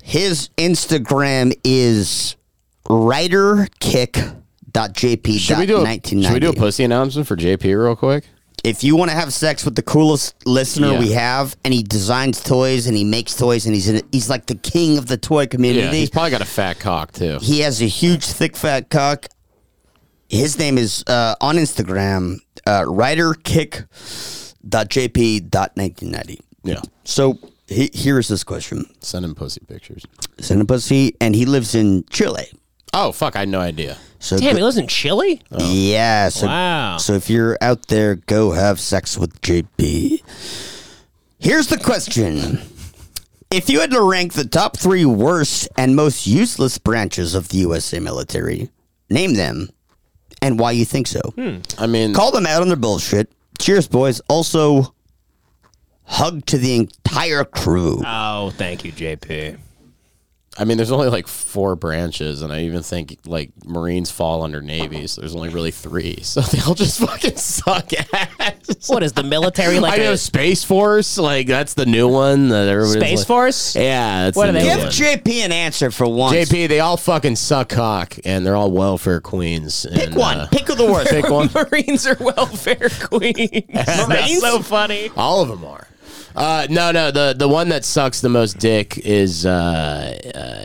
Speaker 5: His Instagram is writerkick.jp.
Speaker 3: Should we do a Should we do a pussy announcement for JP real quick?
Speaker 5: if you want to have sex with the coolest listener
Speaker 3: Yeah.
Speaker 5: we have, and he designs toys and he makes toys and he's in, he's like the king of the toy
Speaker 3: Yeah,
Speaker 5: community.
Speaker 3: he's probably got a fat cock too.
Speaker 5: he has a huge, thick, fat cock. His name is uh, on Instagram, uh, writerkick.jp.1990.
Speaker 3: Yeah.
Speaker 5: So he, here's this question
Speaker 3: Send him pussy pictures.
Speaker 5: Send a pussy, and he lives in Chile.
Speaker 3: Oh fuck, I had no idea.
Speaker 5: So
Speaker 4: Damn,
Speaker 5: go-
Speaker 4: he lives in Chile.
Speaker 3: Oh.
Speaker 5: Yeah. So,
Speaker 4: Wow.
Speaker 5: So if you're out there, go have sex with JP. Here's the question. If you had to rank the top three worst and most useless branches of the USA military, name them and why you think so.
Speaker 3: I mean,
Speaker 5: Call them out on their bullshit. Cheers, boys. Also, hug to the entire crew.
Speaker 3: Ah,
Speaker 4: Oh, thank you, JP.
Speaker 3: I mean, there's only like four branches, and I even think like Marines fall under Navy, so there's only really three. So they all just fucking suck ass.
Speaker 4: What is the military
Speaker 3: I
Speaker 4: like?
Speaker 3: know
Speaker 4: a
Speaker 3: Space Force, like that's the new one that everybody's
Speaker 4: Space
Speaker 3: like-
Speaker 4: Force?
Speaker 3: Yeah, that's
Speaker 4: What
Speaker 3: the
Speaker 4: are
Speaker 3: new
Speaker 4: they?
Speaker 5: Give
Speaker 3: one.
Speaker 5: JP an answer for once.
Speaker 3: JP, they all fucking suck cock, and they're all welfare queens.
Speaker 5: Pick
Speaker 3: and,
Speaker 5: one.
Speaker 3: uh,
Speaker 5: Pick of the worst.
Speaker 3: pick one.
Speaker 4: Marines are welfare queens. That's so funny.
Speaker 3: All of them are. Uh, no, no. The the one that sucks the most dick is, uh,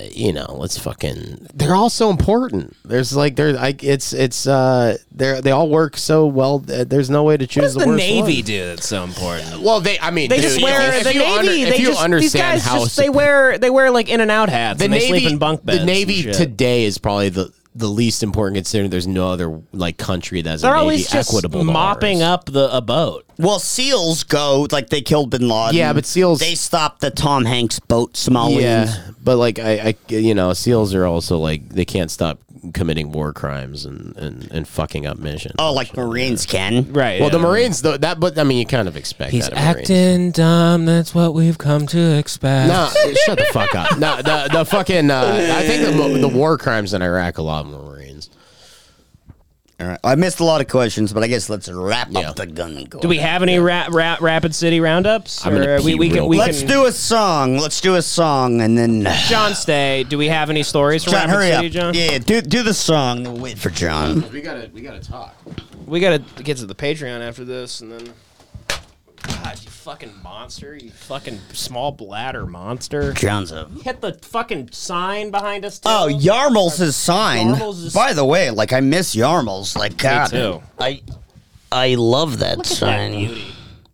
Speaker 3: uh, you know, let's fucking. They're all so important. There's like they're like it's it's uh they they all work so well. uh, There's no way to choose
Speaker 4: What does the,
Speaker 3: the, worst
Speaker 4: Navy
Speaker 3: one.
Speaker 4: do that's so important?
Speaker 3: Well, they. I mean,
Speaker 4: They
Speaker 3: dude,
Speaker 4: just wear
Speaker 3: if
Speaker 4: the
Speaker 3: you
Speaker 4: Navy.
Speaker 3: under- if
Speaker 4: they
Speaker 3: you
Speaker 4: just
Speaker 3: understand
Speaker 4: these guys
Speaker 3: how
Speaker 4: just they wear they wear like in and out hats.
Speaker 3: the
Speaker 4: and
Speaker 3: Navy,
Speaker 4: they sleep in bunk beds.
Speaker 3: the Navy
Speaker 4: and shit.
Speaker 3: today is probably the the least important considering there's no other like country that's
Speaker 4: They're
Speaker 3: a Navy
Speaker 4: always just
Speaker 3: equitable to
Speaker 4: mopping
Speaker 3: ours.
Speaker 4: up the a boat.
Speaker 5: Well, SEALs go like they killed Bin Laden.
Speaker 3: Yeah, but SEALs-
Speaker 5: they stopped the Tom Hanks boat Somalians.
Speaker 3: Yeah, but like I, I, you know, SEALs are also like they can't stop committing war crimes and and, and fucking up missions.
Speaker 5: Oh, like Marines can.
Speaker 4: Right.
Speaker 3: well, the
Speaker 4: yeah.
Speaker 3: Marines though that, but I mean, you kind of expect
Speaker 2: He's
Speaker 3: that. of Marines.
Speaker 2: acting dumb. That's what we've come to expect.
Speaker 3: No, shut the fuck up. No, the the fucking. Uh, I think the, the war crimes in Iraq a lot of them were Marines.
Speaker 5: All right. I missed a lot of questions, but I guess let's wrap
Speaker 3: Yeah.
Speaker 5: up the gun and go.
Speaker 4: Do we have any ra- ra- rapid city roundups?
Speaker 3: I'm gonna
Speaker 4: Or uh, we,
Speaker 3: pee
Speaker 4: we
Speaker 3: real
Speaker 4: can, we
Speaker 5: Let's
Speaker 4: can,
Speaker 5: do a song. Let's do a song, and then
Speaker 4: John, stay. Do we have any stories from
Speaker 5: John,
Speaker 4: Rapid
Speaker 5: hurry
Speaker 4: City,
Speaker 5: up.
Speaker 4: John?
Speaker 5: Yeah, do do the song. We'll wait for John.
Speaker 3: We gotta we gotta talk.
Speaker 4: We gotta get to the Patreon after this, and then. God, you fucking monster! You fucking small bladder monster!
Speaker 5: John's up.
Speaker 4: Hit the fucking sign behind us. Too.
Speaker 5: Oh, Yarmul's his sign.
Speaker 4: Yarmul's his-
Speaker 5: By the way, like I miss Yarmul's. Like God,
Speaker 4: too.
Speaker 5: I I love that
Speaker 4: Look at that
Speaker 5: sign.
Speaker 4: beauty.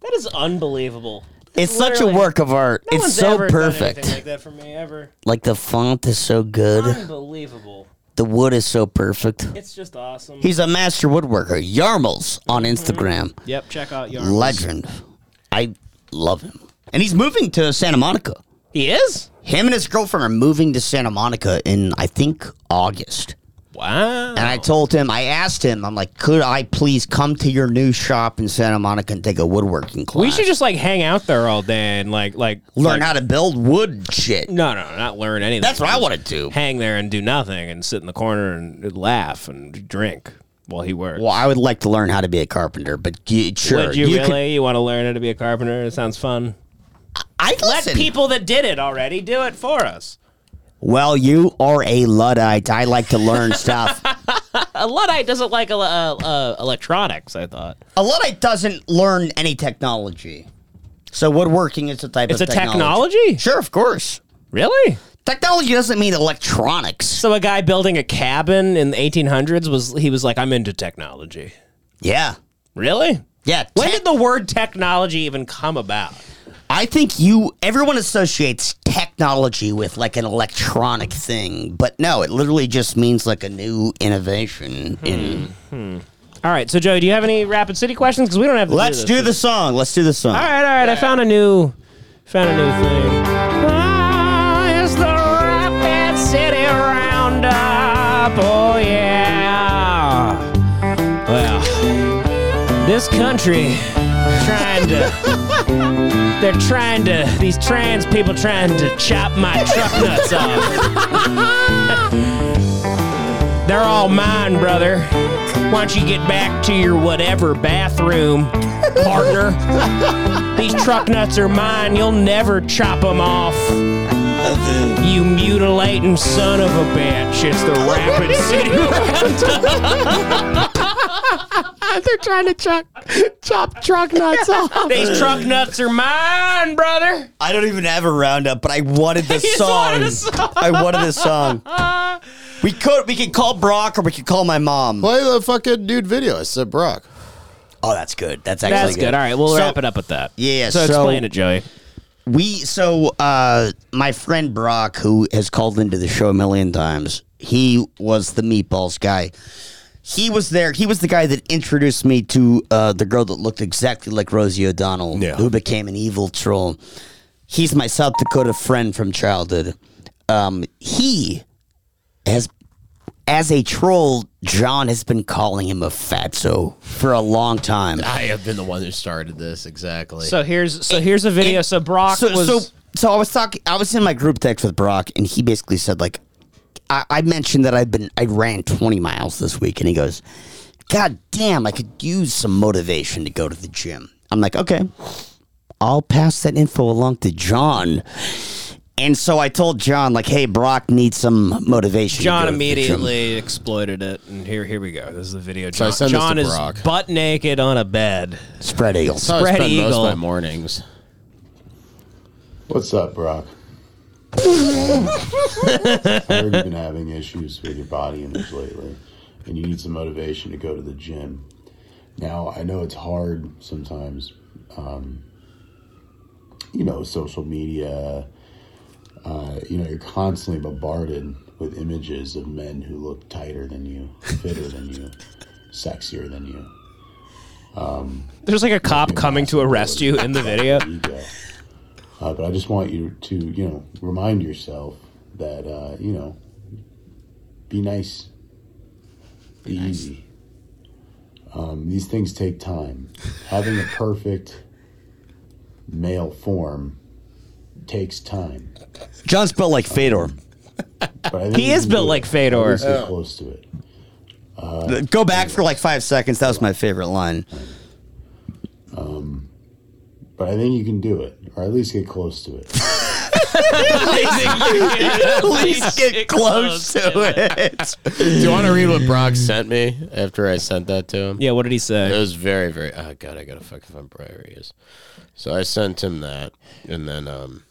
Speaker 4: That is unbelievable.
Speaker 5: it's such a
Speaker 4: Literally,
Speaker 5: work of art.
Speaker 4: No
Speaker 5: it's
Speaker 4: one's
Speaker 5: so
Speaker 4: ever done
Speaker 5: perfect.
Speaker 4: anything like that for me ever.
Speaker 5: like the font is so good.
Speaker 4: Unbelievable.
Speaker 5: The wood is so perfect.
Speaker 4: It's just awesome.
Speaker 5: He's a master woodworker. Yarmul's on
Speaker 4: Mm-hmm.
Speaker 5: Instagram.
Speaker 4: yep. Check out your
Speaker 5: Legend. I love him. And he's moving to Santa Monica.
Speaker 4: He is.
Speaker 5: Him and his girlfriend are moving to Santa Monica in, I think, August.
Speaker 4: Wow.
Speaker 5: And I told him, I asked him, I'm like, could I please come to your new shop in Santa Monica and take a woodworking class?
Speaker 4: we should just like hang out there all day and like like
Speaker 5: learn
Speaker 4: like-
Speaker 5: how to build wood shit.
Speaker 4: No, no, not learn anything.
Speaker 5: That's what I
Speaker 4: Just
Speaker 5: want to do.
Speaker 4: Hang there and do nothing and sit in the corner and laugh and drink while he works.
Speaker 5: Well, I would like to learn how to be a carpenter, but you, sure.
Speaker 4: Would you,
Speaker 5: could-
Speaker 4: really? you want to learn how to be a carpenter? It sounds fun.
Speaker 5: I
Speaker 4: Let
Speaker 5: listen.
Speaker 4: people that did it already do it for us.
Speaker 5: Well, you are a Luddite. I like to learn stuff.
Speaker 4: A luddite doesn't like uh, uh, electronics. I thought
Speaker 5: A Luddite doesn't learn any technology. So woodworking is a type
Speaker 4: it's a
Speaker 5: of
Speaker 4: technology.
Speaker 5: Sure, of course.
Speaker 4: Really?
Speaker 5: Technology doesn't mean electronics.
Speaker 4: So a guy building a cabin in the 1800s was he was like, I'm into technology.
Speaker 5: Yeah.
Speaker 4: Really?
Speaker 5: Yeah.
Speaker 4: When
Speaker 5: tech-
Speaker 4: did the word technology even come about?
Speaker 5: I think you everyone associates technology with like an electronic thing, but no, it literally just means like a new innovation in.
Speaker 4: Hmm. All right, so Joey, do you have any Rapid City questions? Because we don't have. To
Speaker 5: Let's do the song. Let's do the song.
Speaker 4: All right, all right. I found a new, found a new thing. Ah, it's the Rapid City Roundup. Oh yeah. Well, this country trying to. They're trying to. These trans people trying to chop my truck nuts off. They're all mine, brother. Why don't you get back to your whatever bathroom, partner? These truck nuts are mine. You'll never chop them off. You mutilating son of a bitch. It's the Rapid City Roundup.
Speaker 11: They're trying to chop, chop truck nuts off.
Speaker 4: These truck nuts are mine, brother.
Speaker 5: I don't even have a roundup, but I wanted this
Speaker 4: You just
Speaker 5: song.
Speaker 4: wanted a song.
Speaker 5: I wanted this song. We could we could call Brock or we could call my mom.
Speaker 7: Play the fucking dude video. I said Brock.
Speaker 5: Oh, that's good. That's actually
Speaker 4: That's good. All right, we'll
Speaker 5: So-
Speaker 4: wrap it up with that.
Speaker 5: Yeah.
Speaker 4: So, explain it, Joey.
Speaker 5: We so uh, my friend Brock, who has called into the show a million times, he was the meatballs guy. He was there. He was the guy that introduced me to uh, the girl that looked exactly like Rosie O'Donnell, who became an evil troll. He's my South Dakota friend from childhood. Um, he has, as a troll, John has been calling him a fatso for a long time.
Speaker 3: I have been the one who started this exactly.
Speaker 4: So here's so here's a video. so Brock
Speaker 5: so,
Speaker 4: was.
Speaker 5: so so I was talking. I was in my group text with Brock, and he basically said like, I, I mentioned that I've been I ran twenty miles this week, and he goes, "God damn, I could use some motivation to go to the gym." I'm like, okay, I'll pass that info along to John. And so I told John like, "Hey, Brock needs some motivation." to
Speaker 4: John
Speaker 5: go to the gym."
Speaker 4: immediately exploited it, and here, here we go. This is the video.
Speaker 5: So I
Speaker 4: John,
Speaker 5: send this
Speaker 4: John
Speaker 5: to
Speaker 4: is
Speaker 5: Brock.
Speaker 4: butt naked on a bed.
Speaker 5: Spread eagle.
Speaker 4: Spread
Speaker 6: I spend most
Speaker 4: eagle.
Speaker 6: of my mornings.
Speaker 15: What's up, Brock? I heard you've been having issues with your body image lately, and you need some motivation to go to the gym. Now, I know it's hard sometimes, um, you know, social media, uh, you know, you're constantly bombarded with images of men who look tighter than you, fitter than you, sexier than you. Um,
Speaker 4: There's like a cop coming to arrest you in the video.
Speaker 15: uh, but I just want you to, you know, remind yourself that, uh, you know, be nice, be, easy. Um, these things take time. Having a perfect male form takes time.
Speaker 5: John's built like Fedor.
Speaker 15: But I think
Speaker 4: He
Speaker 15: you
Speaker 4: is
Speaker 15: can
Speaker 4: built
Speaker 15: do it.
Speaker 4: like
Speaker 15: At
Speaker 4: Fedor.
Speaker 15: least get
Speaker 4: Yeah.
Speaker 15: close to it.
Speaker 5: Go back for like five seconds. That was my favorite line.
Speaker 15: Um, but I think you can do it, or at least get close to it.
Speaker 5: At least get close to it.
Speaker 3: Do you want to read what Brock sent me after I sent that to him?
Speaker 4: Yeah, what did he say?
Speaker 3: It was very, very. Oh god, I gotta fucking find where he is. So I sent him that, and then um,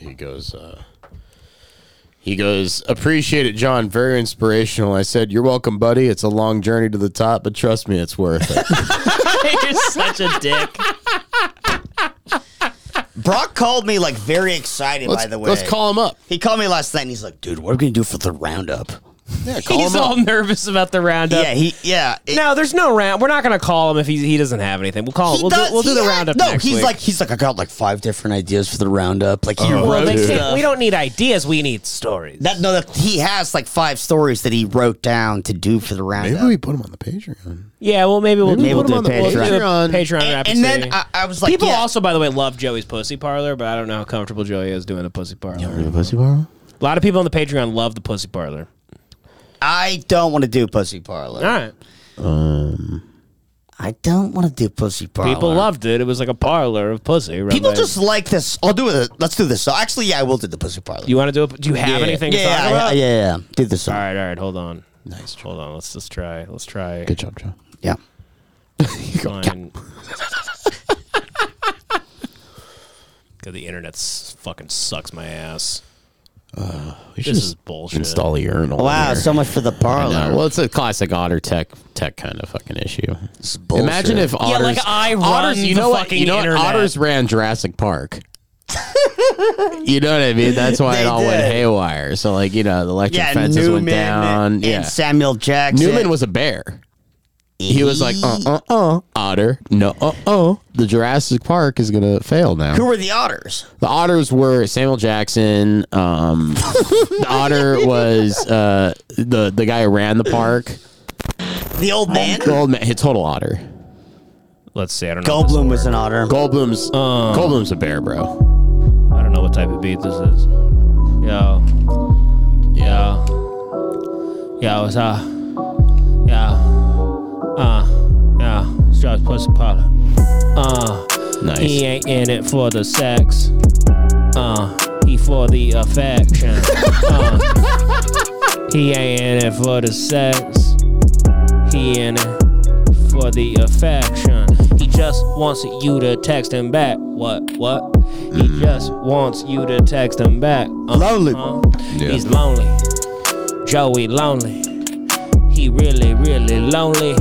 Speaker 3: he goes, uh, he goes, appreciate it, John. Very inspirational. I said, you're welcome, buddy. It's a long journey to the top, but trust me, it's worth it.
Speaker 4: You're such a dick.
Speaker 5: Brock called me like very excited.
Speaker 3: Let's-
Speaker 5: by the way,
Speaker 3: let's call him up.
Speaker 5: He called me last night and he's like, "Dude, what are we gonna do for the roundup?"
Speaker 3: Yeah, call
Speaker 4: He's
Speaker 3: him
Speaker 4: all
Speaker 3: up.
Speaker 4: nervous about the roundup.
Speaker 5: Yeah, he yeah. it-
Speaker 4: no, there's no round. We're not going to call him if he, he doesn't have anything. We'll call him.
Speaker 5: he
Speaker 4: We'll,
Speaker 5: does-
Speaker 4: do, we'll do
Speaker 5: he
Speaker 4: the
Speaker 5: had-
Speaker 4: roundup.
Speaker 5: No,
Speaker 4: next
Speaker 5: he's
Speaker 4: week.
Speaker 5: like he's like I got like five different ideas for the roundup. Like he
Speaker 3: Oh,
Speaker 4: Well,
Speaker 5: wrote
Speaker 4: they can't-
Speaker 5: stuff.
Speaker 4: we don't need ideas. We need stories.
Speaker 5: that no, that he has like five stories that he wrote down to do for the roundup.
Speaker 7: Maybe we put him on the Patreon.
Speaker 4: Yeah, well, maybe we'll,
Speaker 5: Maybe
Speaker 4: we'll
Speaker 5: we'll
Speaker 4: do
Speaker 5: do
Speaker 4: a
Speaker 5: Patreon.
Speaker 4: Patreon. Patreon, Patreon
Speaker 5: And-
Speaker 4: Rapid
Speaker 5: and then
Speaker 4: City.
Speaker 5: I- I was like,
Speaker 4: people
Speaker 5: yeah.
Speaker 4: also, by the way, love Joey's pussy parlor, but I don't know how comfortable Joey is doing the pussy parlor.
Speaker 3: Pussy bar?
Speaker 4: A lot of people on the Patreon love the pussy parlor.
Speaker 5: I don't want to do pussy parlor.
Speaker 4: All right,
Speaker 3: Um,
Speaker 5: I don't want to do pussy parlor.
Speaker 4: people loved it. It was like a parlor of pussy. run
Speaker 5: People
Speaker 4: by-
Speaker 5: just like this. I'll do it. Let's do this. So actually, yeah, I will do the pussy parlor.
Speaker 4: You want to do? A, do you have
Speaker 5: Yeah.
Speaker 4: anything to
Speaker 5: Yeah,
Speaker 4: talk
Speaker 5: I-
Speaker 4: about?
Speaker 5: yeah, yeah, yeah. Do this.
Speaker 4: All right, all right. Hold on. Nice. Hold on. Let's just try. Let's try.
Speaker 3: Good job, John.
Speaker 5: Yeah.
Speaker 4: Fine. God, the internet s- fucking sucks my ass.
Speaker 3: We should
Speaker 4: This is
Speaker 3: just
Speaker 4: bullshit.
Speaker 3: Install a urinal.
Speaker 5: Wow,
Speaker 3: in here.
Speaker 5: so much for the
Speaker 3: I
Speaker 5: parlor.
Speaker 3: know. Well, it's a classic otter tech tech kind of fucking issue.
Speaker 5: bullshit.
Speaker 3: Imagine if
Speaker 4: Yeah,
Speaker 3: otters,
Speaker 4: like I run
Speaker 3: otters, you
Speaker 4: the
Speaker 3: know what,
Speaker 4: fucking
Speaker 3: you know what,
Speaker 4: internet.
Speaker 3: otters ran Jurassic Park. You know what I mean? That's why
Speaker 5: They
Speaker 3: it all went
Speaker 5: did.
Speaker 3: haywire. So like you know, the electric
Speaker 5: Yeah,
Speaker 3: fences
Speaker 5: Newman
Speaker 3: went down.
Speaker 5: and
Speaker 3: yeah,
Speaker 5: Samuel Jackson.
Speaker 3: Newman was a bear. He was like, uh, uh, uh, otter. No, uh, uh. The Jurassic Park is gonna fail now.
Speaker 5: Who were the otters?
Speaker 3: The otters were Samuel Jackson. Um, the otter was uh, the the guy who ran the park.
Speaker 5: The
Speaker 4: Oh
Speaker 5: old man.
Speaker 3: The old man. His total otter.
Speaker 4: Let's see. I don't know.
Speaker 5: Goldblum was an otter.
Speaker 3: Goldblum's
Speaker 5: Uh.
Speaker 3: Goldblum's a bear, bro.
Speaker 4: I don't know what type of beat this is. Yo. Yo. Yo, it's uh. Yeah. Uh. Yeah. Strokes pussy powder. Uh.
Speaker 3: Nice.
Speaker 4: He ain't in it for the sex. Uh. He for the affection. uh. He ain't in it for the sex. He in it for the affection. He just wants you to text him back. What? What? He just wants you to text him back. Uh,
Speaker 5: Lonely.
Speaker 4: uh.
Speaker 3: Yeah.
Speaker 4: He's lonely. Joey lonely. He really, really lonely.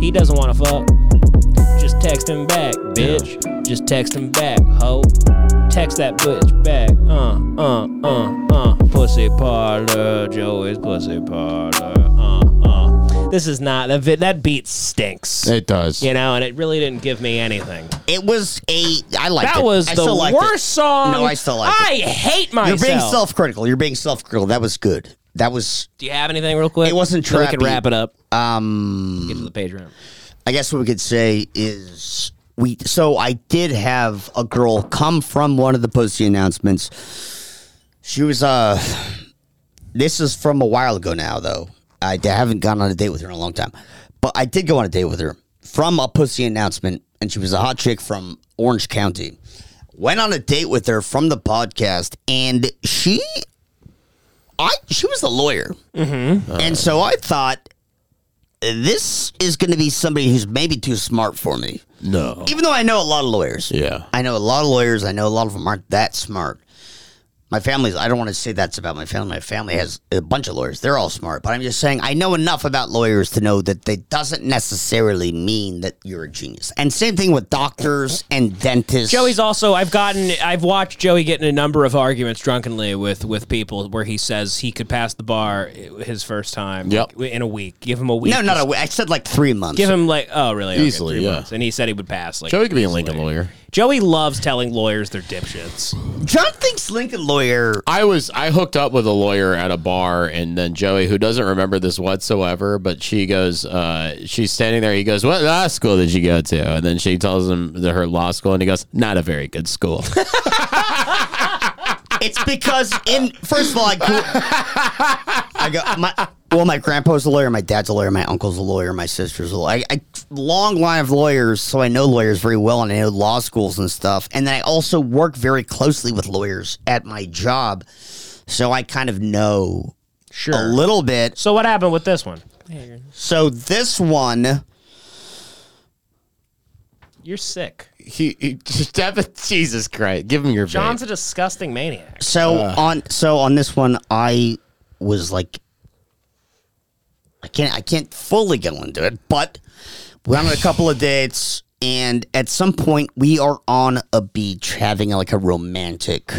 Speaker 4: He doesn't want to fuck. Just text him back, bitch. Just text him back, ho. Text that bitch back. Uh, uh, uh, uh. Pussy parlor, Joey's pussy parlor. Uh, uh. This is not that. vi- That beat stinks.
Speaker 3: It does.
Speaker 4: You know, and it really didn't give me anything.
Speaker 5: It was a. I liked
Speaker 4: That
Speaker 5: it.
Speaker 4: was
Speaker 5: I
Speaker 4: the
Speaker 5: still liked it.
Speaker 4: worst song.
Speaker 5: No, I still like.
Speaker 4: I hate myself.
Speaker 5: You're being self-critical. You're being self-critical. That was good. That was.
Speaker 4: Do you have anything real quick?
Speaker 5: It wasn't
Speaker 4: Then
Speaker 5: trappy.
Speaker 4: We can wrap it up.
Speaker 5: Um.
Speaker 4: Get to the page round.
Speaker 5: I guess what we could say is we. So I did have a girl come from one of the pussy announcements. She was uh. This is from a while ago now, though. I d- haven't gone on a date with her in a long time, but I did go on a date with her from a pussy announcement, and she was a hot chick from Orange County. Went on a date with her from the podcast, and she, I, she was a lawyer, mm-hmm. and so I thought this is going to be somebody who's maybe too smart for me.
Speaker 3: No.
Speaker 5: Even though I know a lot of lawyers.
Speaker 3: Yeah.
Speaker 5: I know a lot of lawyers. I know a lot of them aren't that smart. My family's, I don't want to say that's about my family. My family has a bunch of lawyers. They're all smart. But I'm just saying, I know enough about lawyers to know that they doesn't necessarily mean that you're a genius. And same thing with doctors and dentists.
Speaker 4: Joey's also. I've gotten. I've watched Joey get in a number of arguments drunkenly with with people where he says he could pass the bar his first time.
Speaker 3: Yep.
Speaker 4: like, in a week. Give him a week.
Speaker 5: No, not a, I said like three months.
Speaker 4: Give him like oh really okay,
Speaker 3: Easily,
Speaker 4: three
Speaker 3: yeah.
Speaker 4: months. and he said he would pass like
Speaker 3: Joey could be a Lincoln lawyer.
Speaker 4: Joey loves telling lawyers they're dipshits.
Speaker 5: John thinks Lincoln lawyer.
Speaker 3: I was I hooked up with a lawyer at a bar, and then Joey, who doesn't remember this whatsoever, but she goes, uh, she's standing there. He goes, "What law school did you go to?" And then she tells him the- her law school, and he goes, "Not a very good school."
Speaker 5: It's because in first of all, I grew, I got my well, my grandpa's a lawyer, my dad's a lawyer, my uncle's a lawyer, my sister's a lawyer. I, I long line of lawyers, so I know lawyers very well, and I know law schools and stuff. And then I also work very closely with lawyers at my job, so I kind of know
Speaker 4: Sure.
Speaker 5: a little bit.
Speaker 4: So what happened with this one?
Speaker 5: So this one,
Speaker 4: You're sick.
Speaker 3: he, he Devin, Jesus Christ, give him your
Speaker 4: John's
Speaker 3: vape.
Speaker 4: a disgusting maniac.
Speaker 5: so
Speaker 3: Uh.
Speaker 5: on, so on this one, I was like, I can't I can't fully go into it, but we're on a couple of dates, and at some point we are on a beach having like a romantic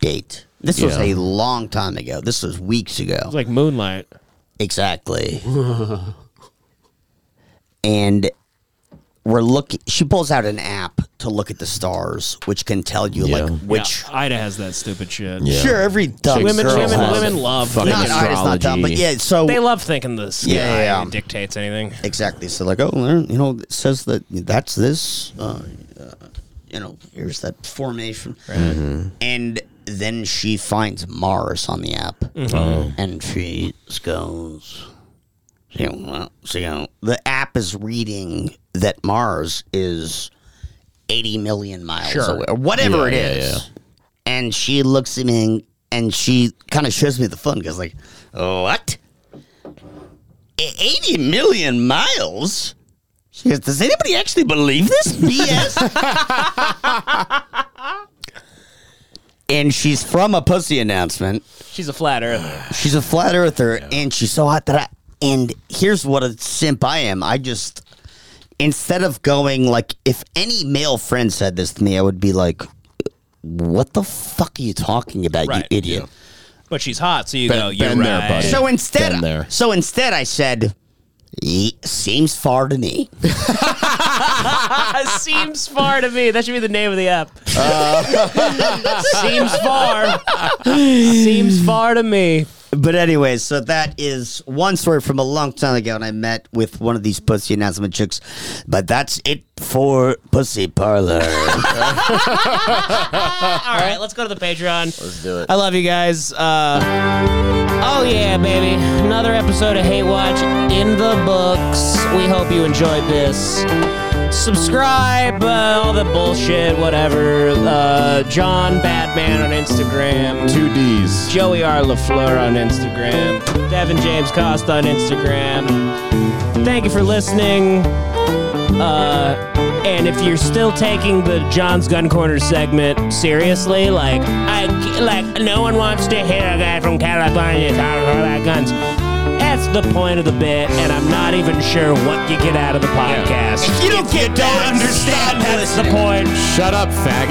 Speaker 5: date. This was
Speaker 3: Yeah.
Speaker 5: a long time ago. This was weeks ago.
Speaker 4: It's like moonlight.
Speaker 5: Exactly. and we're looking she pulls out an app to look at the stars, which can tell you
Speaker 3: Yeah.
Speaker 5: like which
Speaker 4: Yeah, Ida has that stupid shit.
Speaker 3: Yeah.
Speaker 5: Sure, every dumb
Speaker 4: Women,
Speaker 5: girl
Speaker 4: women,
Speaker 5: has
Speaker 4: women
Speaker 5: it.
Speaker 4: love.
Speaker 3: Fucking
Speaker 5: Not, not, it's not dumb, but
Speaker 3: astrology.
Speaker 5: yeah. So
Speaker 4: They love thinking the sky
Speaker 5: Yeah, yeah, yeah.
Speaker 4: dictates anything.
Speaker 5: Exactly. So like, oh, there- you know, it says that that's this. Uh, uh, you know, here's that formation,
Speaker 3: Mm-hmm.
Speaker 5: and then she finds Mars on the app,
Speaker 3: Oh.
Speaker 5: and she just goes, you know, well, so, you know, the app is reading that Mars is eighty million miles
Speaker 3: Sure.
Speaker 5: away, or whatever it
Speaker 3: Yeah,
Speaker 5: is.
Speaker 3: yeah, yeah.
Speaker 5: And she looks at me and, and she kind of shows me the phone, goes like, what? 80 million miles? She goes, Does anybody actually believe this BS? and she's from a pussy announcement.
Speaker 4: She's a flat earther.
Speaker 5: She's a flat earther, and she's so hot that I. And here's what a simp I am. I just instead of going like, if any male friend said this to me, I would be like, what the fuck are you talking about,
Speaker 18: Right.
Speaker 5: you idiot?
Speaker 18: But she's hot, so you
Speaker 5: Been-
Speaker 18: go. You're
Speaker 5: been
Speaker 18: right.
Speaker 5: there, buddy. So instead- Been there. So instead, I said, "Ye- seems far to me.
Speaker 18: seems far to me. That should be the name of the app.
Speaker 5: Uh.
Speaker 18: seems far.
Speaker 5: Seems far to me. But anyways, so that is one story from a long time ago, and I met with one of these pussy announcement chicks. But that's it for Pussy Parlor.
Speaker 18: All right, let's go to the Patreon. Let's
Speaker 3: do it.
Speaker 4: I love you guys. Uh, oh yeah, baby! Another episode of Hate Watch in the books. We hope you enjoyed this. Subscribe, uh, all the bullshit, whatever. Uh, John Batman on Instagram. Two D's. Joey R. LaFleur on Instagram. Devin James Costa on Instagram. Thank you for listening. Uh, and if you're still taking the John's Gun Corner segment seriously, like I like no one wants to hear a guy from California talk about guns. That's the point of the bit, and I'm not even sure what you get out of the podcast.
Speaker 5: If you don't get that,
Speaker 4: understand, that's the point.
Speaker 3: Shut up, faggot.